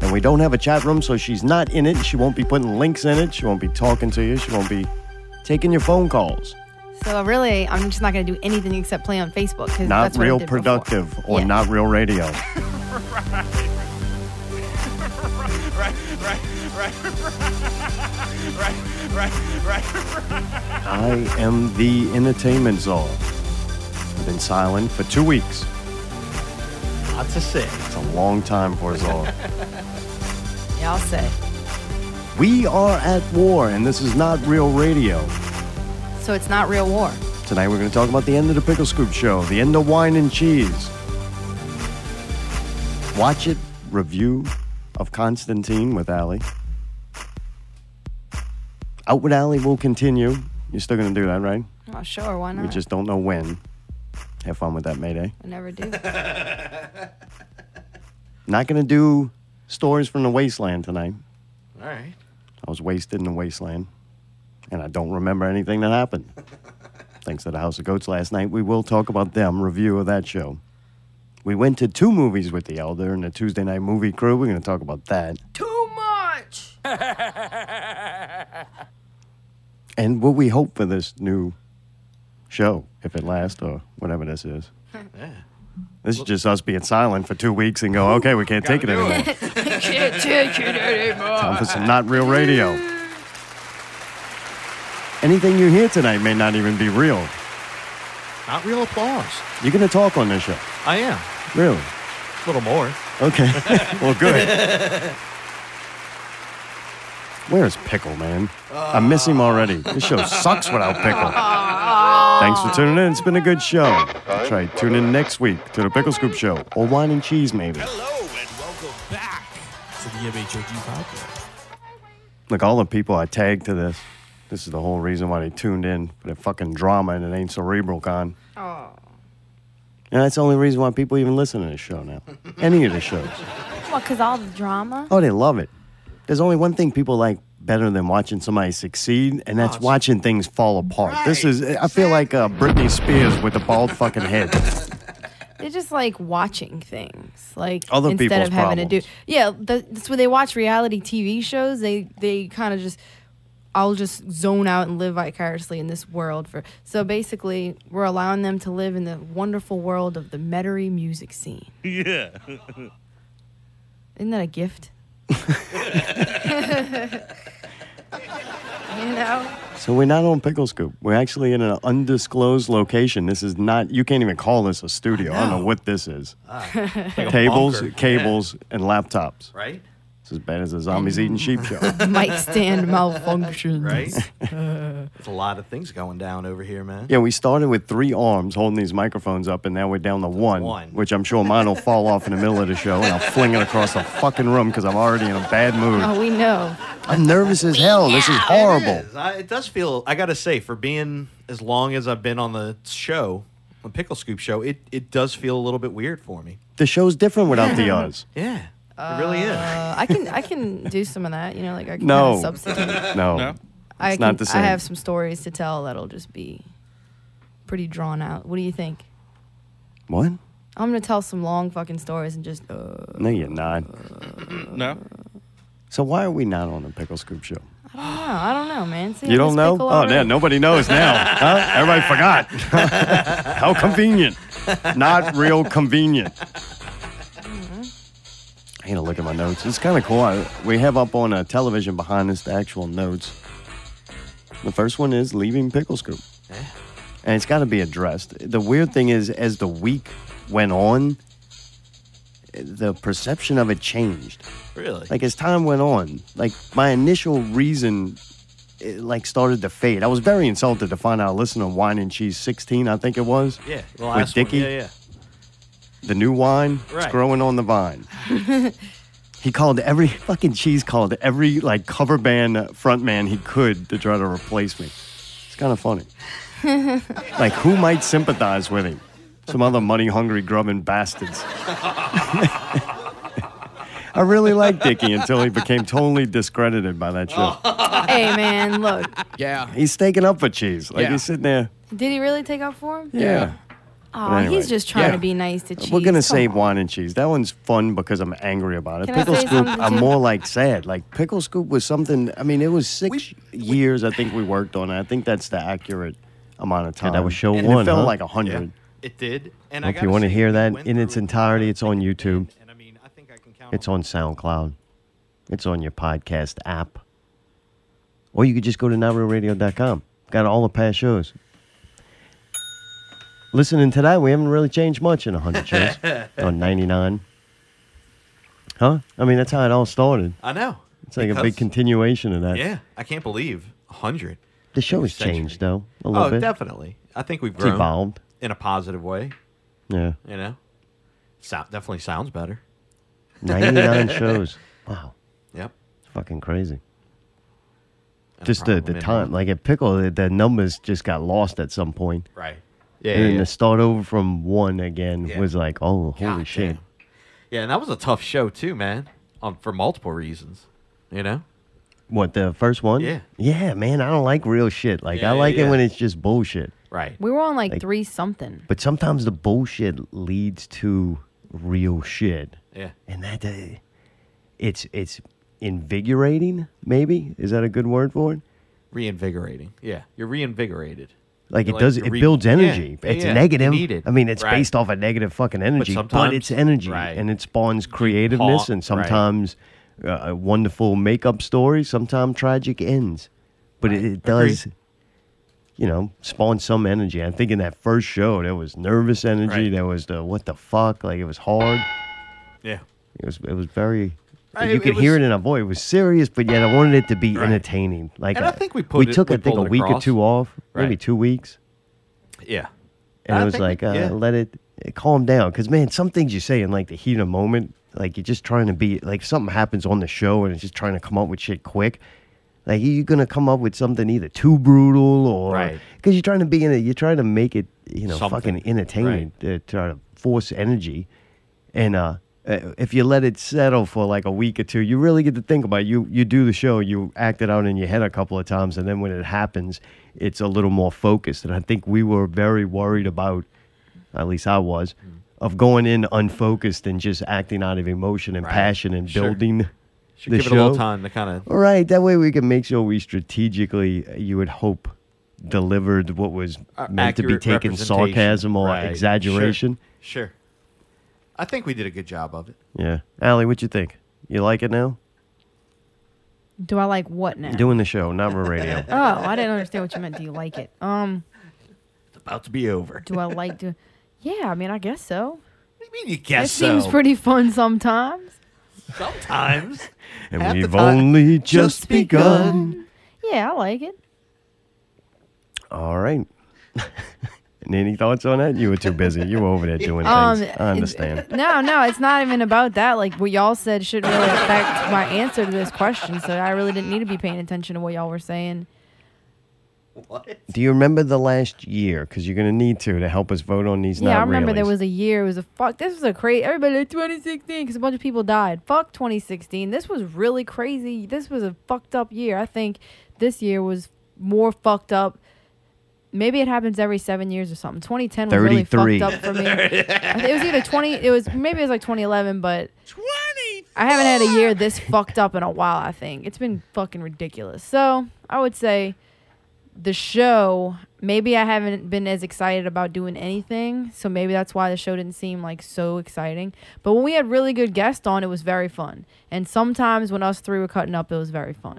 S1: And we don't have a chat room, so she's not in it. She won't be putting links in it. She won't be talking to you. She won't be taking your phone calls.
S2: So really, I'm just not gonna do anything except play on Facebook because
S1: Not
S2: that's what I
S1: real
S2: did before.
S1: productive or
S2: Yeah.
S1: not real radio. I am the entertainment czar. I've been silent for two weeks.
S5: Lots of sick.
S1: It's a long time for us all.
S2: Yeah, I'll say.
S1: we are at war, and this is not real radio.
S2: So it's not real war.
S1: Tonight we're going to talk about the end of the Pickle Scoop Show, the end of Wine and Cheese. Watch it review of Constantine with Allie. Out with Allie will continue. You're still going to do that, right?
S2: Oh, sure, why not?
S1: We just don't know when. Have fun with that Mayday.
S2: I never do.
S1: Not going to do stories from the wasteland tonight.
S5: All right.
S1: I was wasted in the wasteland, and I don't remember anything that happened. Thanks to the House of Goats last night, we will talk about them, review of that show. We went to two movies with the Elder and the Tuesday Night Movie Crew. We're going to talk about that.
S2: Too much.
S1: And what we hope for this new show, if it lasts or whatever this is. This is just us being silent for two weeks and go, okay, we can't take it anymore.
S2: Can't take it anymore.
S1: Time for some not real radio. Anything you hear tonight may not even be real.
S5: Not real applause.
S1: You're going to talk on this show.
S5: I am.
S1: Really?
S5: A little more.
S1: Okay. well, good. Where's Pickle, man? I miss him already. This show sucks without Pickle. Thanks for tuning in. It's been a good show. Try to tune in next week to the Pickle Scoop Show, or Wine and Cheese, maybe.
S7: Hello and welcome back to the MHOG podcast.
S1: Look, all the people I tagged to this, this is the whole reason why they tuned in for the fucking drama and it ain't cerebral con.
S2: Oh.
S1: And that's the only reason why people even listen to this show now. Any of the shows.
S2: Well, cause all the drama.
S1: Oh, they love it. There's only one thing people like better than watching somebody succeed, and that's watching things fall apart. This is, I feel like uh, Britney Spears with a bald fucking head.
S2: They just like watching things, like
S1: Other
S2: instead
S1: people's
S2: of having to do.
S1: problems.
S2: Yeah, th- that's when they watch reality TV shows. They they kind of just, I'll just zone out and live vicariously in this world for. So basically, we're allowing them to live in the wonderful world of the Metairie music scene.
S7: Yeah.
S2: Isn't that a gift? you know.
S1: So we're not on Pickle Scoop. We're actually in an undisclosed location. This is not, you can't even call this a studio. I, don't know what this is. Tables,
S5: Ah. bunker.
S1: cables, and laptops.
S5: Right?
S1: It's as bad as a zombies eating sheep show.
S2: mic stand malfunctions.
S5: Right? There's a lot of things going down over here, man.
S1: Yeah, we started with three arms holding these microphones up, and now we're down to one,
S5: one.
S1: which I'm sure mine will fall off in the middle of the show, and I'll fling it across the fucking room because I'm already in a bad mood.
S2: Oh, we know.
S1: I'm nervous as hell. This is horrible.
S5: It, is. I, it does feel, I got to say, for being as long as I've been on the show, the Pickle Scoop show, it, it does feel a little bit weird for me.
S1: The show's different without the us.
S5: Yeah. it really is.
S2: Uh, I can I can do some of that. You know, like I can
S1: No.
S2: kinda substitute.
S1: No.
S2: I
S1: It's
S2: can,
S1: not the same.
S2: I have some stories to tell that'll just be pretty drawn out. What do you think?
S1: What?
S2: I'm gonna tell some long fucking stories and just uh,
S1: No, you're not.
S7: No.
S1: So why are we not on the Pickle Scoop show?
S2: no, I don't know, man. See,
S1: You don't know? Oh, yeah, nobody knows now. Huh? Everybody forgot. How convenient. Not real convenient. I gotta look at my notes. It's kind of cool. I, we have up on a television behind us the actual notes. The first one is leaving Pickle Scoop. And it's got to be addressed. The weird thing is, as the week went on, the perception of it changed
S5: Really?
S1: like as time went on, like my initial reason, it, like started to fade. I was very insulted to find out. Listen to Wine and Cheese 16, I think it was.
S5: yeah. The
S1: with
S5: last one.
S1: Dickie?
S5: Yeah, yeah.
S1: The new wine, it's
S5: Right.
S1: growing on the vine. he called every fucking cheese called every like cover band uh, front man he could to try to replace me. It's kind of funny. like who might sympathize with him? Some other money hungry grubbing bastards. I really liked Dickie until he became totally discredited by that show.
S2: Hey, man, look,
S14: Yeah.
S1: He's taking up for cheese. Like
S14: Yeah.
S1: he's sitting there.
S2: did he really take up for him?
S1: Yeah.
S2: Oh,
S1: anyway,
S2: he's just trying
S1: yeah.
S2: to be nice to cheese.
S1: We're gonna
S2: Come
S1: save
S2: on.
S1: wine and cheese. That one's fun because I'm angry about it.
S2: Can I
S1: Pickle
S2: say
S1: Scoop,
S2: something
S1: I'm
S2: too?
S1: more like sad. Like Pickle Scoop was something. I mean, it was six years. I think we worked on it. I think that's the accurate amount of time.
S4: that was show
S1: and It
S4: one,
S1: felt
S4: huh?
S1: like a hundred.
S5: It did. And I
S1: Well, if
S5: gotta
S1: you wanna
S5: say,
S1: hear
S5: we
S1: that
S5: went
S1: in its
S5: through-
S1: entirety, it's on
S5: And-
S1: YouTube.
S5: And I mean, I think I can count
S1: It's on SoundCloud. It's on your podcast app. Or you could just go to notrealradio.com. Got all the past shows. Listening to that, we haven't really changed much in 100 shows. or 99. Huh? I mean, that's how it all started.
S5: I know.
S1: It's like a
S5: Because-
S1: big continuation of that.
S5: Yeah, I can't believe a 100.
S1: The show has
S5: Century.
S1: changed, though, a little
S5: Oh,
S1: bit.
S5: definitely. I think we've
S1: It's
S5: grown
S1: evolved.
S5: in a positive way,
S1: Yeah.
S5: you know? So, definitely sounds better.
S1: 99 shows. Wow.
S5: Yep.
S1: Fucking crazy.
S5: And
S1: Just the,
S5: probably
S1: the
S5: in-
S1: time. Like at Pickle, the, the numbers just got lost at some point.
S5: Right. Yeah.
S1: and
S5: Yeah,
S1: then
S5: yeah.
S1: to start over from one again
S5: Yeah.
S1: was like, oh, holy
S5: God
S1: shit.
S5: damn. Yeah, and that was a tough show, too, man, um, for multiple reasons, you know?
S1: What, the first one?
S5: Yeah.
S1: Yeah, man, I don't like real shit. Like,
S5: Yeah,
S1: I
S5: yeah,
S1: like it
S5: yeah.
S1: when it's just bullshit.
S5: Right.
S2: We were on like,
S1: Like-
S2: three something.
S1: But sometimes the bullshit leads to real shit.
S5: Yeah.
S1: And that, uh, it's, it's invigorating, maybe? Is that a good word for it?
S5: Reinvigorating. Yeah. You're reinvigorated.
S1: Like
S5: You're
S1: it does,
S5: you're
S1: it
S5: re-
S1: builds
S5: Yeah,
S1: energy.
S5: yeah,
S1: it's
S5: yeah. You
S1: negative.
S5: need it.
S1: I mean, it's
S5: Right.
S1: based off of negative fucking energy, but,
S5: sometimes-
S1: it's energy,
S5: right.
S1: and it spawns creativeness,
S5: Paw-
S1: and sometimes uh, wonderful make-up stories, sometimes tragic ends. But it, it does, you know, spawn some energy. I think in that first show, there was nervous energy.
S4: Right.
S1: There was the what the fuck, like it was hard.
S4: Yeah.
S1: It was it was very.
S4: I-
S1: you
S4: it-
S1: could
S4: it
S1: hear
S4: was-
S1: it in our voice. It was serious, but yet I wanted it to be entertaining. Like
S4: And I
S1: uh,
S4: think we put
S1: we
S4: it-
S1: took
S4: we
S1: I think a
S4: pulled it
S1: week or
S4: across.
S1: two off, maybe
S4: Right.
S1: two weeks,
S4: Yeah.
S1: and
S4: I
S1: it was
S4: think
S1: like
S4: we-
S1: uh,
S4: yeah.
S1: let it uh, calm down. Because man, some things you say in like the heat of the moment, like you're just trying to be like something happens on the show and it's just trying to come up with shit quick. Like you're gonna come up with something either too brutal or
S4: Right.
S1: because you're trying to be in it. You're trying to make it, you know,
S4: Something.
S1: fucking entertaining. To uh, try to force energy, and uh, uh, if you let it settle for like a week or two, you really get to think about it. you. You do the show, you act it out in your head a couple of times, and then when it happens, it's a little more focused. And I think we were very worried about, at least I was,
S4: Mm-hmm.
S1: of going in unfocused and just acting out of emotion and
S4: Right.
S1: passion and
S4: Sure.
S1: building.
S4: Should
S1: the
S4: give
S1: show.
S4: it a little time to kind of.
S1: All right, that way we can make sure we strategically, uh, you would hope, delivered what was
S4: Uh,
S1: meant to be
S4: accurate
S1: taken
S4: representation.
S1: sarcasm or
S4: Right. Sure.
S1: exaggeration.
S4: Sure. I think we did a good job of it.
S1: Yeah, Allie, what you think? You like it now?
S2: Do I like what now?
S1: Doing the show, not more radio.
S2: oh, I didn't understand what you meant. Do you like it? Um,
S4: It's about to be over.
S2: do I like to? Yeah, I mean, I guess so.
S4: What do you mean you
S2: That
S4: guess
S2: seems
S4: so?
S2: pretty fun sometimes.
S4: Sometimes.
S1: and
S4: Half the
S1: we've
S4: time-
S1: only just begun.
S2: Yeah, I like it.
S1: All right. and any thoughts on that? You were too busy. You were over there doing
S2: Um,
S1: things. I understand.
S2: No, no, it's not even about that. Like what y'all said shouldn't really affect my answer to this question. So I really didn't need to be paying attention to what y'all were saying.
S1: Do you remember the last year? Because you're going to need to to help us vote on these.
S2: yeah,
S1: not
S2: I remember there
S1: reallys.
S2: was a year. It was a fuck. This was a crazy. Everybody like 2016 because a bunch of people died. Fuck 2016. This was really crazy. This was a fucked up year. I think this year was more fucked up. Maybe it happens every seven years or something. 2010 was really
S1: 33.
S2: fucked up for me. I think it was either 20. It was maybe it was like 2011, but 20. I haven't had a year this fucked up in a while. I think it's been fucking ridiculous. So I would say the show maybe i haven't been as excited about doing anything so maybe that's why the show didn't seem like so exciting but when we had really good guests on it was very fun and sometimes when us three were cutting up it was very fun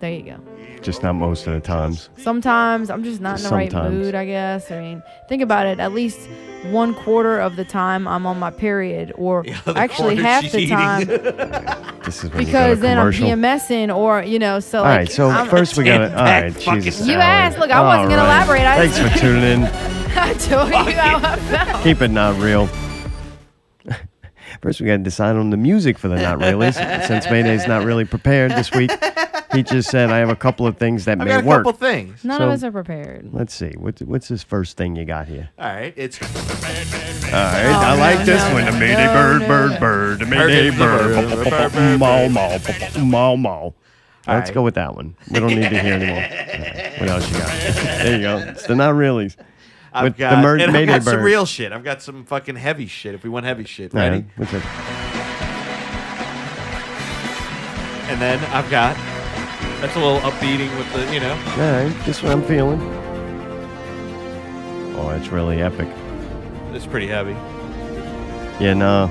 S2: there you go
S1: just not most of the times.
S2: sometimes i'm just not in the right
S1: Sometimes.
S2: mood i guess i mean think about it at least one quarter of the time i'm on my period or actually
S4: quarter
S2: half
S4: she's
S2: the
S4: eating.
S2: time
S1: This is when
S2: because
S1: you go to
S2: then i'm
S1: commercial.
S2: pmsing or you know so
S1: All
S2: like,
S1: right, so
S2: I'm-
S1: first we gotta.
S7: Ten
S1: All right,
S7: pack fucking-
S1: Jesus.
S2: You
S1: Allie.
S2: asked, look, I wasn't gonna
S1: All right.
S2: elaborate, I
S1: Thanks for tuning in.
S2: I told you how I felt.
S1: Keep it not real. First, we got to decide on the music for the not reallys. Since Mayday's not really prepared this week, he just said I have a couple of things that
S4: I
S1: may
S4: got a
S1: work.
S4: couple things.
S2: None
S1: So-
S2: of us are prepared.
S1: Let's see. What's what's this first thing you got here?
S4: All right. It's
S1: All right, I like this one.
S2: no,
S1: The Mayday
S2: no,
S1: bird,
S2: no,
S1: bird,
S2: no.
S1: bird, the Mayday bird,
S4: bird,
S1: Maw, maw, maw, maw. Let's
S4: right.
S1: go with that one. We don't need to hear anymore. Alright, What else you got? There you go. It's the not reallys.
S4: I've
S1: With the
S4: got,
S1: mer-
S4: and I've
S1: Mayday
S4: got some
S1: bird.
S4: real shit. I've got some fucking heavy shit. If we want heavy shit,
S1: All
S4: ready?
S1: right, what's it?
S4: And then I've got that's a little upbeating with the you know.
S1: All right, this one I'm feeling. Oh, that's really epic.
S4: It's pretty heavy.
S1: Yeah, no.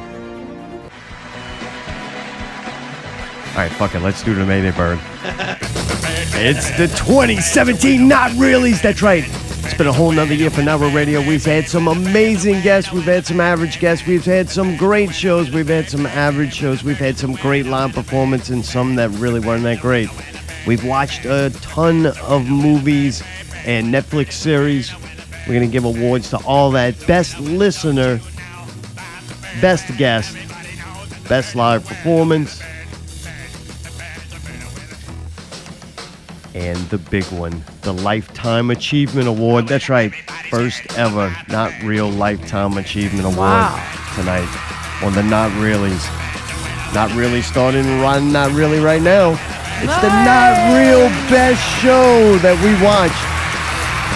S1: All right, fuck it. Let's do the Mayday Bird. it's the 2017 Not Reallys. That's right. It's been a whole nother year for Not Real Radio. We've had some amazing guests. We've had some average guests. We've had some great shows. We've had some average shows. We've had some great live performance and some that really weren't that great. We've watched a ton of movies and Netflix series. We're going to give awards to all that. Best listener best guest, best live performance, and the big one, the Lifetime Achievement Award. That's right, first ever Not Real Lifetime Achievement Award
S2: Wow.
S1: tonight on the Not Reallys. Not really starting run, not really right now. It's the Not Real Best Show that we watch.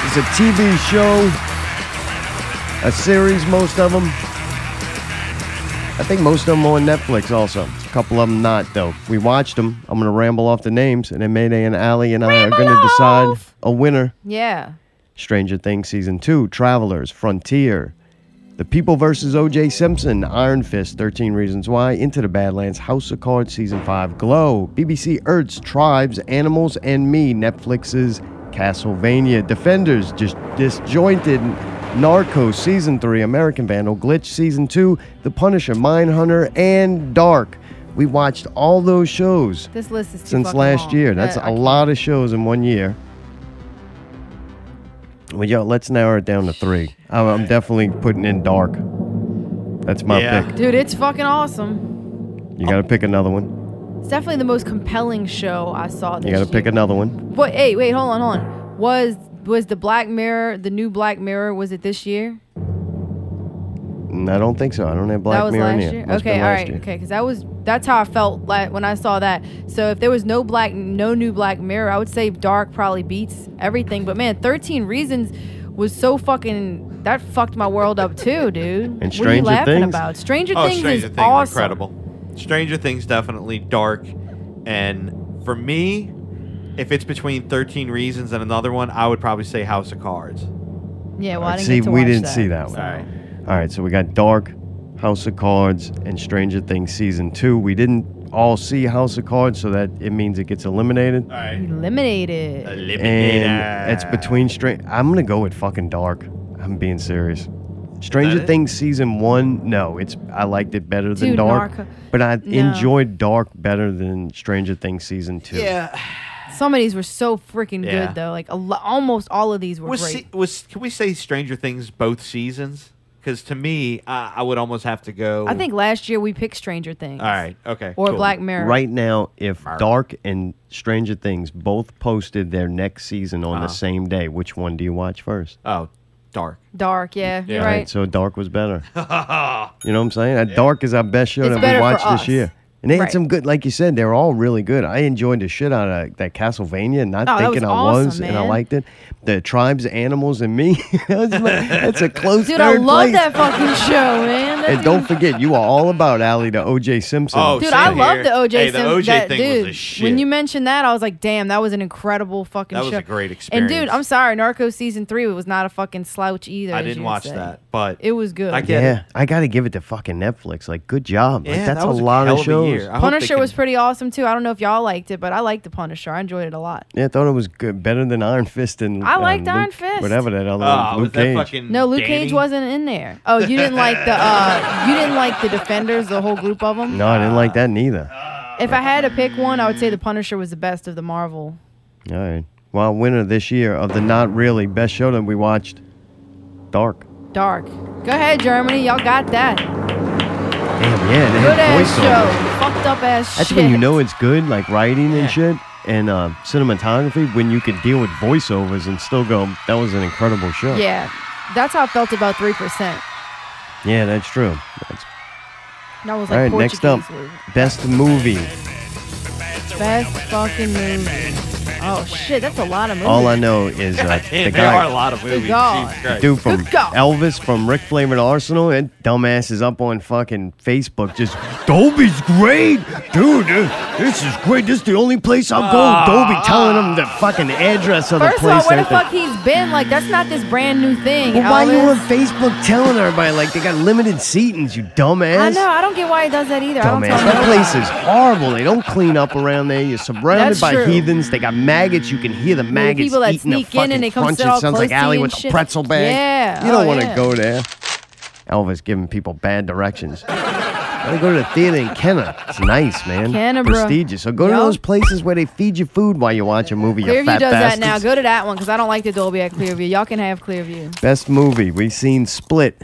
S1: It's a TV show, a series, most of them. I think most of them on Netflix also. A couple of them not, though. We watched them. I'm going to ramble off the names, and then Mayday and Allie and I are going to decide a winner.
S2: Yeah.
S1: Stranger Things Season 2, Travelers, Frontier, The People vs. O.J. Simpson, Iron Fist, 13 Reasons Why, Into the Badlands, House of Cards Season 5, Glow, BBC Earth's Tribes, Animals, and Me, Netflix's Castlevania, Defenders, just disjointed, Narcos season three, American Vandal, Glitch season two, The Punisher, Mindhunter, and Dark. We watched all those shows
S2: This list is too
S1: since
S2: fucking
S1: last
S2: long.
S1: year. That's
S2: Uh, I
S1: a
S2: can't-
S1: lot of shows in one year. Well, yo, let's narrow it down to three. I'm, I'm definitely putting in Dark. That's my
S5: Yeah.
S1: pick.
S2: Dude, it's fucking awesome.
S1: You got to pick another one.
S2: It's definitely the most compelling show I saw this
S1: You got to pick
S2: year.
S1: another one.
S2: What? Hey, wait, hold on, hold on. Was was the Black Mirror the new Black Mirror? Was it this year?
S1: Mm, I don't think so. I don't have Black
S2: that was
S1: Mirror in
S2: last
S1: here.
S2: year.
S1: Must've
S2: okay,
S1: been
S2: all
S1: last
S2: right,
S1: year.
S2: okay, because that was that's how I felt like when I saw that. So if there was no black, no new Black Mirror, I would say Dark probably beats everything. But man, Thirteen Reasons was so fucking that fucked my world up too, dude. what are you
S1: Stranger
S2: laughing
S1: Things?
S2: about? Stranger
S5: Oh,
S2: Things
S5: Stranger
S2: is
S5: Things,
S2: awesome.
S5: incredible. Stranger Things, definitely dark. And for me, if it's between 13 Reasons and another one, I would probably say House of Cards.
S2: Yeah, well, I didn't
S1: Uh, see,
S2: get to
S1: we
S2: watch
S1: didn't
S2: that.
S1: see that one.
S5: Sorry.
S1: All right, so we got Dark, House of Cards, and Stranger Things season two. We didn't all see House of Cards, so that it means it gets eliminated.
S5: All right. Uh,
S2: Eliminated.
S1: And it's between Stranger. I'm gonna go with fucking Dark. I'm being serious. Stranger
S5: it?
S1: Things season one, no, it's I liked it better than
S2: Dude,
S1: Dark,
S2: Narco-
S1: but I
S2: No.
S1: enjoyed Dark better than Stranger Things season two.
S5: Yeah.
S2: Some of these were so freaking
S5: Yeah.
S2: good though. Like a lo- almost all of these were
S5: Was,
S2: great.
S5: se- was Can we say Stranger Things both seasons? Because to me, I, I would almost have to go.
S2: I think last year we picked Stranger Things.
S5: All right. Okay.
S2: Or
S5: cool.
S2: Black Mirror.
S1: Right now, if Dark and Stranger Things both posted their next season on the same day, which one do you watch first?
S5: Oh, dark.
S2: Dark, yeah. You're
S1: Right.
S2: right.
S1: So dark was better. you know what I'm saying? Uh, Dark is our best show
S2: It's
S1: that
S2: better
S1: we
S2: for
S1: watched
S2: us.
S1: this year. And they
S2: Right.
S1: had some good, like you said, they were all really good. I enjoyed the shit out of that Castlevania, not
S2: Oh, that was
S1: thinking I
S2: awesome,
S1: was, and I
S2: man.
S1: liked it. The tribes, animals, and me. that's, like- that's a close
S2: Dude, I
S1: third
S2: love
S1: place.
S2: that fucking show, man. That
S1: And don't forget, you are all about Allie the OJ Simpson.
S5: Oh,
S2: Dude,
S5: same
S2: I love
S5: here.
S2: the OJ
S5: Hey, the
S2: Simpson.
S5: OJ
S2: that,
S5: thing was
S2: dude,
S5: the shit.
S2: When you mentioned that, I was like, damn, that was an incredible fucking
S5: That
S2: show.
S5: was a
S2: And
S5: great
S2: dude,
S5: experience.
S2: I'm sorry, Narco season three was not a fucking slouch either.
S5: I
S2: as
S5: didn't
S2: you
S5: watch
S2: say.
S5: that, but
S2: It was good.
S5: I get
S1: yeah.
S5: it.
S1: I got to give it to fucking Netflix. Like, good job. Like,
S5: Yeah,
S1: that's
S5: that was
S1: a lot
S5: hell
S1: of
S5: a
S1: shows.
S5: year. I hope they
S2: Punisher was
S5: can-
S2: pretty awesome too. I don't know if y'all liked it, but I liked the Punisher. I enjoyed it a lot.
S1: Yeah, I thought it was good, better than Iron Fist and um,
S2: I liked
S1: Luke-
S2: Iron Fist.
S1: Whatever that other
S5: Ah,
S1: one,
S5: was
S1: Luke
S5: that
S1: Cage.
S5: fucking
S2: No, Luke Cage
S5: Danny?
S2: wasn't in there. Oh, you didn't like the uh, you didn't like the Defenders, the whole group of them.
S1: no, I didn't
S5: Ah.
S1: like that neither.
S2: If I had to pick one, I would say the Punisher was the best of the Marvel.
S1: All right. Well, winner this year of the not really best show that we watched, Dark.
S2: Dark. Go ahead, Germany. Y'all got that.
S1: Damn, yeah, they
S2: Good
S1: had
S2: ass
S1: voiceovers.
S2: show. Fucked up ass
S1: That's
S2: shit.
S1: when you know it's good, like writing and shit, and uh, cinematography. When you could deal with voiceovers and still go, that was an incredible show.
S2: Yeah. That's how I felt about 3%.
S1: Yeah, that's true. That's,
S2: That was
S1: all right,
S2: like Portuguese
S1: next up,
S2: movie.
S1: best movie.
S2: Best fucking movie. Oh shit, that's a lot of movies.
S1: All I know is uh, the
S5: Damn, there are a
S1: guy,
S5: lot of movies.
S2: God.
S5: Jesus Christ.
S1: dude from
S2: Good God.
S1: Elvis from Rick Flair and Arsenal, and dumbass is up on fucking Facebook just, Dolby's great! Dude, uh, this is great. This is the only place I'm going. Dolby telling him the fucking address of the
S2: Ah. First of
S1: place.
S2: all, where the
S1: and everything.
S2: fuck he's been? Like that's not this brand new thing.
S1: Well, why you on
S2: Elvis.
S1: Facebook telling everybody like they got limited seatings, you dumbass?
S2: I know. I don't get why he does that either. I don't
S1: Dumbass.
S2: tell
S1: That
S2: nobody.
S1: place is horrible. They don't clean up around there. You're surrounded
S2: That's
S1: by
S2: true.
S1: heathens. They got maggots. You can hear the maggots
S2: people that
S1: eating
S2: sneak
S1: the
S2: in
S1: fucking
S2: and they come
S1: crunch.
S2: sit
S1: It
S2: all
S1: sounds
S2: close
S1: like
S2: to you
S1: Alley
S2: and
S1: with the
S2: shit.
S1: pretzel bag.
S2: Yeah.
S1: You don't
S2: Oh,
S1: want to
S2: yeah.
S1: go there. Elvis giving people bad directions. I go to the theater in Kenna. It's nice, man.
S2: Kennebra.
S1: Prestigious. So go to
S2: Yup.
S1: those places where they feed you food while you watch a movie. you
S2: Clearview
S1: fat
S2: does that now.
S1: bastards.
S2: Go to that one because I don't like the Dolby at Clearview. Y'all can have Clearview.
S1: Best movie. We've seen Split.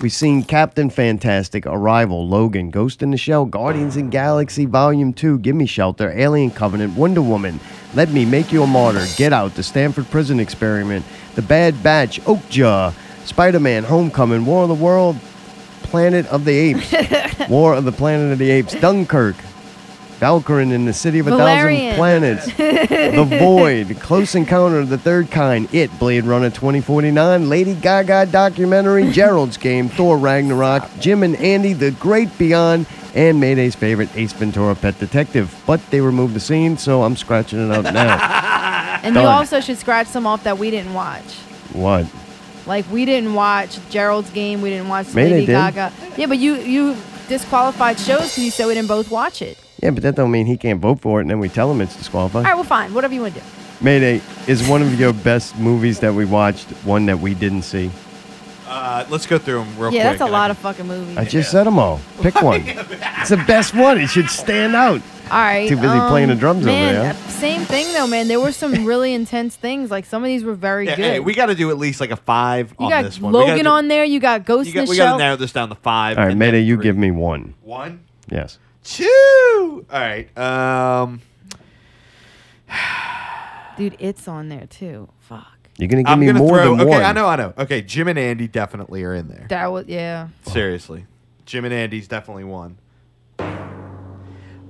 S1: We've seen Captain Fantastic, Arrival, Logan, Ghost in the Shell, Guardians and Galaxy Volume 2, Gimme Shelter, Alien Covenant, Wonder Woman, Let Me Make You a Martyr, Get Out, The Stanford Prison Experiment, The Bad Batch, Oakjaw, Spider Man, Homecoming, War of the World, Planet of the Apes, War of the Planet of the Apes, Dunkirk, Valkyrin in the City of a
S2: Valerian.
S1: Thousand Planets. The Void, Close Encounter of the Third Kind, It, Blade Runner 2049, Lady Gaga documentary, Gerald's Game, Thor Ragnarok, Jim and Andy, The Great Beyond, and Mayday's favorite, Ace Ventura Pet Detective. But they removed the scene, so I'm scratching it out now.
S2: And you
S1: Done.
S2: also should scratch some off that we didn't watch.
S1: what?
S2: Like we didn't watch Gerald's game. We didn't watch
S1: Mayday
S2: Lady
S1: did.
S2: Gaga. Yeah, but you you disqualified shows because you said we didn't both watch it.
S1: Yeah, but that don't mean he can't vote for it, and then we tell him it's disqualified.
S2: All right, well, fine. Whatever you want to do.
S1: Mayday is one of your best movies that we watched. One that we didn't see.
S5: Uh, let's go through them real quick.
S2: yeah, that's a
S5: and
S2: lot
S5: I-
S2: of fucking movies.
S1: I just said them all. Pick one. it's the best one. It should stand out.
S2: All right.
S1: Too busy
S2: um,
S1: playing the drums over
S2: man,
S1: there.
S2: uh, Same thing though, man. There were some really intense things. Like some of these were very
S5: Yeah,
S2: good.
S5: hey, we got to do at least like a five
S2: you
S5: on
S2: got
S5: this one. We gotta
S2: Logan
S5: do-
S2: on there. You got Ghost
S5: You
S2: in
S5: got,
S2: the
S5: we got
S2: Shell.
S5: to narrow this down to five.
S1: All right,
S5: and then
S1: Mayday, you
S5: three.
S1: give me one.
S5: one,
S1: Yes.
S5: two. All right. Um,
S2: Dude, it's on there too. Fuck.
S1: You're gonna give
S5: I'm
S1: me
S5: gonna
S1: more
S5: throw.
S1: than
S5: Okay,
S1: one.
S5: I know, I know. Okay, Jim and Andy definitely are in there.
S2: That was yeah.
S5: Seriously, Jim and Andy's definitely one.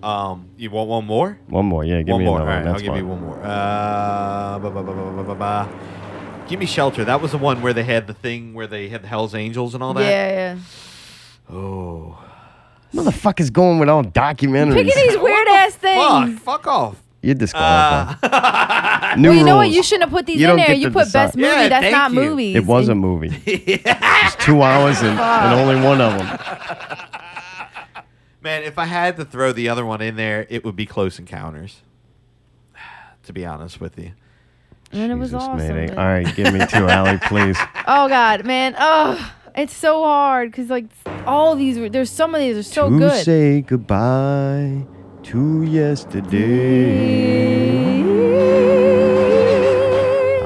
S5: Um, you want one more?
S1: One more. Yeah, give
S5: one
S1: me
S5: more.
S1: another
S5: All
S1: one.
S5: right, I'll
S1: That's
S5: give you
S1: fine.
S5: one more. Uh, ba, ba, ba, ba, ba, ba, ba. Give me shelter. That was the one where they had the thing where they had the Hell's Angels and all that.
S2: Yeah,
S5: Oh.
S1: Motherfuckers going with all
S2: yeah.
S1: documentaries.
S2: Picking these weird ass
S5: Fuck!
S2: things.
S5: Fuck off.
S1: You're disqualified. New
S5: Uh,
S2: Well, you know what?
S1: rules.
S2: You shouldn't have put these
S1: You
S2: in
S1: don't
S2: there.
S1: get
S2: You
S1: to
S2: put
S1: decide.
S2: best movie.
S5: Yeah,
S2: That's
S5: thank
S2: not
S5: you.
S2: movies.
S1: It was a
S2: And-
S1: movie. It's two hours and, and only one of them.
S5: Man, if I had to throw the other one in there, it would be Close Encounters. to be honest with you.
S2: And it was
S1: Jesus,
S2: awesome.
S1: Mayday.
S2: dude.
S1: All right, give me two, Allie, please.
S2: Oh God, man. Oh, it's so hard because like all these. were- There's some of these are so
S1: to
S2: good.
S1: say goodbye to yesterday.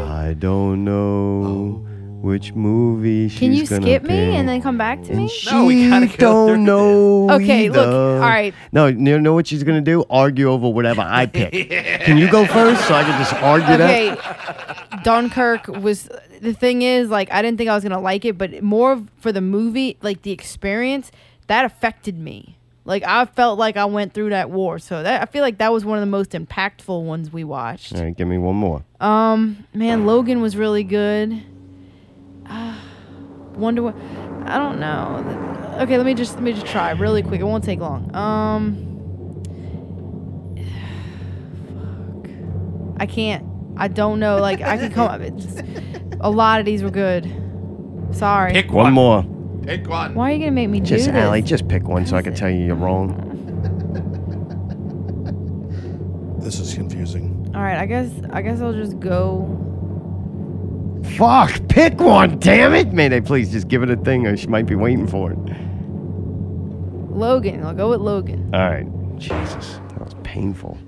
S1: I don't know which movie she's
S2: Can you
S1: gonna
S2: skip me
S1: pick.
S2: and then come back to
S1: And
S2: me?
S1: she
S5: No, we gotta go through
S1: don't
S5: this.
S1: know.
S2: Okay, look,
S1: either.
S2: all right.
S1: No, you know what she's gonna do? Argue over whatever I pick. Can you go first so I can just argue that?
S2: Okay. Dunkirk was the thing is like I didn't think I was gonna like it, but more for the movie, like the experience that affected me. Like I felt like I went through that war, so that I feel like that was one of the most impactful ones we watched.
S1: All right, give me one more.
S2: Um, man, Logan was really good. Ah, Wonder what? I don't know. Okay, let me just let me just try really quick. It won't take long. Um, fuck. I can't. I don't know. Like I could come up. It's, a lot of these were good. Sorry.
S5: Pick
S1: One more.
S5: Pick one.
S2: Why are you gonna make me
S1: Just
S2: do this?
S1: Allie, just pick one so I can tell you you're wrong.
S13: This is confusing.
S2: All right. I guess I guess I'll just go.
S1: Fuck, pick one, damn it! Mayday, please just give it a thing or she might be waiting for it.
S2: Logan. I'll go with Logan.
S1: All right. Jesus, that was painful.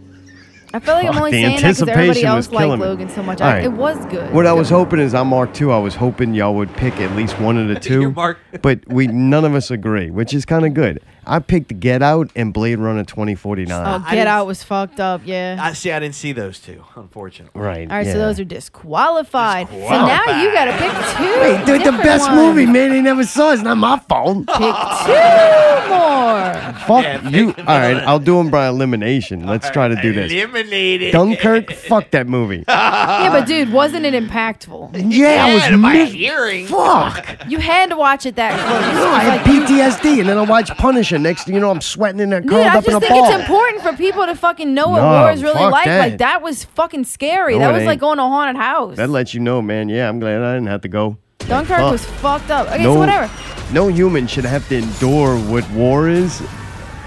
S2: I feel like I'm
S1: Fuck,
S2: only
S1: the
S2: saying that because everybody
S1: anticipation
S2: else
S1: was killing
S2: liked
S1: me.
S2: Logan so much.
S1: All
S2: I,
S1: right.
S2: It was good.
S1: What I was hoping is on Mark Two. I was hoping y'all would pick at least one of the two.
S5: Mark.
S1: but we none of us agree, which is kind of good. I picked Get Out and Blade Runner 2049.
S2: Oh,
S5: I
S2: Get
S5: didn't-
S2: Out was fucked up. Yeah.
S5: I see. I didn't see those two, unfortunately.
S1: right.
S2: All right, so
S1: yeah.
S2: those are disqualified. So now you got to pick two.
S1: Wait, dude, the
S2: different
S1: best
S2: ones.
S1: movie man they never saw. It's not my fault.
S2: Pick two more.
S1: Fuck
S5: Yeah,
S1: you.
S5: pick
S1: All right, I'll do them by elimination. Let's try to do this.
S5: Eliminated.
S1: Dunkirk, fuck that movie.
S2: yeah, but dude, wasn't it impactful?
S1: Yeah, I was
S5: my
S1: mis-
S5: hearing.
S1: Fuck.
S2: You had to watch it that close.
S1: No, I had
S2: It's like,
S1: PTSD, and then I watched Punisher. Next thing you know, I'm sweating in there,
S2: Dude,
S1: curled
S2: I
S1: up in a
S2: just think
S1: ball.
S2: it's important for people to fucking know what
S1: No,
S2: war is really
S1: fuck
S2: like.
S1: that.
S2: Like that was fucking scary.
S1: No,
S2: that
S1: it
S2: was like
S1: ain't.
S2: going to a haunted house.
S1: That lets you know, man. Yeah, I'm glad I didn't have to go.
S2: Dunkirk
S1: Fuck.
S2: was fucked up. Okay,
S1: no,
S2: so whatever.
S1: No human should have to endure what war is,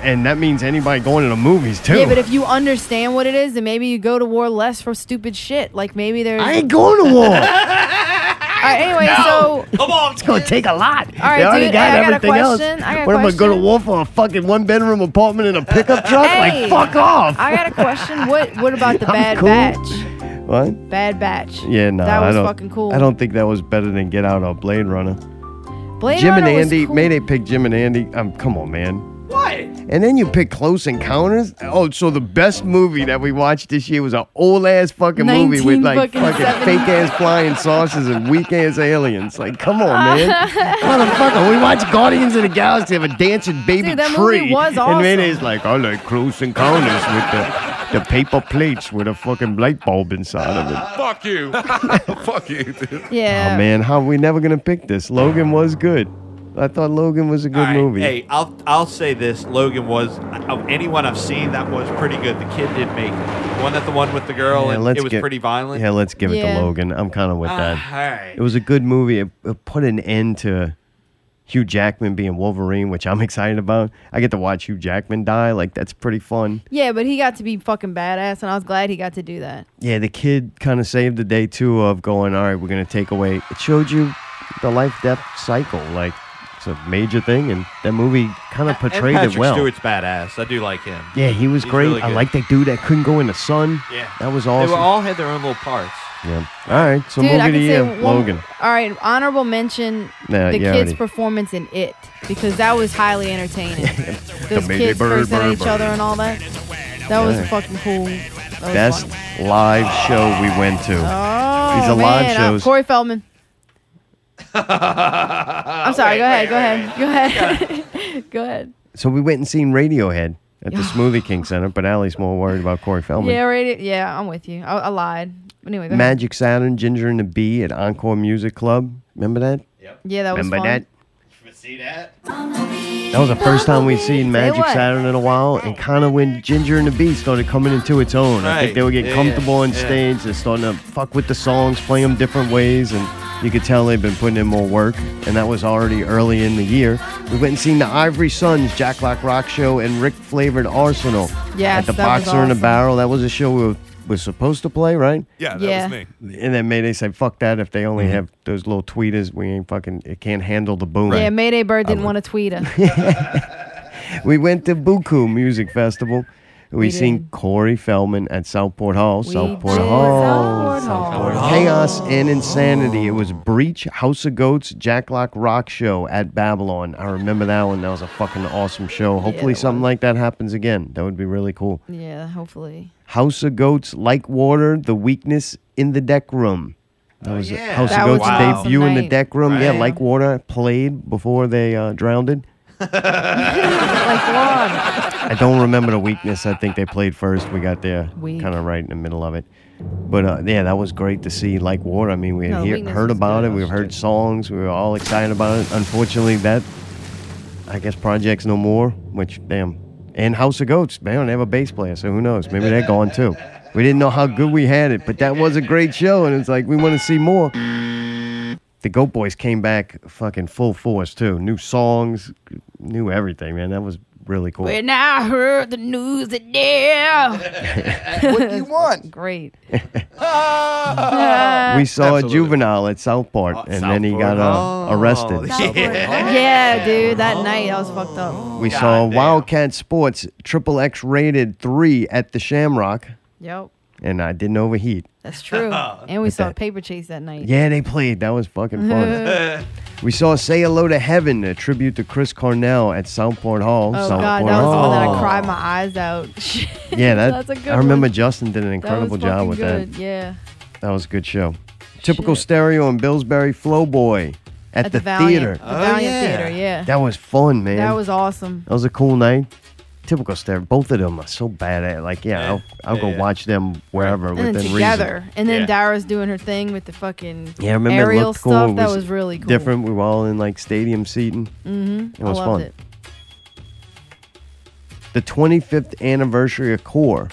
S1: and that means anybody going to the movies too.
S2: Yeah, but if you understand what it is, then maybe you go to war less for stupid shit. Like maybe there's.
S1: I ain't going to war. it's
S2: All right, anyway, so
S5: Come on.
S1: gonna take a lot. All
S2: right,
S1: they already
S2: dude,
S1: got
S2: I got a
S1: everything else.
S2: question. I got a
S1: what am I go to
S2: question.
S1: war for? A fucking one bedroom apartment in a pickup truck?
S2: Hey.
S1: like fuck off.
S2: I got a question. What What about the
S1: I'm
S2: Bad
S1: cool.
S2: Batch?
S1: what?
S2: Bad Batch.
S1: Yeah, no,
S2: that
S1: I
S2: was
S1: don't.
S2: fucking cool.
S1: I don't think that was better than Get Out or Blade Runner.
S2: Blade
S1: Jim and
S2: Runner was
S1: Andy,
S2: cool.
S1: Mayday picked Jim and Andy. Um, come on, man.
S5: What?
S1: And then you pick Close Encounters. Oh, so the best movie that we watched this year was an old ass fucking movie with like
S2: 19 fucking
S1: fucking
S2: 70.
S1: fake ass flying saucers and weak ass aliens. Like, come on, man. Motherfucker, we watched Guardians of the Galaxy have a dancing baby
S2: Dude, that
S1: tree.
S2: movie was awesome.
S1: And Mayday's like, I like Close Encounters with the. The paper plates with a fucking light bulb inside of it.
S7: Fuck you. Fuck you, dude.
S2: Yeah.
S1: Oh man, how are we never gonna pick this? Logan was good. I thought Logan was a good
S5: All right,
S1: movie.
S5: Hey, I'll I'll say this: Logan was of anyone I've seen that was pretty good. The kid did make it. One that the one with the girl,
S1: Yeah,
S5: and
S1: let's
S5: it was
S1: gi-
S5: pretty violent.
S1: Yeah, uh, let's give it
S2: Yeah.
S1: to Logan. I'm kind of with
S5: Ah,
S1: that.
S5: all right.
S1: It was a good movie. It, it put an end to Hugh Jackman being Wolverine, which I'm excited about. I get to watch Hugh Jackman die. Like that's pretty fun.
S2: Yeah, but he got to be fucking badass, and I was glad he got to do that.
S1: Yeah, the kid kind of saved the day too of going. All right, we're gonna take away. It showed you the life death cycle. Like it's a major thing, and that movie kind of portrayed
S5: Patrick
S1: it well.
S5: Stewart's badass. I do like him.
S1: Yeah, he was
S5: He's
S1: great.
S5: really
S1: I
S5: good.
S1: like that dude that couldn't go in the sun.
S5: Yeah.
S1: that was
S5: They
S1: awesome.
S5: were all had their own little parts.
S1: yeah. All right, so
S2: Dude,
S1: movie
S2: I
S1: of the
S2: can say
S1: year,
S2: one,
S1: Logan.
S2: All right, honorable mention
S1: Nah,
S2: the
S1: yeah,
S2: kid's
S1: already.
S2: performance in It because that was highly entertaining. Those
S1: baby
S2: kids
S1: bird,
S2: cursing at
S1: bird,
S2: each other and all that. That was
S1: Yeah.
S2: fucking cool. That was
S1: Best
S2: fun.
S1: live show we went to.
S2: Oh,
S1: These are live
S2: man, uh,
S1: shows.
S2: Corey Feldman. I'm sorry. go, ahead, go ahead. Go ahead. Go ahead.
S1: So we went and seen Radiohead at the Smoothie King Center, but Allie's more worried about Corey Feldman.
S2: Yeah, right. Yeah, I'm with you. I, I lied. But anyway, go ahead.
S1: Magic Saturn, Ginger and the Bee at Encore Music Club. Remember that?
S2: Yeah, that was
S1: Remember
S2: fun.
S1: that?
S5: See that?
S1: That was the first time we'd seen Magic
S2: what?
S1: Saturn in a while, and kind of when Ginger and the Bee started coming into its own. I think
S5: Right.
S1: they were getting
S5: Yeah,
S1: comfortable on
S5: yeah.
S1: stage. They're starting to fuck with the songs, play them different ways, and you could tell they've been putting in more work. And that was already early in the year. We went and seen the Ivory Sons, Jack Black Rock Show, and Rick Flavored Arsenal
S2: Yes,
S1: at the
S2: that was
S1: Boxer in the
S2: awesome.
S1: Barrel. That was a show we were, was supposed to play, right?
S7: Yeah, that
S2: Yeah.
S7: was me.
S1: And then Mayday said, "Fuck that! If they
S5: Mm-hmm.
S1: only have those little tweeters, we ain't fucking. It can't handle the boom."
S2: Yeah, Mayday Bird didn't want to tweet us.
S1: We went to Buku Music Festival. We,
S2: We
S1: seen
S2: did.
S1: Corey Feldman at Southport Hall.
S2: We
S1: Southport
S2: did.
S1: Hall.
S2: Southport Hall.
S1: Chaos and Insanity. It was Breach, House of Goats, Jack Lock Rock Show at Babylon. I remember that one. That was a fucking awesome show. Hopefully,
S2: that
S1: something
S2: was.
S1: like that happens again. That would be really cool.
S2: Yeah, hopefully.
S1: House of Goats, Like Water, The Weakness in the Deck Room. That was
S5: yeah.
S1: House
S2: Oh, That
S1: of
S2: was
S1: Goats
S2: an awesome
S1: debut in the
S2: night.
S1: Deck Room. Yeah,
S2: Right.
S1: Like Water played before they uh, drowned.
S2: Like one.
S1: I don't remember the weakness. I think they played first. We got there
S2: Weak.
S1: kind of right in the middle of it. But uh, yeah, that was great to see like water. I mean, we had
S2: No,
S1: hear-
S2: Weakness
S1: heard
S2: was
S1: about
S2: good.
S1: it. We've heard songs. We were all excited about it. Unfortunately, that I guess projects no more. Which damn, and House of Goats. They don't have a bass player, so who knows? Maybe they're gone too. We didn't know how good we had it, but that was a great show, and it's like we want to see more. The Goat Boys came back fucking full force too. New songs, new everything, man. That was really cool.
S2: When I heard the news that yeah,
S12: What do you want?
S2: great.
S1: we saw
S5: Absolutely.
S1: a juvenile at Southport, and then he got uh, arrested.
S2: Yeah, dude, that night I was fucked up.
S1: We saw
S5: God damn.
S1: Wildcat Sports Triple X Rated Three at the Shamrock,
S2: Yep,
S1: and I didn't overheat.
S2: that's true. And we saw
S1: that-
S2: Paper Chase that night.
S1: Yeah, they played. That was fucking fun. we saw Say Hello to Heaven, a tribute to Chris Cornell at Southport Hall.
S2: Oh
S1: Southport
S2: god, that was the
S1: Hall.
S2: one that I cried my eyes out.
S1: Yeah, that,
S2: That's a good
S1: I remember
S2: one.
S1: Justin did an incredible
S2: that
S1: job
S2: was fucking
S1: with
S2: good.
S1: that.
S2: Yeah,
S1: That was a good show. Typical
S2: Shit.
S1: Stereo and Billsbury Flowboy at,
S2: at
S1: the,
S2: the,
S1: theater.
S2: Valiant, the
S12: Oh,
S2: Valiant
S5: yeah.
S2: Theater. Yeah, that,
S1: That was fun, man.
S2: was awesome.
S1: That was a cool night. Typical stare. Both of them are so bad at it. Like, yeah, I'll, I'll go
S5: Yeah, yeah.
S1: watch them wherever
S2: And
S1: within
S2: then together,
S1: reason.
S2: and then
S5: Yeah.
S2: Dara's doing her thing with the fucking
S1: Yeah, I remember it
S2: aerial
S1: looked cool.
S2: stuff.
S1: It
S2: that
S1: was
S2: was really cool.
S1: Different. We were all in like stadium seating.
S2: Mm-hmm.
S1: It was
S2: I
S1: fun.
S2: loved it.
S1: The 25th anniversary of Core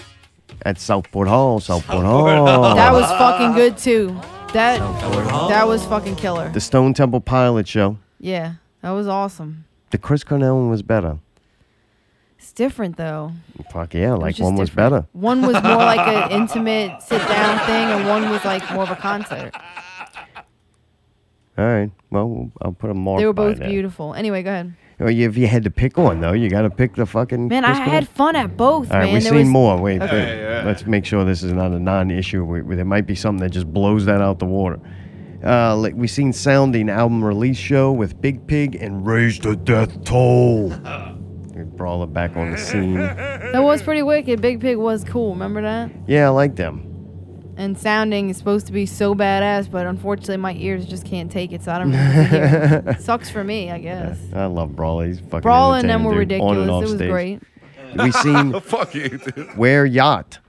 S1: at Southport Hall. Southport, Hall.
S2: That was fucking good too. That that was fucking killer.
S1: the Stone Temple Pilot show.
S2: Yeah, that was awesome.
S1: The Chris Cornell one was better.
S2: It's different though. It
S1: Fuck yeah,
S2: was
S1: like
S2: just
S1: one was
S2: different.
S1: better.
S2: One was more like an intimate sit down thing, and one was like more of a concert.
S1: All right. Well, I'll put a mark.
S2: They were
S1: by
S2: both
S1: that.
S2: beautiful. Anyway, go ahead.
S1: Well, you- If you had to pick one though, you got to pick the fucking.
S2: Man, I
S1: Chris Cornell.
S2: had fun at both.
S1: All right,
S2: man,
S1: we've
S2: There
S1: seen
S2: was-
S1: more. Wait, wait. let's make sure this is not a non-issue. We, we- there might be something that just blows that out the water. Uh, like we seen Sounding album release show with Big Pig and Raise the Death Toll. We Brawl it back on the scene.
S2: That was pretty wicked. Big Pig was cool. Remember that?
S1: Yeah, I like them.
S2: And sounding is supposed to be so badass, but unfortunately, my ears just can't take it, so I don't really hear it. Sucks for me, I guess.
S1: I love Brawl. He's fucking
S2: Brawl and them
S1: entertaining,
S2: were
S1: dude. On
S2: ridiculous.
S1: and
S2: It
S1: off
S2: was
S1: stage.
S2: great.
S1: We seen
S7: Fuck you, dude.
S1: Wear Yacht.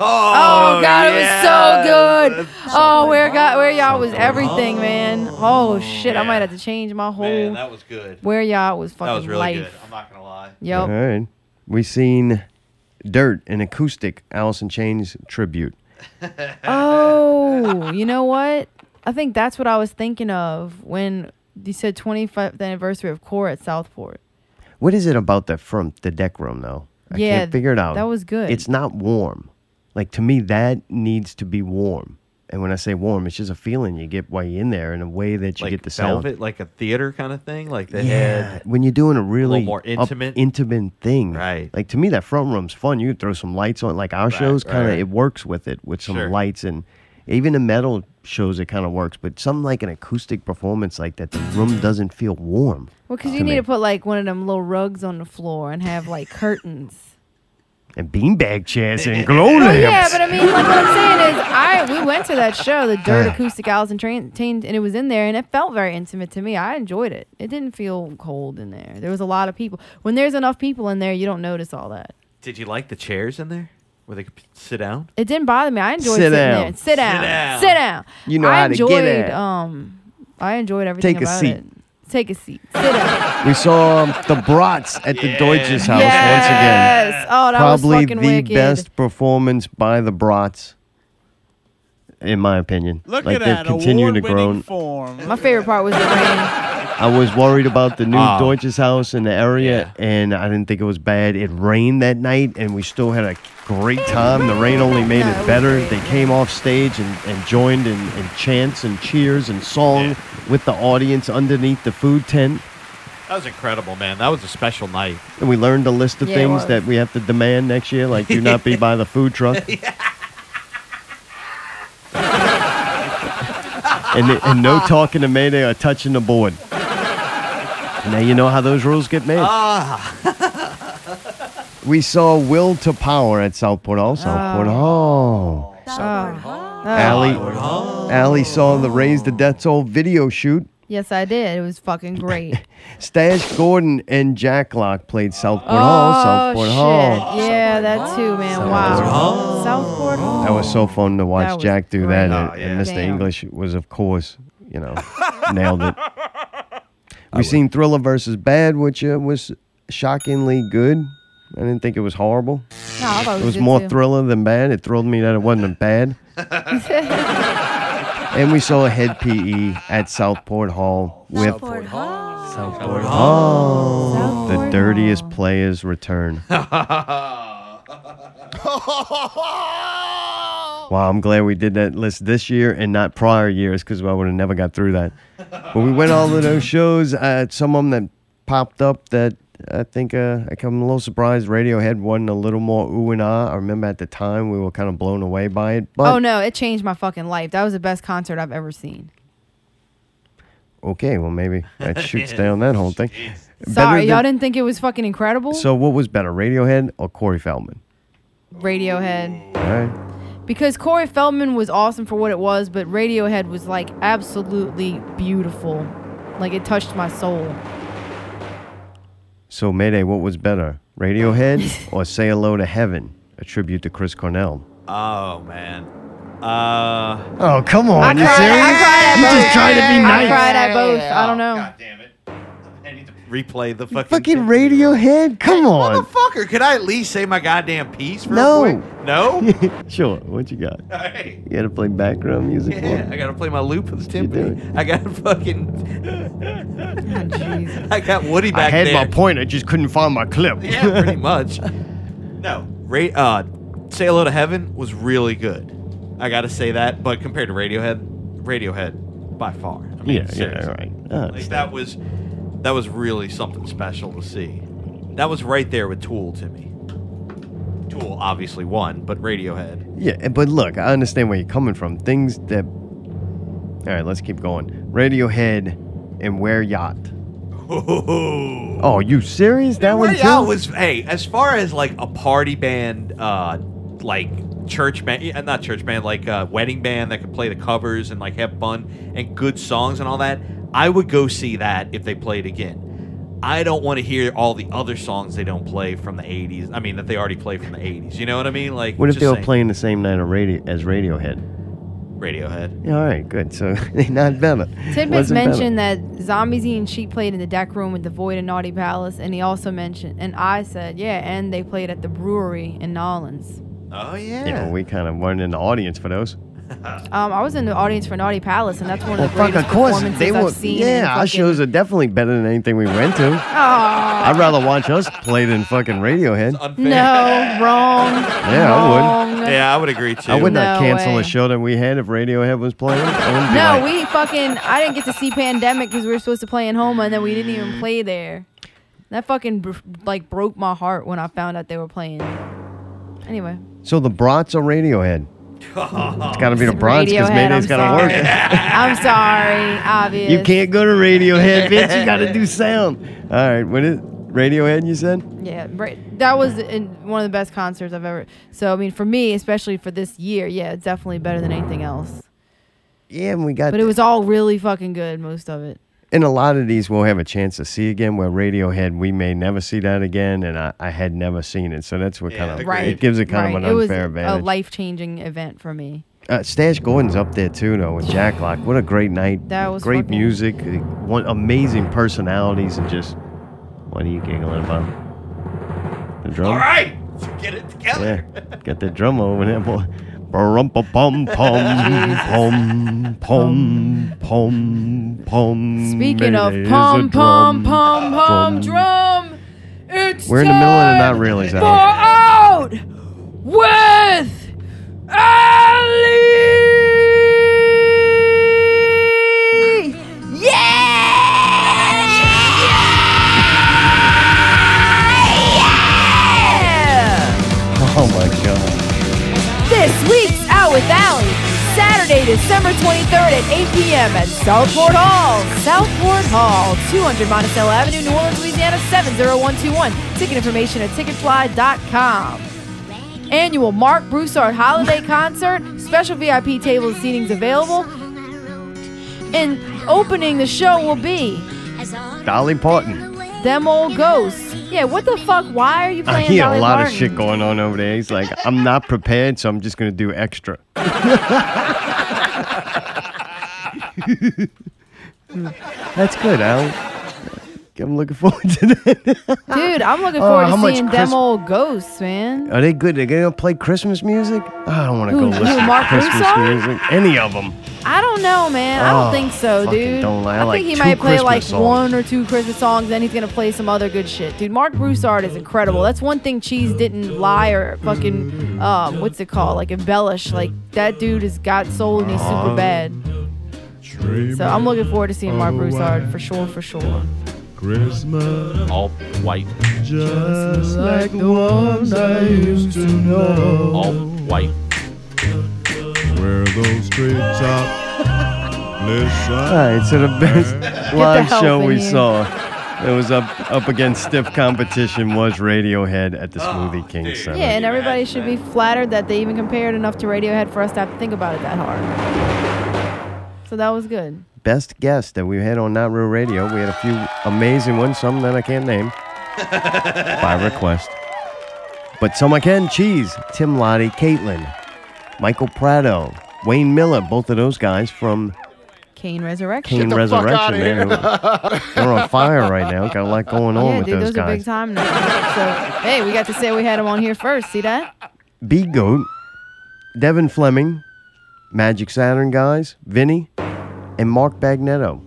S2: Oh god, it was so good. Oh, where God, where y'all was everything, man. Oh shit, I might have to change my whole
S5: Man, that was good.
S2: where y'all was fucking
S5: That was really
S2: life.
S5: good. I'm not gonna lie.
S1: All
S2: Yep.
S1: right. We seen Dirt, an acoustic Allison Chains tribute.
S2: Oh, you know what? I think that's what I was thinking of when you said 25th anniversary of Core at Southport.
S1: What is it about the front, the deck room, though? I
S2: Yeah,
S1: can't figure it out.
S2: that was good.
S1: It's not warm. Like to me, that needs to be warm. And when I say warm, it's just a feeling you get while you're in there, and a way that you
S5: like
S1: get the sound.
S5: velvet, like a theater kind of thing, like they
S1: Yeah,
S5: had.
S1: when you're doing a really
S5: more
S1: up-
S5: intimate.
S1: intimate thing,
S5: Right.
S1: Like to me, that front room's fun. You can throw some lights on, like our shows,
S5: right,
S1: kind of
S5: right.
S1: it works with it with some
S5: Sure.
S1: lights and even the metal shows it kind of works. But something like an acoustic performance like that, the room doesn't feel warm.
S2: Well, because
S1: to
S2: you need
S1: me.
S2: to put like one of them little rugs on the floor and have like curtains.
S1: and beanbag chairs and glow
S2: Oh,
S1: lamps.
S2: yeah, but I mean, like what I'm saying is, I we went to that show, the Dirt Acoustic Owls and Train, Tain- and it was in there, and it felt very intimate to me. I enjoyed it. It didn't feel cold in there. There was a lot of people. When there's enough people in there, you don't notice all that.
S5: Did you like the chairs in there where they could p- sit down?
S2: It didn't bother me. I enjoyed
S1: Sit
S2: sitting
S1: down.
S2: there. Sit down. Sit down.
S5: down.
S1: You know
S2: I
S1: how to get
S2: enjoyed,
S1: it.
S2: Um, I enjoyed everything
S1: Take a
S2: about
S1: seat.
S2: it. Take a seat. Sit down.
S1: We saw um, the Brats at the Deutsches House once again.
S2: yes. Oh, that was
S1: Probably the
S2: fucking wicked.
S1: best performance by the Brats, in my opinion.
S8: Look
S1: like
S8: at
S1: they've
S8: that
S1: continued to grow.
S8: award-winning form.
S2: My favorite part was the rain.
S1: I was worried about the new
S8: Ah.
S1: Deutsches House in the area, and I didn't think it was bad. It rained that night, and we still had a great time. The rain only made
S2: No, it
S1: it
S2: was
S1: better.
S2: great.
S1: They came off stage and, and joined in, in chants and cheers and song with the audience underneath the food tent.
S5: That was incredible, man. That was a special night.
S1: And we learned a list of
S2: Yeah, it
S1: things
S2: was.
S1: that we have to demand next year, like do not be by the food truck. and, and no talking to Mayday or touching the board. Now you know how those rules get made.
S2: Ah.
S1: we saw Will to Power at Southport Hall.
S2: Ah.
S1: Southport Hall. Allie, Allie saw the Raise the Death Toll video shoot.
S2: Yes, I did. It was fucking great.
S1: Stash Gordon and Jack Lock played Southport Hall. Southport Hall.
S2: Oh, Yeah, that too, man. wow. Southport Hall.
S1: That was so fun to
S2: Oh. That
S1: watch
S2: was
S1: Jack do
S2: great.
S1: that.
S2: Oh,
S1: and-
S2: yeah.
S1: And Mr.
S2: Damn.
S1: English was, of course, you know, nailed it. We've seen Thriller versus Bad, which uh, was shockingly good. I didn't think it was horrible.
S2: No, I thought
S1: It was
S2: good,
S1: more
S2: too.
S1: Thriller than bad. It thrilled me that it wasn't bad. and we saw a head PE at Southport Hall with Southport Hall. Southport Hall. The
S2: Southport
S1: dirtiest
S2: Hall.
S1: players return. Wow, I'm glad we did that list this year and not prior years because I would have never got through that. But we went all of those shows. Uh, some of them that popped up that I think uh, I come a little surprised. Radiohead wasn't a little more ooh and ah. I remember at the time we were kind of blown away by it. But
S2: Oh no, it changed my fucking life. That was the best concert I've ever seen.
S1: okay, well maybe that shoots down that whole thing. Better
S2: Sorry, y'all
S1: than-
S2: didn't think it was fucking incredible?
S1: So what was better, Radiohead or Corey Feldman?
S2: Radiohead.
S1: All right,
S2: Because Corey Feldman was awesome for what it was, but Radiohead was like absolutely beautiful. Like it touched my soul.
S1: so Mayday, what was better, Radiohead or Say Hello to Heaven, a tribute to Chris Cornell?
S5: Oh man. Uh,
S1: Oh come on, you
S2: cried- I
S1: serious?
S2: cried at
S1: you
S2: both.
S1: just trying to be
S2: I
S1: nice.
S2: cried at both. I don't know.
S5: God damn it! I need to replay the fucking.
S1: Oh. Fucking Radiohead, come on.
S5: Motherfucker, could I at least say my goddamn piece? Real
S1: No.
S5: Quick? No.
S1: sure, what you got?
S5: Hey,
S1: You gotta play background music. for
S5: yeah,
S1: it?
S5: I gotta play my loop with
S1: You do
S5: timpani. I got fucking. I got Woody
S1: I
S5: back
S1: had
S5: there.
S1: my point, I just couldn't find my clip.
S5: yeah, pretty much. No, Ra- uh, Say Hello to Heaven was really good. I gotta say that, but compared to Radiohead, Radiohead by far. I mean,
S1: yeah, yeah,
S5: seriously.
S1: all right. Ah, I
S5: Like
S1: understand.
S5: that was that was really something special to see. That was right there with Tool to me. Tool obviously won, but Radiohead.
S1: Yeah, and- but look, I understand where you're coming from. Things that. All right, let's keep going. Radiohead and Wear Yacht.
S5: Oh,
S1: Oh, you serious? That one too?
S5: was hey, as far as like a party band uh like church band yeah, not church band, like uh wedding band that could play the covers and like have fun and good songs and all that, I would go see that if they played again. I don't want to hear all the other songs they don't play from the 80s. I mean, that they already play from the 80s. You know what I mean? Like,
S1: What if
S5: just
S1: they were
S5: saying.
S1: playing the same night on radio, as Radiohead?
S5: Radiohead.
S1: Yeah, all right, good. So they're not better.
S2: Tidbits
S1: Wasn't better.
S2: mentioned that Zombies Eating Sheep played in the deck room at the Void and Naughty Palace, and he also mentioned, and I said, yeah, and they played at the brewery in Nolans.
S5: Oh yeah.
S1: You know, we kind of weren't in the audience for those.
S2: Um, I was in the audience for Naughty Palace, and that's one of the
S1: Fuck,
S2: greatest
S1: of course
S2: performances
S1: they
S2: I've
S1: were.
S2: seen. in
S1: Yeah, our
S2: fucking-
S1: shows are definitely better than anything we went to. I'd rather watch us play than fucking Radiohead.
S2: No, wrong.
S1: Yeah, I would.
S2: wrong.
S5: Yeah, I would agree too.
S1: I would not
S2: No
S1: cancel
S2: way.
S1: a show that we had if Radiohead was playing. I wouldn't be
S2: No,
S1: like,
S2: we fucking. I didn't get to see Pandemic because we were supposed to play in Homa, and then we didn't even play there. That fucking br- like broke my heart when I found out they were playing. Anyway,
S1: So the brats are Radiohead. It's got to be the brats because
S2: Radiohead,
S1: Mayday's
S2: I'm
S1: got to work.
S2: sorry. I'm sorry, obvious.
S1: You can't go to Radiohead, bitch. You got to do sound. All right, what is Radiohead? You said
S2: Yeah, right. That was in one of the best concerts I've ever. So I mean, for me, especially for this year, yeah, it's definitely better than anything else.
S1: yeah, and we got.
S2: But it was all really fucking good, most of it.
S1: and a lot of these we'll have a chance to see again. Where Radiohead, we may never see that again, and I, I had never seen it, so that's what kind of
S2: Right.
S1: it gives it kind of
S2: right.
S1: an unfair
S2: It was a
S1: advantage.
S2: life changing event for me.
S1: uh, Stash Gordon's up there too, though, with Jack Lock. What a great night!
S2: That was
S1: great
S2: fucking-
S1: music, uh, one amazing personalities, and just what are you giggling about? The drum.
S5: All right, get it together.
S1: Yeah, get the drum over there, boy. Brum pum pum pum pum pum pum.
S2: Speaking of
S1: It is a
S2: pom pom
S1: drum.
S2: pom pom drum, it's
S1: We're in the middle of the
S2: time
S1: not really
S2: for
S1: sound.
S2: out with Ali. Yeah!
S1: Oh my god.
S2: This week's Out with Allie, Saturday, December 23rd at 8 p.m. at Southport Hall. Southport Hall, 200 Monticello Avenue, New Orleans, Louisiana, 70121. Ticket information at ticketfly.com. Annual Mark Broussard Holiday Concert, special VIP table seatings available. And opening the show will be
S1: Dolly Parton.
S2: Them Old Ghosts. Yeah, what the fuck? Why are you
S1: I
S2: playing
S1: hear
S2: Dolly
S1: a lot of
S2: Parton?
S1: shit going on over there. He's like, I'm not prepared, so I'm just gonna do extra. That's good, Al. I'm looking forward to that.
S2: Dude, I'm looking
S1: Oh,
S2: forward
S1: how
S2: to
S1: much
S2: seeing
S1: Chris-
S2: Them Old Ghosts, man.
S1: Are they good? They gonna play Christmas music? I don't want to
S2: Who-
S1: go
S2: who,
S1: listen to
S2: Mark
S1: Christmas
S2: Russo?
S1: music. Any of them?
S2: I don't know, man. I
S1: Oh,
S2: don't think so,
S1: fucking
S2: dude.
S1: don't lie. I
S2: I,
S1: like
S2: think he
S1: two
S2: might play
S1: Christmas
S2: like
S1: songs.
S2: one or two Christmas songs, then he's gonna play some other good shit, dude. Mark Broussard is incredible. That's one thing Cheese didn't lie or fucking um, what's it called, like embellish. Like that dude has got soul and he's
S1: Um,
S2: super bad. So I'm looking forward to seeing Mark Broussard for sure, for sure.
S4: All white,
S1: Just like the ones I used to know.
S4: all white.
S13: Where those trees up.
S1: All
S13: Listen.
S1: right, so the best live
S2: help
S1: show
S2: in
S1: we
S2: here.
S1: saw that was up up against stiff competition was Radiohead at the Smoothie King Center.
S2: Yeah, and everybody should be flattered that they even compared enough to Radiohead for us to have to think about it that hard. So that was good.
S1: Best guest that we had on Not Real Radio. We had a few amazing ones, some that I can't name by request, but some I can. Cheese, Tim Lottie, Caitlin, Michael Prado, Wayne Miller, both of those guys from
S2: Kane Resurrection.
S1: Kane Resurrection. man. They're on fire right now. Got a lot going on
S2: yeah,
S1: with
S2: dude,
S1: those
S2: those, are
S1: guys.
S2: big time now. So, hey, we got to say we had them on here first. See that?
S1: B Goat, Devin Fleming, Magic Saturn guys, Vinny, and Mark Bagnetto.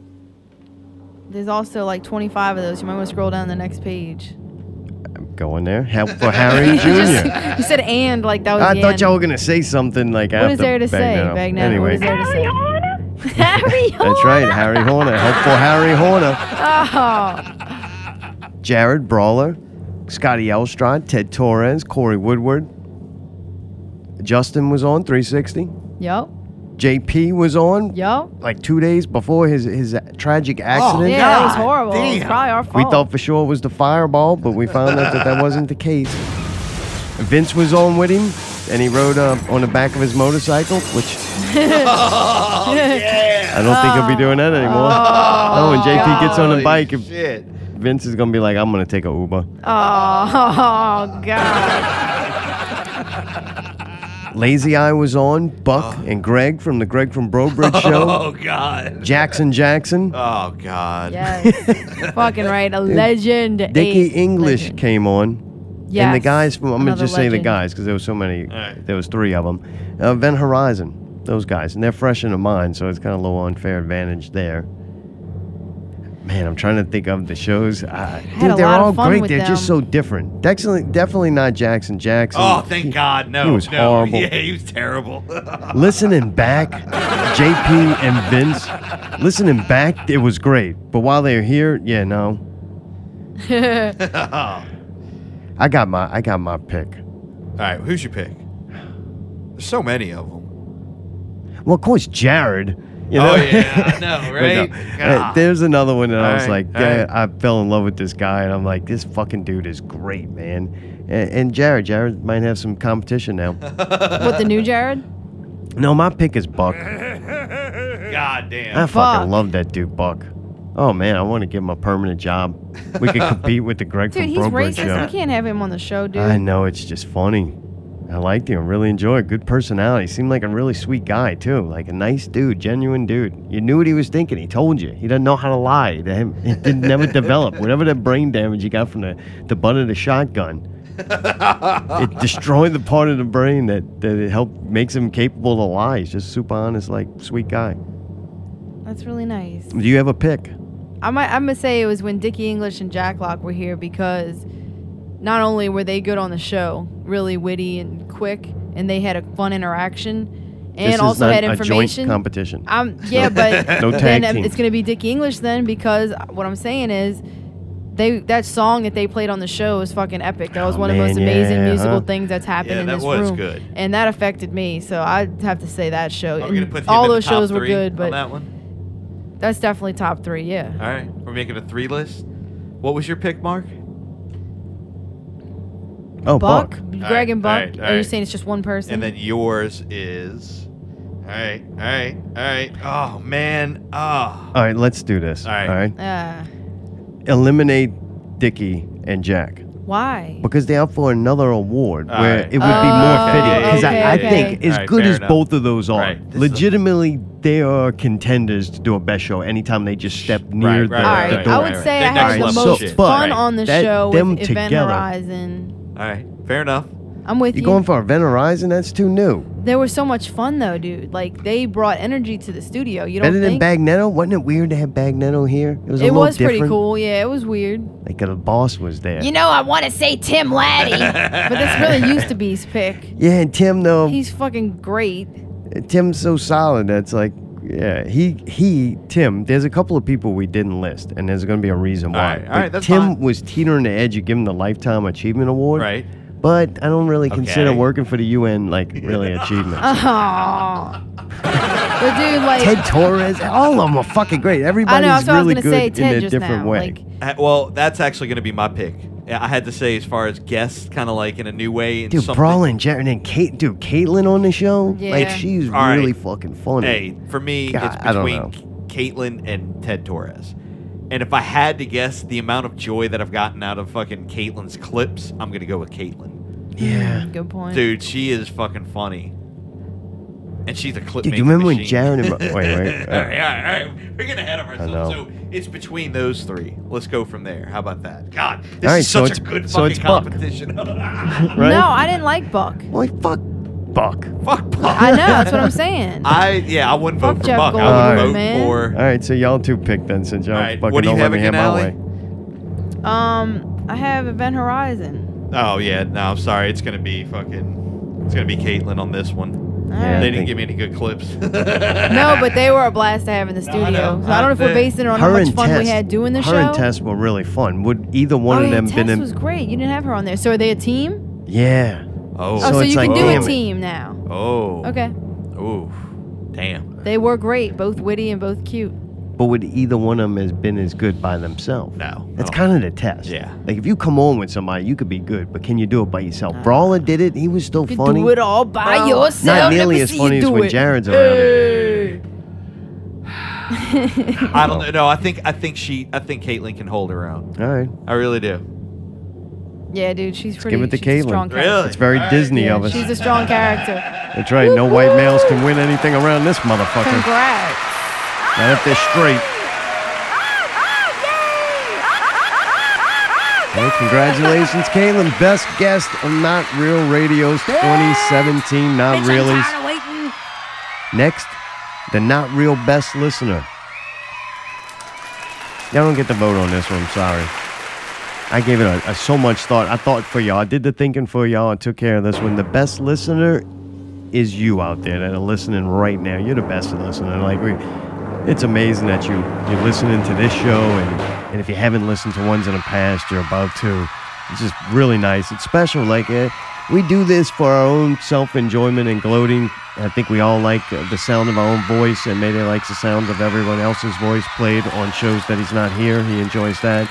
S2: There's also like 25 of those. You might want to scroll down the next page.
S1: I'm going there. Help for Harry Jr.
S2: You just- you said and like that was.
S1: I
S2: the
S1: thought
S2: end.
S1: y'all were gonna say something like
S2: What
S1: after
S2: is there to say,
S1: Bagnetto.
S2: Bagnetto?
S1: Anyway,
S2: What is there to say? Harry
S1: that's right, Harry Horner. Help for Harry Horner.
S2: Oh,
S1: Jared Brawler, Scotty Elstrod, Ted Torres, Corey Woodward. Justin was on 360.
S2: yep,
S1: JP was on
S2: yep. Oh,
S1: like two days before his his tragic accident.
S2: Yeah, Oh. that was horrible. It was probably our
S1: We
S2: fault.
S1: thought for sure it was the fireball, but we found out that that wasn't the case. Vince was on with him, and he rode uh, on the back of his motorcycle, which I don't think he'll be doing that anymore. Oh, when JP gets on the bike, if-
S5: Shit.
S1: Vince is gonna be like, "I'm gonna take a Uber."
S2: oh, god.
S1: Lazy Eye was on Buck and Greg from the Greg from Brobridge show.
S5: Oh god.
S1: Jackson Jackson,
S5: Oh god.
S2: Yes. Fucking right. A legend.
S1: Dickie
S2: a
S1: English
S2: legend.
S1: came on.
S2: Yes.
S1: And the guys from, I'm going to
S2: Another
S1: just say the
S2: legend.
S1: guys because there was so many,
S5: right.
S1: there was three of them. Uh, Event Horizon, those guys, and they're fresh in the mind, so it's kind of a little unfair advantage there. Man, I'm trying to think of the shows. I,
S2: had
S1: dude,
S2: a
S1: they're
S2: lot of
S1: all
S2: fun
S1: great.
S2: with
S1: They're just so
S2: them.
S1: different. Definitely, definitely not Jackson. Jackson.
S5: Oh, thank God. No.
S1: he was
S5: no.
S1: horrible.
S5: Yeah, he was terrible.
S1: Listening back, JP and Vince. Listening back, it was great. But while they were here, yeah, no. I got my, I got my pick.
S5: All right, who's your pick? There's so many of them.
S1: Well, of course, Jared. You know?
S5: Oh, yeah, I know,
S1: But no.
S5: right?
S1: Uh,
S5: God.
S1: There's another one that I
S5: All
S1: was
S5: right,
S1: like,
S5: all right.
S1: "Dad, I fell in love with this guy, and I'm like, this fucking dude is great, man. And, and Jared, Jared might have some competition now.
S2: What the new Jared?
S1: no, my pick is Buck.
S5: God damn.
S1: I fucking
S2: Buck.
S1: love that dude, Buck. Oh man, I want to give him a permanent job. We could compete with the Greg
S2: Dude,
S1: from
S2: he's
S1: Broadbridge
S2: racist.
S1: show.
S2: We can't have him on the show, dude.
S1: I know it's just funny. I liked him. Really enjoyed. Good personality. Seemed like a really sweet guy too. Like a nice dude, genuine dude. You knew what he was thinking. He told you. He doesn't know how to lie. That him- It didn't never develop. Whatever that brain damage he got from the, the butt of the shotgun, it destroyed the part of the brain that that it helped makes him capable to lie. He's just super honest, like sweet guy.
S2: That's really nice.
S1: Do you have a pick?
S2: I might I'm gonna say it was when Dickie English and Jack Lock were here because not only were they good on the show, really witty and quick, and they had a fun interaction, and
S1: this
S2: also
S1: is not
S2: had
S1: a joint
S2: information.
S1: competition.
S2: Um, yeah, but
S1: No tag
S2: then um,
S1: team.
S2: it's gonna be Dickie English then because what I'm saying is. They, that song that they played on the show was fucking epic. That was
S1: Oh,
S2: one of the most
S1: man,
S2: amazing
S1: yeah,
S2: musical
S1: huh?
S2: things that's happened
S5: Yeah,
S2: in
S5: that
S2: this
S5: was
S2: room,
S5: good.
S2: and that affected me. So I have to say that show.
S5: Are
S2: And
S5: we gonna put him
S2: all
S5: in the
S2: those
S5: top
S2: shows were
S5: three
S2: good,
S5: on
S2: but
S5: that one.
S2: that's definitely top three. Yeah.
S5: All right, we're making a three list. What was your pick, Mark?
S1: oh,
S2: Buck,
S1: Buck.
S2: Greg
S5: Alright,
S2: and Buck.
S5: alright,
S2: Are you
S5: alright.
S2: saying it's just one person?
S5: And then yours is. All right, all right, all right. Oh man, oh.
S1: All right, let's do this.
S5: All right.
S1: All right.
S2: uh,
S1: Eliminate Dickie and Jack.
S2: why?
S1: because they're up for another award
S5: All
S1: where
S5: right.
S1: it would be more
S2: Oh,
S1: fitting. Because
S2: okay,
S1: I, I
S2: okay.
S1: think, as
S5: All right,
S1: good
S5: fair
S1: as
S5: enough.
S1: both of those are,
S5: Right, this is a-
S1: legitimately, they are contenders to do a best show anytime they just step near
S5: right,
S1: the,
S5: right,
S2: All
S1: the
S5: right,
S2: right,
S5: right,
S1: door.
S2: I would say
S5: right. They
S2: I had
S5: next
S2: the
S5: level
S2: most
S5: shit.
S2: fun
S5: Right.
S2: on the
S1: That-
S2: show
S1: them
S2: with Event
S1: together.
S2: Horizon.
S5: All right, fair enough.
S2: I'm with
S1: You're
S2: you.
S1: going for Event Horizon? That's too new.
S2: There was so much fun though, dude. Like they brought energy to the studio. You don't
S1: Better than
S2: think?
S1: Bagnetto? Wasn't it weird to have Bagnetto here? It was a
S2: it
S1: little
S2: was
S1: different.
S2: pretty cool. Yeah, it was weird.
S1: Like uh, the boss was there.
S2: know, I want to say Tim Laddie, but that's really used to be his pick.
S1: yeah, and Tim though,
S2: He's fucking great.
S1: Tim's so solid that's like, yeah, he he Tim. There's a couple of people we didn't list, and there's gonna be a reason why.
S5: right, all
S1: Like,
S5: right, that's
S1: Tim
S5: fine.
S1: was teetering the edge of giving the lifetime achievement award,
S5: Right.
S1: But I don't really consider
S5: Okay.
S1: working for the UN like really achievement.
S2: Uh, Oh, but dude, like
S1: Ted Torres, all of them are fucking great.
S2: I know,
S1: Everybody's
S2: that's what I was
S1: really
S2: gonna say.
S1: good
S2: Ted
S1: in a
S2: just
S1: different
S2: now,
S1: way.
S2: like
S5: Uh, Well, that's actually going to be my pick. I had to say, as far as guests, kind of like in a new way. And
S1: Dude,
S5: something-
S1: Brawlin, Jared, and Kate, dude, Caitlin on the show, like
S2: Yeah.
S1: she's
S5: All right.
S1: really fucking funny.
S5: Hey, for me,
S1: God,
S5: it's
S1: I don't
S5: between Caitlyn and Ted Torres. And if I had to guess the amount of joy that I've gotten out of fucking Caitlyn's clips, I'm gonna go with Caitlyn.
S1: yeah,
S2: mm, good point.
S5: Dude, she is fucking funny, and she's a clip.
S1: dude, do you
S5: making
S1: remember when
S5: machine.
S1: Jared and wait, wait,
S5: all right, all right, all right. We're getting ahead of ourselves.
S1: know.
S5: So it's between those three. Let's go from there. How about that? God, this
S1: All right,
S5: is
S1: so
S5: such a
S1: it's-
S5: good
S1: so
S5: fucking
S1: it's Buck.
S5: competition.
S1: right?
S2: No, I didn't like Buck.
S1: like fuck, Buck.
S5: Fuck Buck.
S2: I know. That's what I'm saying.
S5: I yeah, I wouldn't
S2: Fuck
S5: vote for
S2: Jeff
S5: Buck. I
S1: Goldblum,
S5: would vote
S2: man.
S5: for.
S1: All right, so y'all two pick then, since y'all
S5: All right,
S1: fucking
S5: what do you
S1: don't
S5: have
S1: let me have
S5: again,
S1: my
S5: Allie?
S1: way.
S2: Um, I have Event Horizon.
S5: Oh yeah, no, I'm sorry. It's gonna be fucking. It's gonna be Caitlyn on this one.
S1: Yeah, I
S5: they
S1: think-
S5: didn't
S1: Oh,
S5: give me any good clips. Oh.
S2: No, but they were a blast to have in the studio.
S5: know.
S2: So I don't know if we're
S5: Uh,
S2: basing it on how
S1: Her
S2: much
S1: and
S2: fun we
S1: Tess-
S2: had doing the
S1: her
S2: show.
S1: and Tess were really fun. Would either one
S2: oh,
S1: of
S2: yeah,
S1: them
S2: Tess
S1: been in?
S2: was great. You didn't have her on there. So are they a team?
S1: Yeah.
S5: oh,
S2: Oh,
S1: So
S2: so,
S1: it's
S2: you
S1: like,
S2: can do
S1: damn
S2: a
S1: it.
S2: team now.
S5: oh,
S2: Okay.
S5: Ooh, damn.
S2: They were great, both witty and both cute.
S1: But would either one of them has been as good by themselves?
S5: No,
S1: That's
S5: no.
S1: kind of the test.
S5: Yeah.
S1: Like if you come on with somebody, you could be good, but can you do it by yourself? Brawler did it. He was still
S2: You
S1: funny.
S2: do it all by yourself.
S1: Not nearly
S2: Let me
S1: as
S2: see
S1: funny
S2: you
S1: as
S2: do
S1: when
S2: it.
S1: Jared's
S2: Hey.
S5: I don't know. No, I think I think she. I think Caitlyn can hold her own.
S1: All right.
S5: I really do.
S2: Yeah, dude, she's pretty.
S1: give it to
S2: she's a
S1: Caitlyn.
S2: strong character.
S5: Really?
S1: It's very Disney
S2: Yeah,
S1: of us.
S2: she's a strong character.
S1: That's right. No white males can win anything around this motherfucker.
S2: Congrats.
S1: Not if they're straight. Hey, congratulations, Caitlin. Best guest on Not Real Radio's 2017 Not Reallys.
S3: waiting.
S1: Next, the not real best listener. Y'all don't get the vote on this one. Sorry. I gave it a, a- so much thought. I thought for y'all. I did the thinking for y'all. I took care of this one. The best listener is you out there that are listening right now. You're the best listener. Like we, it's amazing that you you're listening to this show, and and if you haven't listened to ones in the past, you're about to. It's just really nice. It's special. Like eh, we do this for our own self enjoyment and gloating. I think we all like uh, the sound of our own voice, and Mayday likes the sound of everyone else's voice played on shows that he's not here. He enjoys that.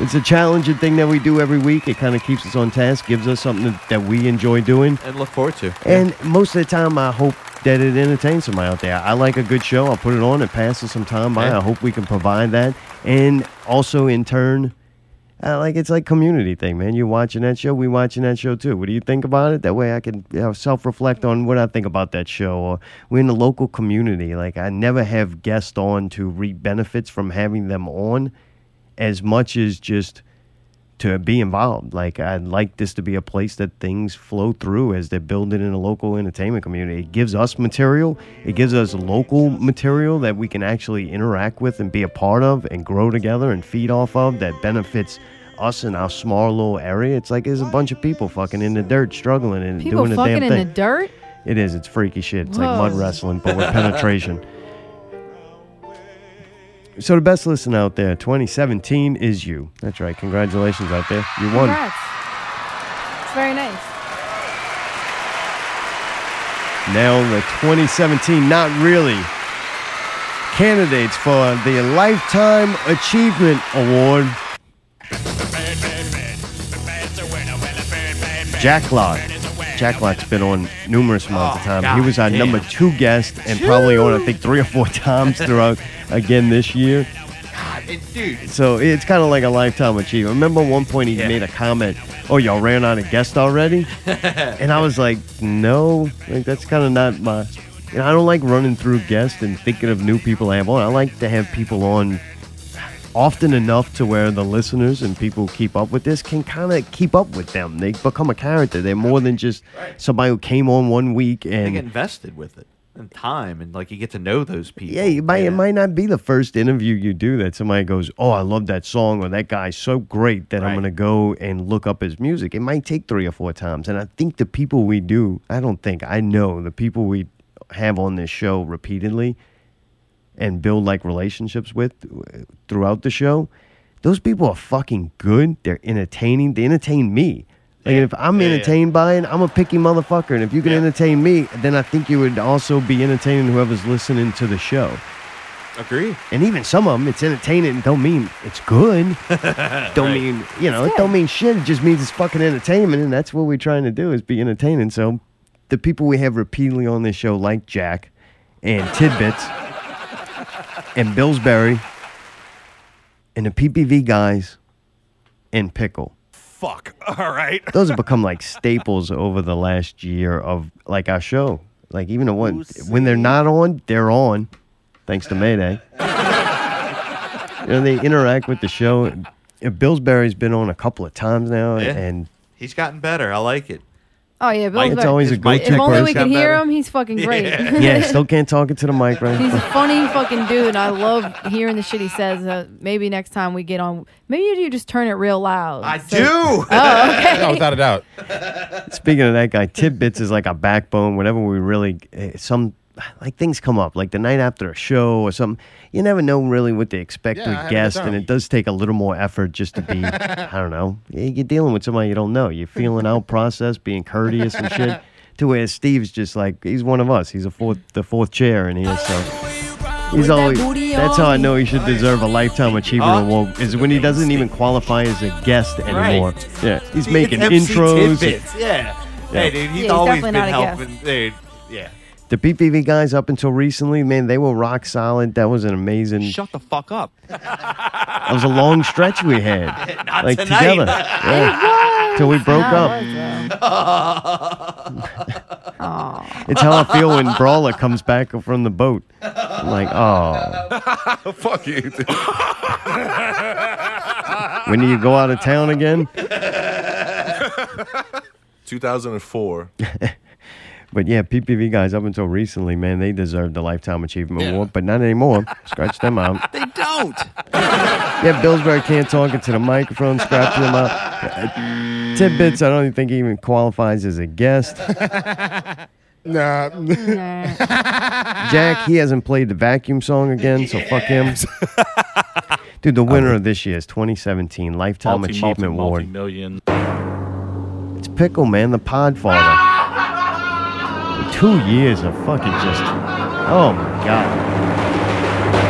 S1: It's a challenging thing that we do every week. It kind of keeps us on task, gives us something that, that we enjoy doing.
S5: and look forward to.
S1: And most of the time, I hope that it entertains somebody out there. I like a good show. I'll put it on. It passes some time by.
S5: Yeah.
S1: I hope we can provide that. And also, in turn, I like it's like community thing, man. You're watching that show. We watching that show too. What do you think about it? That way, I can you know, self reflect on what I think about that show. Or we're in the local community. Like I never have guests on to reap benefits from having them on, as much as just to be involved. Like I'd like this to be a place that things flow through as they're building in a local entertainment community. It gives us material. It gives us local material that we can actually interact with and be a part of and grow together and feed off of that benefits us in our small little area. It's like there's a bunch of people fucking in the dirt struggling and
S2: People
S1: doing the
S2: fucking
S1: damn
S2: in
S1: thing.
S2: the dirt.
S1: It is. It's freaky shit. It's like
S2: Whoa.
S1: mud wrestling, but with penetration. So the best listen out there, 2017 is you. That's right. Congratulations out there. You won.
S2: Congrats. It's very nice.
S1: Now the 2017 Not Really candidates for the Lifetime Achievement Award. Jack Lock. Jack Lock's been on numerous amounts of time. he was our number two guest and probably on I think three or four times throughout again this year.
S5: dude,
S1: So it's kind of like a lifetime achievement. Remember one point he made a comment, "Oh, y'all ran out of guests already," and I was like, "No, like that's kind of not my." You know, I don't like running through guests and thinking of new people I have on. I like to have people on often enough to where the listeners and people who keep up with this can kind of keep up with them. They become a character. They're more than just somebody who came on one week
S5: they
S1: and
S5: get invested with it and time, and like you get to know those people.
S1: Yeah, it might, it might not be the first interview you do that somebody goes, "Oh, I love that song," or "That guy's so great that I'm
S5: Right.
S1: going to go and look up his music." It might take three or four times, and I think the people we do, I don't think I know the people we have on this show repeatedly and build like relationships with uh, throughout the show. Those people are fucking good. They're entertaining. They entertain me. Like if I'm entertained by it, I'm a picky motherfucker. And if you can entertain me, then I think you would also be entertaining whoever's listening to the show.
S5: Agree.
S1: And even some of them, it's entertaining. Don't mean it's good. don't mean you know. It don't mean shit. It just means it's fucking entertainment, and that's what we're trying to do is be entertaining. So, the people we have repeatedly on this show, like Jack, and Tidbits, and Billsbury, and the PPV guys, and Pickle
S7: Fuck. All right.
S1: those have become like staples over the last year of like our show. Like even the one when they're not on, they're on. Thanks to Mayday. you know, they interact with the show. Uh, Billsbury's been on a couple of times now,
S5: Yeah.
S1: and
S5: He's gotten better. I like it.
S2: Oh yeah, Bill's
S5: Mike-
S1: it's
S2: very-
S1: always a
S5: His mic
S1: good
S5: check
S2: If only
S5: works
S2: we
S5: out
S2: could hear
S5: better.
S2: him, he's fucking great.
S1: yeah, still can't talk into the mic,
S2: He's
S1: right?
S2: a funny fucking dude, and I love hearing the shit he says. Uh, maybe next time we get on, maybe you just turn it real loud.
S5: I
S2: So-
S5: do.
S2: Oh, okay.
S13: No, without a doubt.
S1: Speaking of that guy, tidbits is like a backbone. Whenever we really eh, some like things come up, like the night after a show or something, you never know really what they expect
S13: Yeah, I
S1: with
S13: haven't
S1: guests,
S13: done
S1: and
S13: it.
S1: it does take a little more effort just to be. I don't know. eh, You're dealing with somebody you don't know. You're feeling out process, being courteous and shit. To where Steve's just like he's one of us. He's a fourth, the fourth chair in here, so. He's
S2: that
S1: always.
S2: booty
S1: That's how I
S2: on.
S1: know he should deserve a lifetime achievement
S13: Oh.
S1: award. Is when he doesn't even qualify as a guest anymore. Yeah, he's making
S5: It's MC
S1: intros.
S5: tidbits, Yeah. Hey, dude, he's
S2: he's
S5: always
S2: definitely
S5: been
S2: not a
S5: helping. Dude, yeah.
S1: The PPV guys up until recently, man, they were rock solid. That was an amazing.
S4: Shut the fuck up.
S1: That was a long stretch we had, like
S5: tonight.
S1: together, yeah. till we broke
S2: Nah,
S1: up.
S2: it was, uh, aw.
S1: It's how I feel when Brawler comes back from the boat. I'm like, oh,
S13: Fuck you. dude.
S1: when do you go out of town again?
S13: 2004.
S1: But yeah, PPV guys up until recently, man, they deserved the lifetime achievement award, but not anymore. Scratch them out.
S14: They don't.
S1: Yeah, Billsburg can't talk into the microphone. Scratch them out. Uh, Tidbits, I don't even think he even qualifies as a guest.
S15: Nah.
S1: Jack, he hasn't played the vacuum song again, so fuck him. Dude, the winner of this year's 2017
S16: Multi,
S1: Lifetime
S16: multi,
S1: Achievement Award.
S16: multi-million.
S1: It's Pickle Man, the Podfather. Two years of fucking just, oh my god,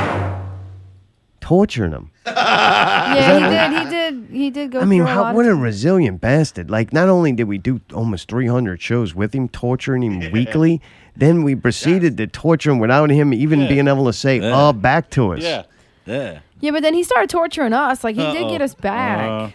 S1: torturing him.
S2: yeah, he did. He did. He did go.
S1: I mean,
S2: through a lot
S1: how,
S2: of
S1: what a resilient bastard! Like, not only did we do almost 300 shows with him, torturing him weekly, then we proceeded to torture him without him even
S16: Yeah.
S1: being able to say
S16: Yeah.
S1: "uh" back to us.
S16: Yeah. Yeah.
S2: Yeah, but then he started torturing us. Like he did get
S16: Uh-oh.
S2: us back.
S1: Uh-huh.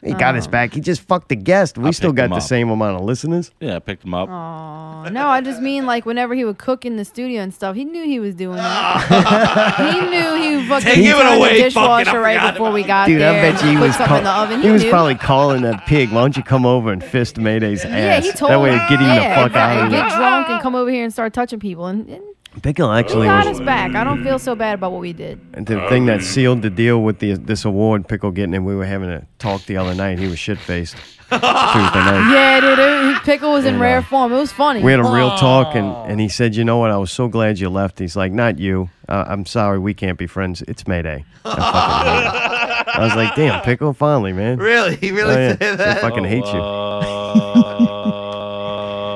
S16: Uh,
S1: He got us back. He just fucked the guest. We still
S16: picked
S1: got
S16: him
S1: the
S16: up.
S1: same amount of listeners.
S16: yeah, I picked him up.
S2: Aw, no, I just mean like whenever he would cook in the studio and stuff, he knew he was doing that. he knew he fucking
S16: Take it
S2: turned
S16: away,
S2: the
S16: fucking, I
S2: dishwasher right
S16: forgot
S2: before we got
S1: Dude,
S2: there.
S1: I bet you he
S2: put
S1: was
S2: something
S1: call-
S2: in the oven.
S1: He, was
S2: knew.
S1: probably calling that pig. Why don't you come over and fist Mayday's
S2: yeah,
S1: ass?
S2: he told
S1: that way, it'd get him
S2: yeah,
S1: the fuck out of
S2: get
S1: here.
S2: drunk and come over here and start touching people. And, and
S1: Pickle
S2: he
S1: actually
S2: got
S1: was
S2: us back. I don't feel so bad about what we did.
S1: the thing that sealed the deal with the this award. Pickle getting it. We were having a talk the other night. He was shit faced. Tuesday night.
S2: Yeah, dude, it, pickle was in
S1: Yeah.
S2: rare form. It was funny.
S1: We had a real talk, and, and he said, "You know what? I was so glad you left." He's like, "Not you. Uh, I'm sorry. We can't be friends. It's Mayday." I, fucking hate it. I was like, "Damn, pickle, finally, man."
S5: Really? He really
S1: Oh, yeah.
S5: said
S1: I
S5: that?
S1: fucking hate you.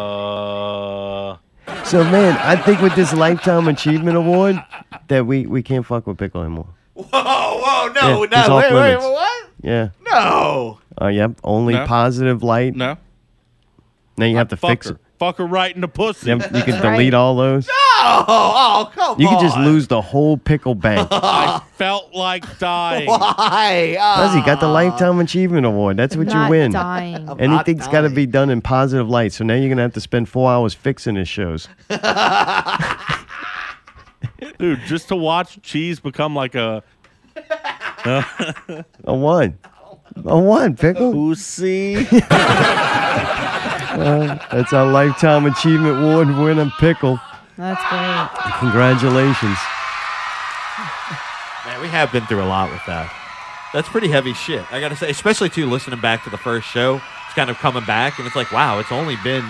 S16: Uh,
S1: So man, I think with this lifetime achievement award, that we we can't fuck with pickle anymore.
S5: Whoa, whoa, no,
S1: Yeah, it's
S5: no,
S1: off
S5: wait, wait,
S1: limits.
S5: what?
S1: Yeah.
S5: No.
S1: Uh, yep. Only
S7: No.
S1: positive light.
S7: no.
S1: Now you have to
S7: Fuck
S1: fix
S7: her.
S1: it.
S7: Fuck her right in the pussy.
S1: Yep, you can
S2: Right.
S1: delete all those.
S5: Oh, oh, come
S1: You
S5: on.
S1: could just lose the whole pickle bank.
S7: I felt like dying.
S5: Why? Ah.
S1: Plus, you got the lifetime achievement award. That's what you
S2: Oh, Not
S1: win.
S2: Dying.
S1: Anything's got to
S5: dying.
S1: be done in positive light. So now you're gonna have to spend four hours fixing his shows.
S7: Dude, just to watch cheese become like a
S1: A one. A one pickle.
S7: pussy.
S1: That's our lifetime achievement award winner pickle.
S2: That's great.
S1: Congratulations.
S5: Man, we have been through a lot with that. That's pretty heavy shit. I gotta say, especially too listening back to the first show. It's kind of coming back, and it's like, wow, it's only been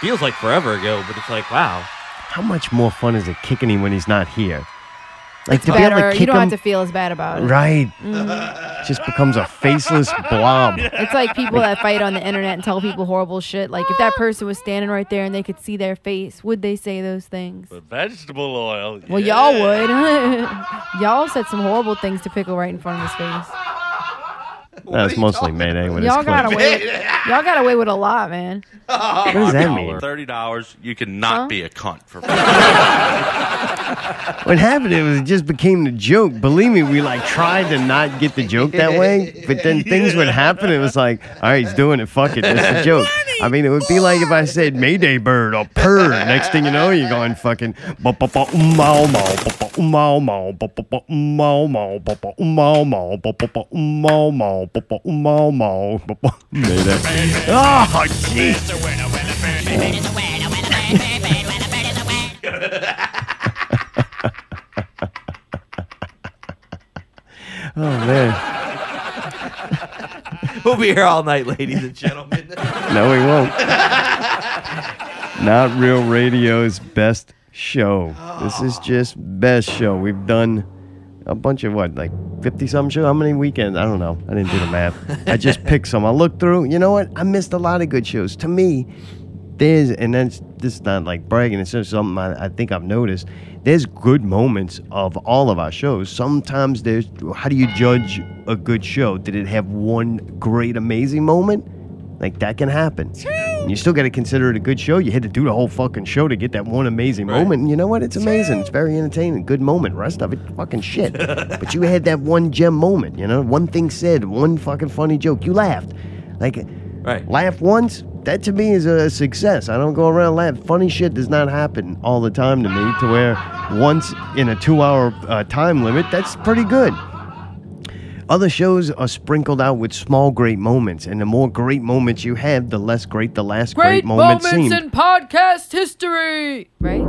S5: feels like forever ago, but it's like, wow.
S1: How much more fun is it kicking him when he's not here? Like to be able
S2: Better.
S1: to kick
S2: You don't
S1: him,
S2: have to Mm. feel as bad about it.
S1: right? Just becomes a faceless blob.
S2: It's like people that fight on the internet and tell people horrible shit. Like if that person was standing right there and they could see their face, would they say those things?
S7: Vegetable oil.
S2: Well, y'all would. y'all said some horrible things to pickle right in front of his face.
S1: That's mostly Mayday with
S2: Y'all
S1: his
S2: got
S1: clip.
S2: away. With, y'all got away with a lot, man.
S1: What does that mean?
S16: Thirty dollars. You cannot
S2: Huh?
S16: be a cunt for.
S1: What happened? It was it just became the joke. Believe me, we like tried to not get the joke that way, but then things would happen. It was like, all right, he's doing it. Fuck it, it's a joke. I mean, it would be like if I said Mayday bird or purr. Next thing you know, you're going fucking ba ba ba um, mau mau ba um, ba mau mau ba ba um, ba mau mau ba ba um, mau mau ba ba um, ba mau mau ba um, ba mau mau ba um, ba Mayday. Oh jeez. Oh man.
S5: We'll be here all night, ladies and gentlemen.
S1: No, we won't. Not Real Radio's best show. This is just best show. We've done a bunch of what, like 50 some shows? How many weekends? I don't know. I didn't do the math. I just picked some. I looked through. You know what? I missed a lot of good shows. To me, there's, and that's this is not like bragging, it's just something I, I think I've noticed. There's good moments of all of our shows. Sometimes there's, how do you judge a good show? Did it have one great, amazing moment? Like that can happen. And you still got to consider it a good show. You had to do the whole fucking show to get that one amazing moment. And you know what? It's amazing. It's very entertaining. Good moment. Rest of it, fucking shit. but you had that one gem moment. You know, one thing said, one fucking funny joke. You laughed. Like,
S5: Right.
S1: laugh once. That to me is a success. I don't go around laugh. Funny shit does not happen all the time to me. To where once in a two-hour uh, time limit, that's pretty good. Other shows are sprinkled out with small great moments, and the more great moments you have, the less great the last great,
S2: Great
S1: moment
S2: moments
S1: seems.
S2: in podcast history. Right?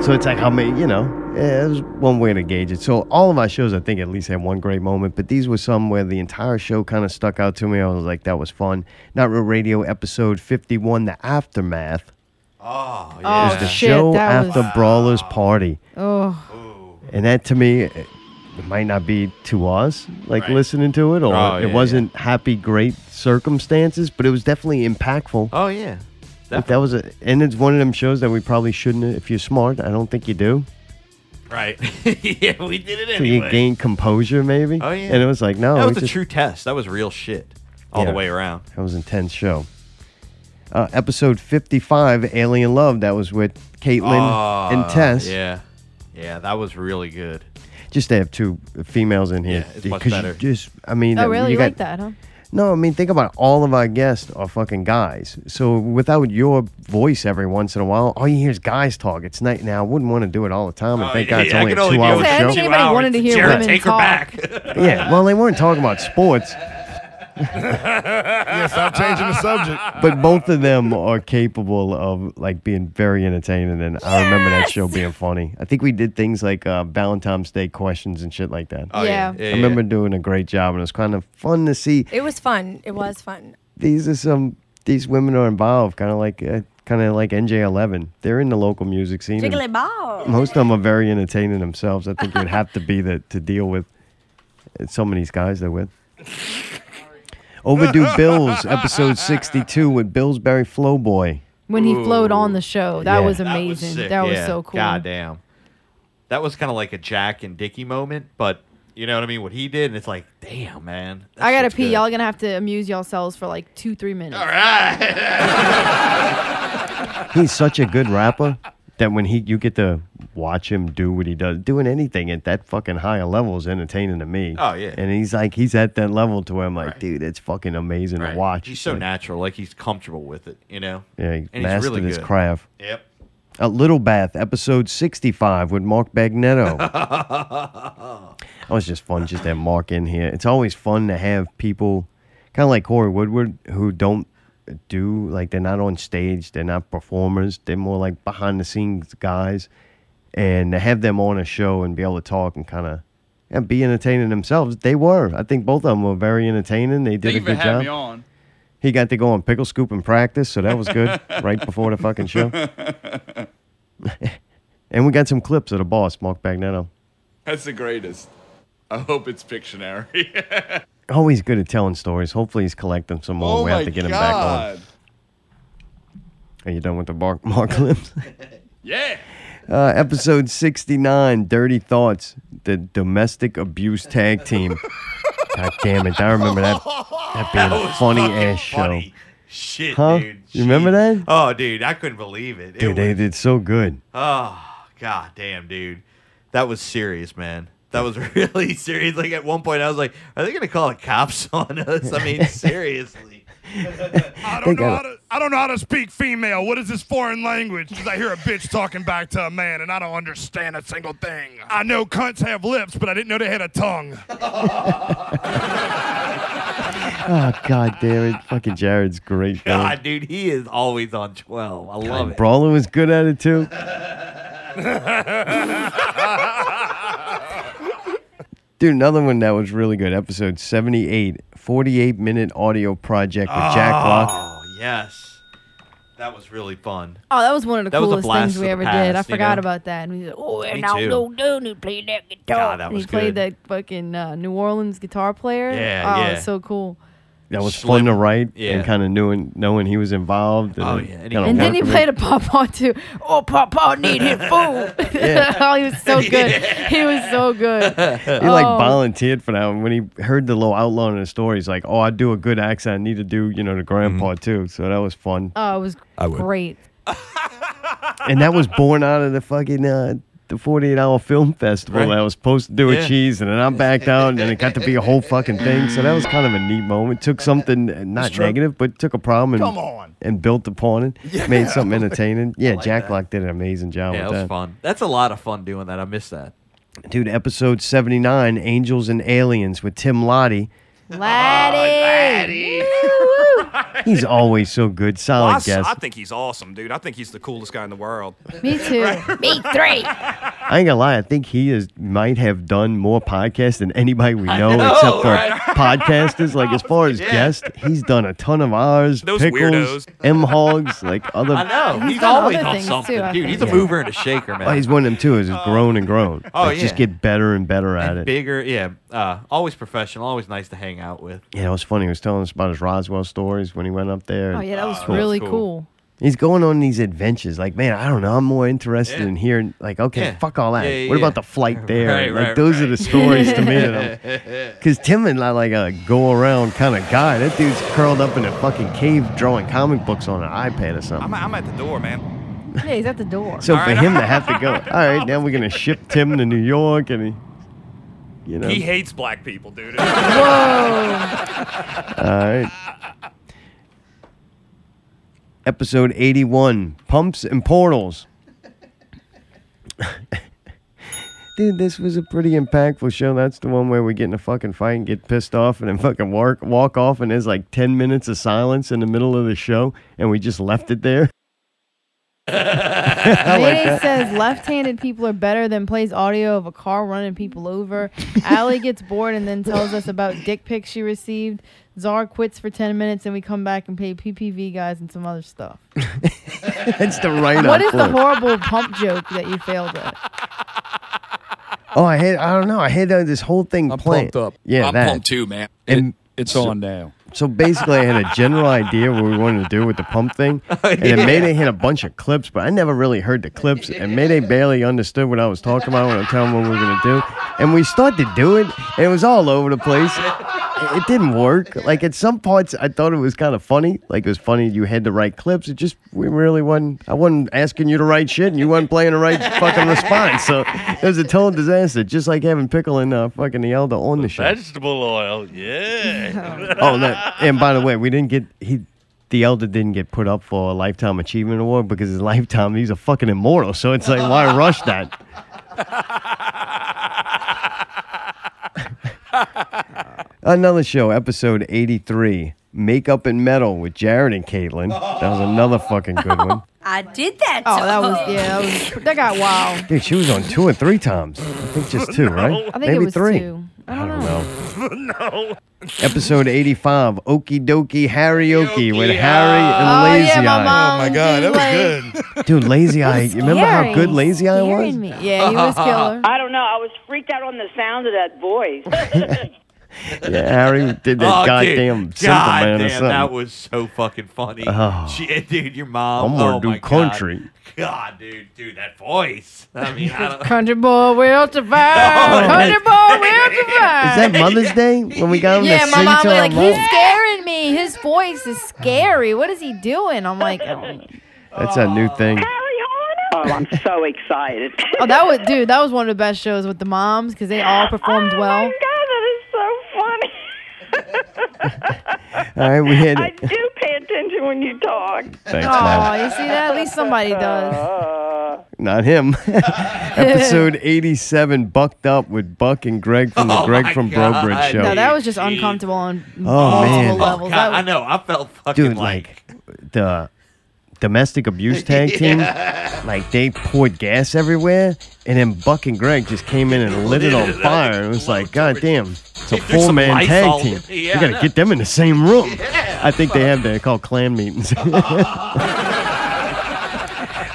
S1: so it's like how many, you know, yeah, there's one way to gauge it. So all of our shows, I think, at least had one great moment, but these were some where the entire show kind of stuck out to me. I was like, that was fun. Not Real Radio episode 51, The Aftermath.
S2: Oh,
S1: is the show after Brawler's Party.
S2: Oh.
S1: And that to me, it it might not be to us, like listening to it, or
S5: Oh,
S1: it
S5: yeah,
S1: wasn't happy, great circumstances, but it was definitely impactful.
S5: Oh yeah.
S1: But that was a, and it's one of them shows that we probably shouldn't. If you're smart, I don't think you do.
S5: Right. yeah, we did it
S1: So you gain composure, maybe.
S5: Oh, yeah.
S1: And it was like, no,
S5: that
S1: we
S5: was a
S1: just-
S5: true test. That was real shit, all
S1: Yeah.
S5: the way around.
S1: That was an intense show. Uh, episode 55, Alien Love. That was with Caitlin and
S5: Ah,
S1: Tess.
S5: Yeah, yeah, that was really good.
S1: Just to have two females in here.
S5: Yeah, it's much
S1: 'cause you
S5: better.
S1: Just, I mean,
S2: oh, really?
S1: you
S2: You
S1: got
S2: like that, huh?
S1: No, I mean, think about it. all of our guests are fucking guys. So without your voice every once in a while, all you hear is guys talk. It's night now. I wouldn't want to do it all the time. And
S5: Oh,
S1: thank
S5: yeah,
S1: God it's
S5: yeah, I
S1: only a
S5: can only
S1: two
S5: deal
S1: hour
S5: with
S2: I
S1: show.
S2: don't think anybody wanted to hear
S5: Jared,
S2: women
S5: take her
S2: talk.
S1: yeah, well, they weren't talking about sports,
S15: yeah, stop changing the subject.
S1: but both of them are capable of like being very entertaining. And I remember that show being funny. I think we did things like uh, Valentine's Day questions and shit like that.
S14: Oh, yeah. Yeah. Yeah,
S1: I
S14: yeah,
S1: remember doing a great job, and it was kind of fun to see
S14: It was fun. It was fun.
S1: these are some these women are involved kind of like uh, kind of like nj11 they're in the local music scene and
S14: Jiggly ball.
S1: most of them are very entertaining themselves i think you'd have to be the, to deal with some of these guys they're with overdue bills episode 62 with billsbury flowboy
S2: When he flowed on the show. That
S1: Yeah.
S2: was
S1: That
S5: was
S2: amazing. That was,
S5: sick, yeah.
S2: so cool.
S5: God damn. That was kind of like a Jack and Dickie moment, but you know what I mean? What he did, and it's like, damn, man. that
S2: I gotta
S5: shit's
S2: pee.
S5: good.
S2: Y'all gonna have to amuse yourselves for like two, three minutes. All
S5: Ah.
S1: he's such a good rapper that when he you get to watch him do what he does doing anything at that fucking higher level is entertaining to me
S5: Oh, yeah.
S1: and he's like he's at that level to where i'm like dude it's fucking amazing to watch
S5: He's so
S1: Like,
S5: natural. Like, he's comfortable with it, you know?
S1: Yeah, he
S5: And he's
S1: mastered
S5: really
S1: his
S5: good.
S1: craft.
S5: Yep.
S1: A Little Bath, episode 65 with Mark Bagnetto. that was just fun just to have Mark in here. It's always fun to have people, kind of like Corey Woodward, who don't do, like, they're not on stage, they're not performers, they're more like behind the scenes guys. And to have them on a show and be able to talk and kind of and be entertaining themselves, they were. I think both of them were very entertaining. They did
S17: They
S1: a
S17: even
S1: good
S17: had
S1: job.
S17: me on.
S1: He got to go on pickle scoop and practice, so that was good right before the fucking show. and we got some clips of the boss, Mark Bagnetto.
S17: That's the greatest. I hope it's Pictionary.
S1: Always good at telling stories. Hopefully, he's collecting some more.
S17: oh
S1: we
S17: my
S1: have to get
S17: God.
S1: him back on. Are you done with the Mark, Mark clips?
S17: Yeah.
S1: Uh, episode 69 Dirty Thoughts, the domestic abuse tag team. God damn it. I remember that, that being
S5: That
S1: a
S5: was
S1: funny
S5: fucking
S1: ass
S5: funny.
S1: show.
S5: Shit,
S1: Huh?
S5: dude.
S1: You remember that?
S5: Oh, dude, I couldn't believe it. It
S1: Dude, they did so good.
S5: Oh, god damn, dude. That was serious, man. That was really serious. Like at one point I was like, are they gonna call the cops on us? I mean, seriously.
S1: I
S18: don't know how to. I don't know how to speak female. What is this foreign language? Because I hear a bitch talking back to a man, and I don't understand a single thing. I know cunts have lips, but I didn't know they had a tongue.
S1: Oh, God damn it. Fucking Jared's great. man.
S5: God, dude, he is always on twelve. I love it.
S1: Brawler was good at it too. Dude, another one that was really good. Episode 78, 48 minute audio project with Jack Locke.
S5: Oh yes. That was really fun.
S2: Oh, that was one of the
S5: That was a
S2: coolest
S5: blast
S2: things we
S5: of
S2: ever
S5: the
S2: did. I
S5: past, you
S2: forgot
S5: know?
S2: about that. And we said, oh,
S5: Me
S2: and now
S5: too.
S2: no dude, he played that guitar.
S5: God, that
S2: And
S5: was
S2: he played
S5: good.
S2: that fucking uh, New Orleans guitar player.
S5: Yeah,
S2: oh,
S5: yeah.
S2: it's so cool.
S1: That was fun to write
S5: yeah.
S1: and kind of knowing, knowing he was involved. And
S5: Oh, yeah, and he-
S1: kinda
S2: And then he
S1: worked with
S2: played
S1: it.
S2: a pawpaw too. Oh, pawpaw need his food. oh, he was so good. He was so good.
S1: He like
S2: Oh.
S1: volunteered for that. And when he heard the little outline of the story, he's like, "Oh, I do a good accent. I need to do, you know, the grandpa
S5: Mm-hmm.
S1: too." So that was fun.
S2: Oh, it was
S1: I would.
S2: great.
S1: and that was born out of the fucking uh, the 48 hour film festival
S5: Right.
S1: that I was supposed to do
S5: Yeah.
S1: a cheese and then I backed out and then it got to be a whole fucking thing. So that was kind of a neat moment. Took something uh, not
S5: true.
S1: negative, but took a problem and,
S5: Come on.
S1: and built upon it. Made something entertaining. Yeah, Jack Lock did an amazing job
S5: Yeah, that
S1: with
S5: was
S1: that.
S5: fun. That's a lot of fun doing that. I miss that.
S1: Dude, episode 79 Angels and Aliens with Tim Lottie.
S5: Oh,
S2: Laddie.
S1: He's always so good.
S19: Well, I,
S1: Solid
S19: s-
S1: guest.
S19: I think he's awesome, dude. I think he's the coolest guy in the world.
S2: Me too.
S19: Me three.
S1: I ain't gonna lie. I think he is might have done more podcasts than anybody we know,
S19: know,
S1: except for
S19: right?
S1: podcasters. Like as far as
S19: Yeah.
S1: guests, he's done a ton of ours.
S19: Those
S1: pickles,
S19: weirdos.
S1: M hogs, like other.
S4: I know. He's,
S2: He's done
S4: always
S2: other
S4: on
S2: things,
S4: something,
S2: too, I
S4: dude.
S2: think.
S4: He's a
S1: Yeah.
S4: mover and a shaker, man.
S1: Oh, he's one of them too. Is just grown and grown.
S4: Oh,
S1: Like, Just
S4: yeah.
S1: get better and better at it.
S4: bigger, yeah. Uh, always professional. Always nice to hang out with.
S1: Yeah, it was funny. He was telling us about his Roswell stories when he went up there.
S2: Oh, yeah, that was
S1: Cool.
S2: really
S4: cool.
S2: cool.
S1: He's going on these adventures. Like, man, I don't know. I'm more interested in hearing, like, okay,
S4: Yeah.
S1: fuck all that.
S4: Yeah, yeah,
S1: what
S4: yeah.
S1: about the flight there?
S4: Right,
S1: like,
S4: right,
S1: those are the
S4: right.
S1: stories to me. Because Tim and I, like, a go around kind of guy. That dude's curled up in a fucking cave drawing comic books on an iPad or something.
S19: I'm, I'm at the door, man.
S2: Yeah, he's at the door.
S1: so for him to have to go, all right, now we're going to ship Tim to New York and he, you know.
S19: He hates black people, dude.
S2: Whoa.
S1: All right. Episode 81 Pumps and Portals. Dude, this was a pretty impactful show. That's the one where we get in a fucking fight and get pissed off and then fucking walk, walk off, and there's like 10 minutes of silence in the middle of the show, and we just left it there. I like
S2: Mayday
S1: that.
S2: says left-handed people are better than plays audio of a car running people over. Allie gets bored and then tells us about dick pics she received. Czar quits for 10 minutes and we come back and play PPV guys and some other stuff.
S1: That's the right
S2: what
S1: up
S2: is the
S1: for it.
S2: horrible pump joke that you failed at?
S1: Oh, I had I don't know. I had uh, this whole thing I'm planned.
S20: pumped up.
S1: Yeah,
S20: I'm
S1: that.
S20: pumped too, man.
S1: And
S20: It's
S1: so-
S20: on now.
S1: So basically, I had a general idea what we wanted to do with the pump thing, and
S20: yeah.
S1: then Mayday had a bunch of clips, but I never really heard the clips, and Mayday barely understood what I was talking about when I told him what we were gonna do, and we started to do it, and it was all over the place. It- It didn't work. Like at some parts, I thought it was kind of funny. Like it was funny you had the right clips. It just we really wasn't. I wasn't asking you the right shit, and you wasn't playing the right fucking response. So it was a total disaster. Just like having pickle and uh, fucking the elder on the show.
S16: Vegetable oil, yeah.
S1: Oh, that, and by the way, we didn't get he, the elder didn't get put up for a lifetime achievement award because his lifetime he's a fucking immortal. So it's like, why rush that? Another show, episode eighty-three, makeup and metal with Jared and Caitlin. That was another fucking good one.
S14: I did that.
S2: Oh,
S14: to
S2: that was
S14: her.
S2: yeah, that, was, that got wild.
S1: Dude, she was on two or three times. I think just two, right?
S2: I think
S1: Maybe
S2: it was
S1: three.
S2: two.
S1: I don't, know. no. Episode 85, Okie Dokie Harryoke with Harry and
S2: Oh,
S1: Lazy
S2: yeah, my
S1: Eye.
S2: mom, Oh, my God, that was she,
S1: good. Dude, Lazy Eye, you remember how
S21: scary.
S1: good Lazy Eye was?
S2: Yeah, he was killer.
S21: I don't know. I was freaked out on the sound of that voice.
S1: Yeah, Harry did that
S4: Oh,
S1: goddamn
S4: dude.
S1: Simple Man or
S4: Goddamn,
S1: something.
S4: that was so fucking funny.
S1: Oh.
S4: She- eh, dude, your mom.
S1: I'm gonna
S4: oh
S1: do
S4: my
S1: country.
S4: God. God, dude, dude, that voice. I mean, I don't.
S2: Country boy will survive. Country boy will survive.
S1: Oh, Is that Mother's Day when we got him
S2: Yeah,
S1: to
S2: my
S1: sing
S2: mom
S1: to
S2: was
S1: our
S2: like,
S1: mom?
S2: he's scaring me. His voice is scary. What is he doing? I'm like, oh,
S1: That's a new thing.
S21: Oh, I'm so excited.
S2: Oh, that was, dude, that was one of the best shows with the moms because they all performed well.
S1: All right, we had
S21: I do pay attention when you talk.
S1: Thanks,
S2: Oh,
S1: Mom.
S2: you see that? At least somebody does.
S1: Not him. Episode 87, Bucked Up with Buck and Greg from the
S4: Oh
S1: Greg
S4: my
S1: from
S4: God,
S1: Brobridge show.
S2: No, that was just uncomfortable on
S1: Oh,
S2: multiple
S1: man.
S5: Oh,
S2: levels.
S4: God, I know. I felt fucking
S1: Dude, like, the domestic abuse tag team, like they poured gas everywhere, and then Buck and Greg just came in and lit it on fire. It was like, God damn, it's a
S4: They threw some
S1: four man tag
S4: Lysol.
S1: team.
S4: Yeah,
S1: you
S4: I
S1: gotta
S4: know.
S1: get them in the same room. I think they have they call clan meetings.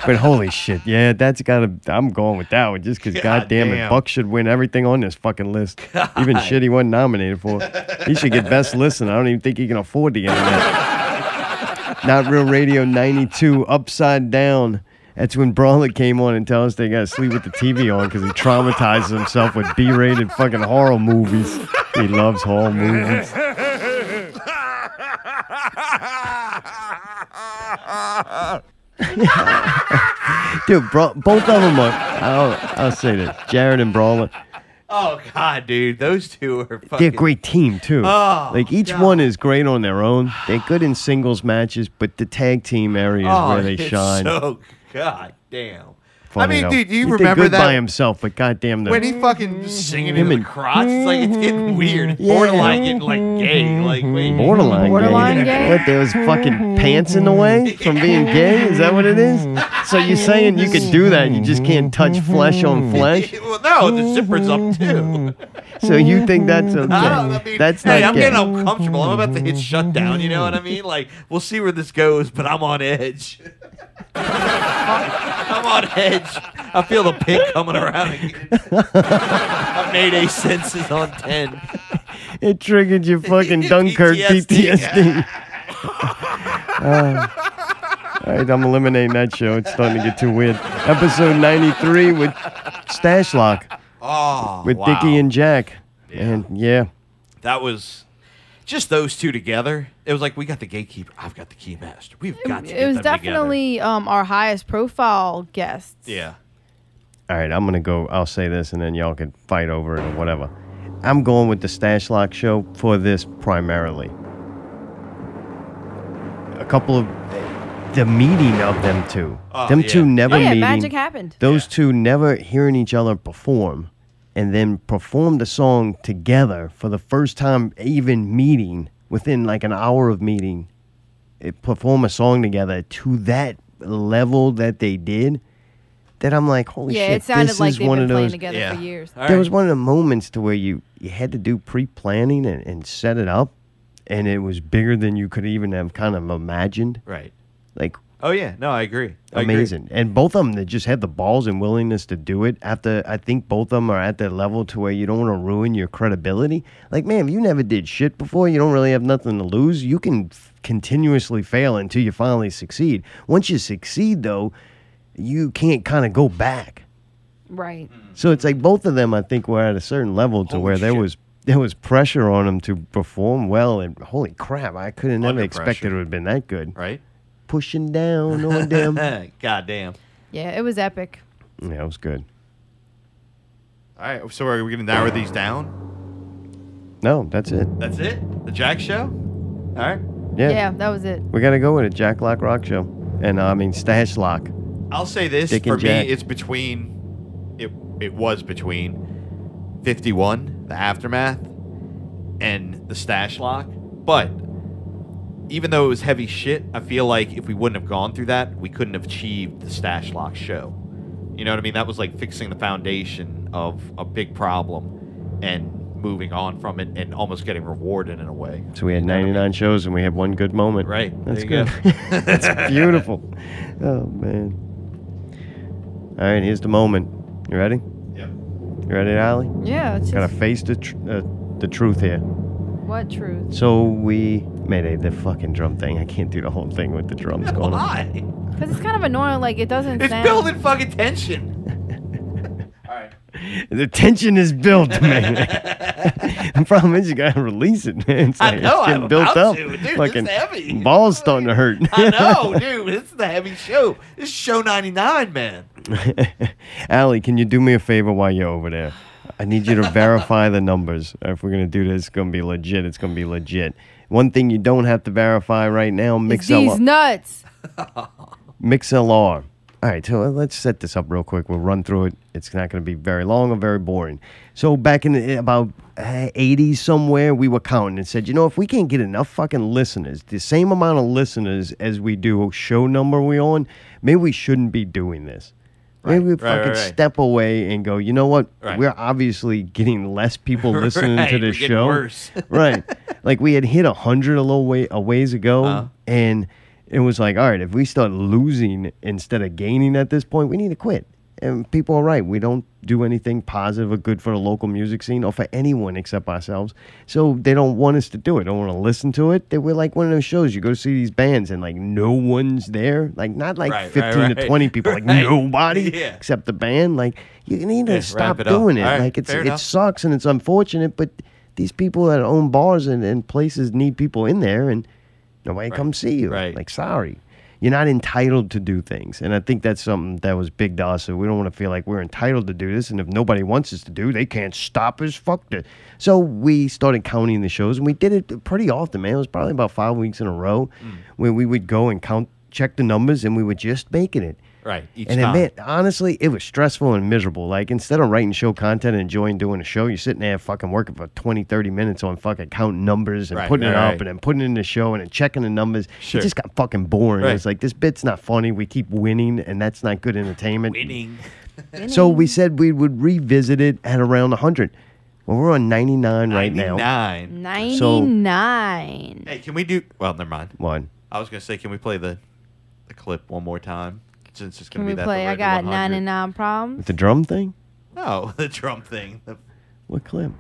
S1: But holy shit, yeah, that's gotta. I'm going with that one just because, goddamn it,
S4: damn.
S1: Buck should win everything on this fucking list. Even shit he wasn't nominated for. He should get best listen. I don't even think he can afford the internet. Not Real Radio 92, Upside Down. That's when Brawler came on and tell us they gotta sleep with the TV on because he traumatizes himself with B rated fucking horror movies. He loves horror movies. Dude, bro, both of them are. I'll, I'll say this. Jared and Brawler,
S4: Oh God, dude, those two are fucking.
S1: they're a great team, too.
S4: Oh,
S1: like, each one is great on their own. They're good in singles matches, but the tag team area is
S4: Oh,
S1: where they
S4: it's
S1: shine.
S4: So goddamn.
S1: funny.
S5: I mean,
S1: though.
S5: dude, you
S1: He did
S5: remember
S1: good
S5: that-
S1: by himself, but goddamn, the
S5: when he fucking singing in
S1: Him
S5: the
S1: and-
S5: crotch, it's like it's getting weird. It's borderline getting like gay. Like wait,
S1: Mm-hmm. borderline,
S5: Borderline gay?
S1: What there was fucking pants in the way from being gay? Is that what it is? So you're saying you could do that? You just can't touch flesh on flesh.
S5: well, no, the zipper's up too.
S1: So you think that's okay?
S5: I don't, I mean,
S1: that's not
S5: Oh, hey, I'm
S1: gay. Mm-hmm.
S5: getting uncomfortable. I'm about to hit shutdown. You know what I mean? Like, we'll see where this goes, but I'm on edge. I'm on edge. I feel the pig coming around again. I made eight senses on ten.
S1: It triggered your fucking Dunkirk
S5: PTSD.
S1: PTSD. Uh, all right, I'm eliminating that show. It's starting to get too weird. Episode 93 with Stash Lock.
S5: Oh,
S1: with
S5: wow.
S1: Dickie and Jack. And yeah,
S5: That was just those two together. It was like we got the gatekeeper. I've got the keymaster. We've got to get
S2: It was
S5: them
S2: definitely um, our highest profile guest.
S5: Together.
S1: all right, I'm going to go. I'll say this and then y'all can fight over it or whatever. I'm going with the Stash Lock show for this primarily. A couple of the meeting of them two.
S2: Oh,
S1: them
S2: yeah.
S1: two never
S2: Oh, yeah,
S1: meeting.
S2: magic happened.
S1: Those two never hearing each other perform and then perform the song together for the first time even meeting within like an hour of meeting. It perform a song together to that level that they did that I'm like, holy
S2: yeah,
S1: shit.
S2: it sounded
S1: this
S2: like
S1: is
S2: they've been
S1: one
S2: playing
S1: of those
S2: together for years.
S1: there was one of the moments to where you, you had to do pre-planning and, and set it up and it was bigger than you could even have kind of imagined
S5: right
S1: like
S5: Oh yeah, no, I agree. I agree.
S1: amazing and both of them they just had the balls and willingness to do it after i think both of them are at that level to where you don't want to ruin your credibility like man if you never did shit before you don't really have nothing to lose you can f- continuously fail until you finally succeed once you succeed though you can't kind of go back
S2: Right.
S1: so it's like both of them, I think, were at a certain level to where there was there was pressure on them to perform well. And holy crap, I could have never
S5: Under
S1: expected it
S5: pressure.
S1: would have been that good.
S5: Right? Uh,
S1: Pushing down on them. yeah,
S5: God damn.
S2: Yeah, it was epic.
S1: it was good.
S5: All right, so are we going to narrow these down?
S1: No, that's it.
S5: That's it? The Jack Show? All right.
S1: Yeah.
S2: that was it.
S1: We gotta go with it. Jack Lock Rock Show, and uh, I mean Stash Lock.
S5: I'll say this
S1: Dick
S5: for
S1: and Jack.
S5: me, it's between it it was between 51, the aftermath, and the stash lock. But even though it was heavy shit, I feel like if we wouldn't have gone through that, we couldn't have achieved the stash lock show. You know what I mean? That was like fixing the foundation of a big problem and moving on from it and almost getting rewarded in a way.
S1: So we had 99 shows, and we had one good moment.
S5: Right.
S1: That's
S5: There you
S1: good. that's beautiful. Oh man. All right, here's the moment. You ready?
S5: Yep.
S1: You ready, Allie?
S2: Yeah, it's
S1: Gotta
S2: just
S1: face the tr- uh, the truth here.
S2: what truth.
S1: So we made a the fucking drum thing. I can't do the whole thing with the drums going on.
S5: Why?
S2: Because it's kind of annoying. Like it doesn't.
S5: It's
S2: sound...
S5: building fucking tension.
S1: The tension is built, man. the problem is you gotta release it, man. It's
S5: I
S1: like
S5: know,
S1: it's getting
S5: I'm
S1: built
S5: about
S1: up.
S5: to. Dude, this
S1: fucking
S5: heavy.
S1: balls starting to hurt.
S5: I know, dude. This is the heavy show. This is show 99, man.
S1: Allie, can you do me a favor while you're over there? I need you to verify the numbers. If we're gonna do this, it's gonna be legit. It's gonna be legit. One thing you don't have to verify right now, mix
S2: It's these
S1: up.
S2: nuts.
S1: MixLR. All right, so let's set this up real quick. We'll run through it. It's not going to be very long or very boring. So back in the, about uh, 80 somewhere, we were counting and said, you know, if we can't get enough fucking listeners, the same amount of listeners as we do show number we on, maybe we shouldn't be doing this. Maybe we
S5: right,
S1: fucking
S5: right, right.
S1: step away and go, you know what?
S5: Right.
S1: We're obviously getting less people listening
S5: Right,
S1: to
S5: we're
S1: this
S5: getting
S1: show.
S5: worse.
S1: right. Like we had hit a hundred a little way a ways ago,
S5: Uh-huh.
S1: and it was like, all right, if we start losing instead of gaining at this point, we need to quit. And people are right. We don't do anything positive or good for the local music scene or for anyone except ourselves. So they don't want us to do it. Don't want to listen to it. They we're like one of those shows. You go see these bands and like no one's there. Like not like
S5: Right, right,
S1: fifteen to
S5: right.
S1: twenty people. Like
S5: Right.
S1: nobody
S5: Yeah.
S1: except the band. Like you need to
S5: Yeah,
S1: stop
S5: wrap it up.
S1: doing it.
S5: All right,
S1: Like it's
S5: fair
S1: it
S5: enough.
S1: sucks and it's unfortunate, but these people that own bars and, and places need people in there and nobody come see you. Right. Like sorry. You're not entitled to do things. And I think that's something that was big to us. So we don't want to feel like we're entitled to do this. And if nobody wants us to do, they can't stop us. Fuck it. So we started counting the shows and we did it pretty often, man. It was
S5: Mm.
S1: probably about five weeks in a row where we would go and count check the numbers and we were just making it.
S5: Right. Each
S1: and
S5: time.
S1: admit, honestly, it was stressful and miserable. Like, instead of writing show content and enjoying doing a show, you're sitting there fucking working for 20, 30 minutes on fucking counting numbers and
S5: Right,
S1: putting it
S5: right.
S1: up and then putting it in the show and then checking the numbers.
S5: Sure.
S1: It just got fucking boring.
S5: Right.
S1: It's like, this bit's not funny. We keep winning, and that's not good entertainment.
S5: Winning.
S1: So we said we would revisit it at around 100. Well, we're on 99 right now.
S5: 99.
S1: So-
S2: 99.
S5: Mm. Hey, can we do? Well, never mind.
S1: One.
S5: I was gonna say, can we play the the clip one more time? Since it's
S2: Can
S5: gonna be
S2: we
S5: that.
S2: play? I got 99 problems.
S1: With the drum thing?
S5: No, Oh, the Trump thing. The-
S1: What clip?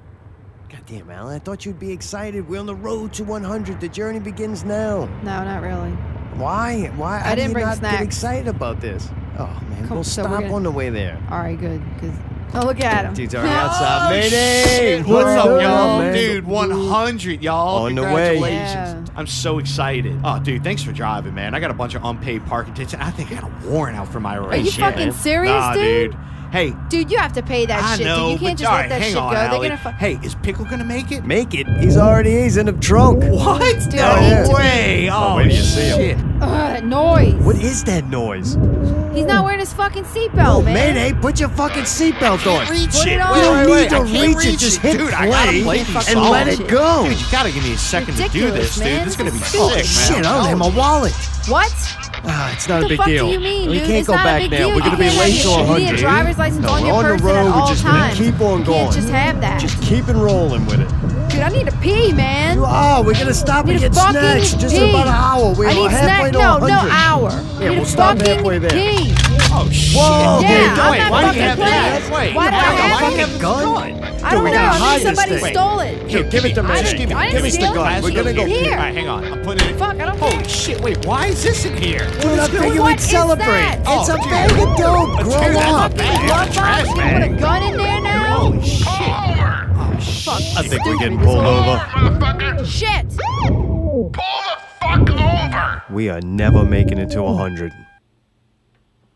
S22: Damn, Alan, I thought you'd be excited. We're on the road to 100. The journey begins now.
S2: No, not really.
S22: Why? Why?
S2: I
S22: how do
S2: didn't
S22: you
S2: bring
S22: not
S2: snacks.
S22: Get excited about this. Oh man,
S2: Come-
S22: we'll
S2: so
S22: stop
S2: we're gonna-
S22: on the way there.
S2: All right, good. Cause oh, look at him.
S22: Dude's already outside. Mayday!
S5: Oh, Shit, What's up,
S22: Whoa,
S5: y'all?
S22: man.
S5: Dude, 100, y'all.
S22: On the
S2: Oh,
S22: way.
S5: Congratulations. I'm so excited. Oh, dude, thanks for driving, man. I got a bunch of unpaid parking tickets. and I think I got a warrant out for my
S2: you
S5: arrest.
S2: fucking serious,
S5: nah,
S2: dude?
S5: Hey,
S2: Dude, you have to pay that
S5: I
S2: shit.
S5: know,
S2: dude. You can't
S5: but
S2: just
S5: all
S2: let
S5: right,
S2: that
S5: hang
S2: shit
S5: on,
S2: go.
S5: Allie.
S2: They're gonna fuck.
S5: Hey, is Pickle gonna make it?
S22: Make it. He's already he's in the trunk.
S5: What?
S2: Dude, I need to
S5: No
S2: be-
S5: way.
S22: Oh,
S5: Oh,
S22: wait till you see
S5: shit.
S22: him.
S2: Ugh, that noise.
S22: What is that noise?
S2: He's not wearing his fucking
S5: Oh,
S2: seatbelt, man.
S22: Mayday, put your fucking seatbelt on.
S2: reach
S22: Put
S2: it.
S22: on.
S2: Wait,
S22: You
S2: wait,
S22: don't
S2: wait,
S22: need to
S2: I can't
S22: reach it.
S2: reach
S22: Just
S2: it.
S22: hit
S5: Dude, I gotta
S22: play
S5: play these
S22: and let
S5: songs.
S22: it go.
S5: Dude, you gotta give me a second to do
S2: Ridiculous,
S5: this, dude.
S2: man.
S5: This is gonna be
S2: This
S5: sick,
S2: is
S22: Oh,
S5: man.
S22: shit, I don't have my wallet.
S2: What?
S22: Ah, it's not
S2: What
S22: a
S2: the
S22: big
S2: fuck
S22: deal.
S2: do you mean,
S22: we
S2: dude?
S22: can't
S2: It's
S22: go
S2: not a
S22: back
S2: big
S22: now.
S2: deal.
S22: We're
S2: You
S22: gonna be
S2: can't
S22: late
S2: have
S22: to
S2: your-
S22: 100.
S2: you need a driver's license
S22: no,
S2: on
S22: we're
S2: your
S22: on the
S2: person at
S22: road.
S2: all
S22: we just
S2: times.
S22: keep on
S2: You
S22: going.
S2: can't just have that.
S22: Just keep it rolling with it.
S2: Dude, I need to pee, man.
S22: You are. Ah, We're gonna stop and
S2: Need to
S22: get
S2: fucking
S22: snacks. Just
S2: pee.
S22: in about an hour. We
S2: I
S22: are
S2: need
S22: halfway
S2: snack.
S22: to
S2: No,
S22: 100.
S2: no hour.
S22: Yeah,
S2: need
S22: we'll
S2: to
S22: stop
S2: fucking
S22: halfway there.
S2: Pee.
S5: Oh shit!
S22: Whoa,
S2: Yeah,
S22: dude,
S2: I'm
S22: wait,
S2: not
S22: why do
S2: fucking
S22: you have
S2: glad.
S22: that?
S2: Why
S22: Wait,
S2: do I have it?
S22: have a gun?
S2: I don't
S22: we
S2: know.
S22: gotta
S2: I
S22: hide
S2: think
S22: this
S2: somebody
S22: thing.
S2: stole it.
S22: Here, give it to me.
S2: I
S22: Just
S2: didn't-
S22: give
S2: I
S22: it.
S2: didn't
S22: Give us the
S2: steal it.
S22: gun. We're
S2: Plastic
S22: gonna go.
S2: here.
S5: All right, hang on. I'm putting it.
S2: Fuck, I don't
S5: Holy
S2: care.
S5: shit! Wait, why is this in here?
S22: Dude, I figured
S2: What
S22: we'd
S2: is
S22: celebrate.
S2: that?
S22: It's a
S2: Oh, dude.
S22: bag of dope.
S2: Dude,
S22: Grow
S2: that's
S22: up.
S2: a bag of Love trash box? You put a bag. gun in there now?
S5: Holy shit! Oh,
S2: Fuck.
S5: shit. I think
S1: we're getting
S2: Stupid.
S1: pulled over.
S2: Shit.
S1: We are never making it to 100.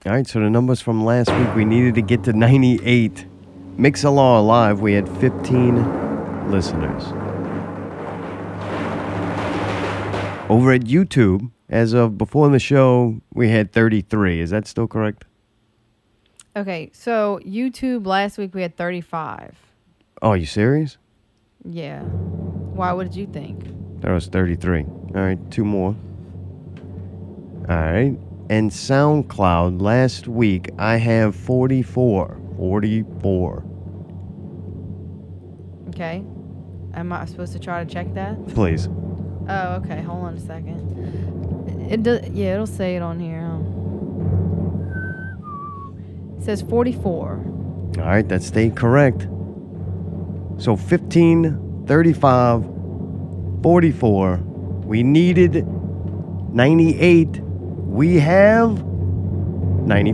S1: All right, so the numbers from last week, we needed to get to 98. Mixalar Live, we had 15 listeners. Over at YouTube, as of before the show, we had 33. Is that still correct?
S2: Okay, so YouTube last week we had 35.
S1: Oh, are you serious?
S2: Yeah. Why? What did you think?
S1: That was 33. All right, two more. All right. And SoundCloud last week, I have 44. 44.
S2: Okay. Am I supposed to try to check that?
S1: Please.
S2: Oh, okay. Hold on a second. It does. Yeah, it'll say it on here. um. It says 44.
S1: All right, that stayed correct. So 15, 35, 44. We needed 98. We have 94.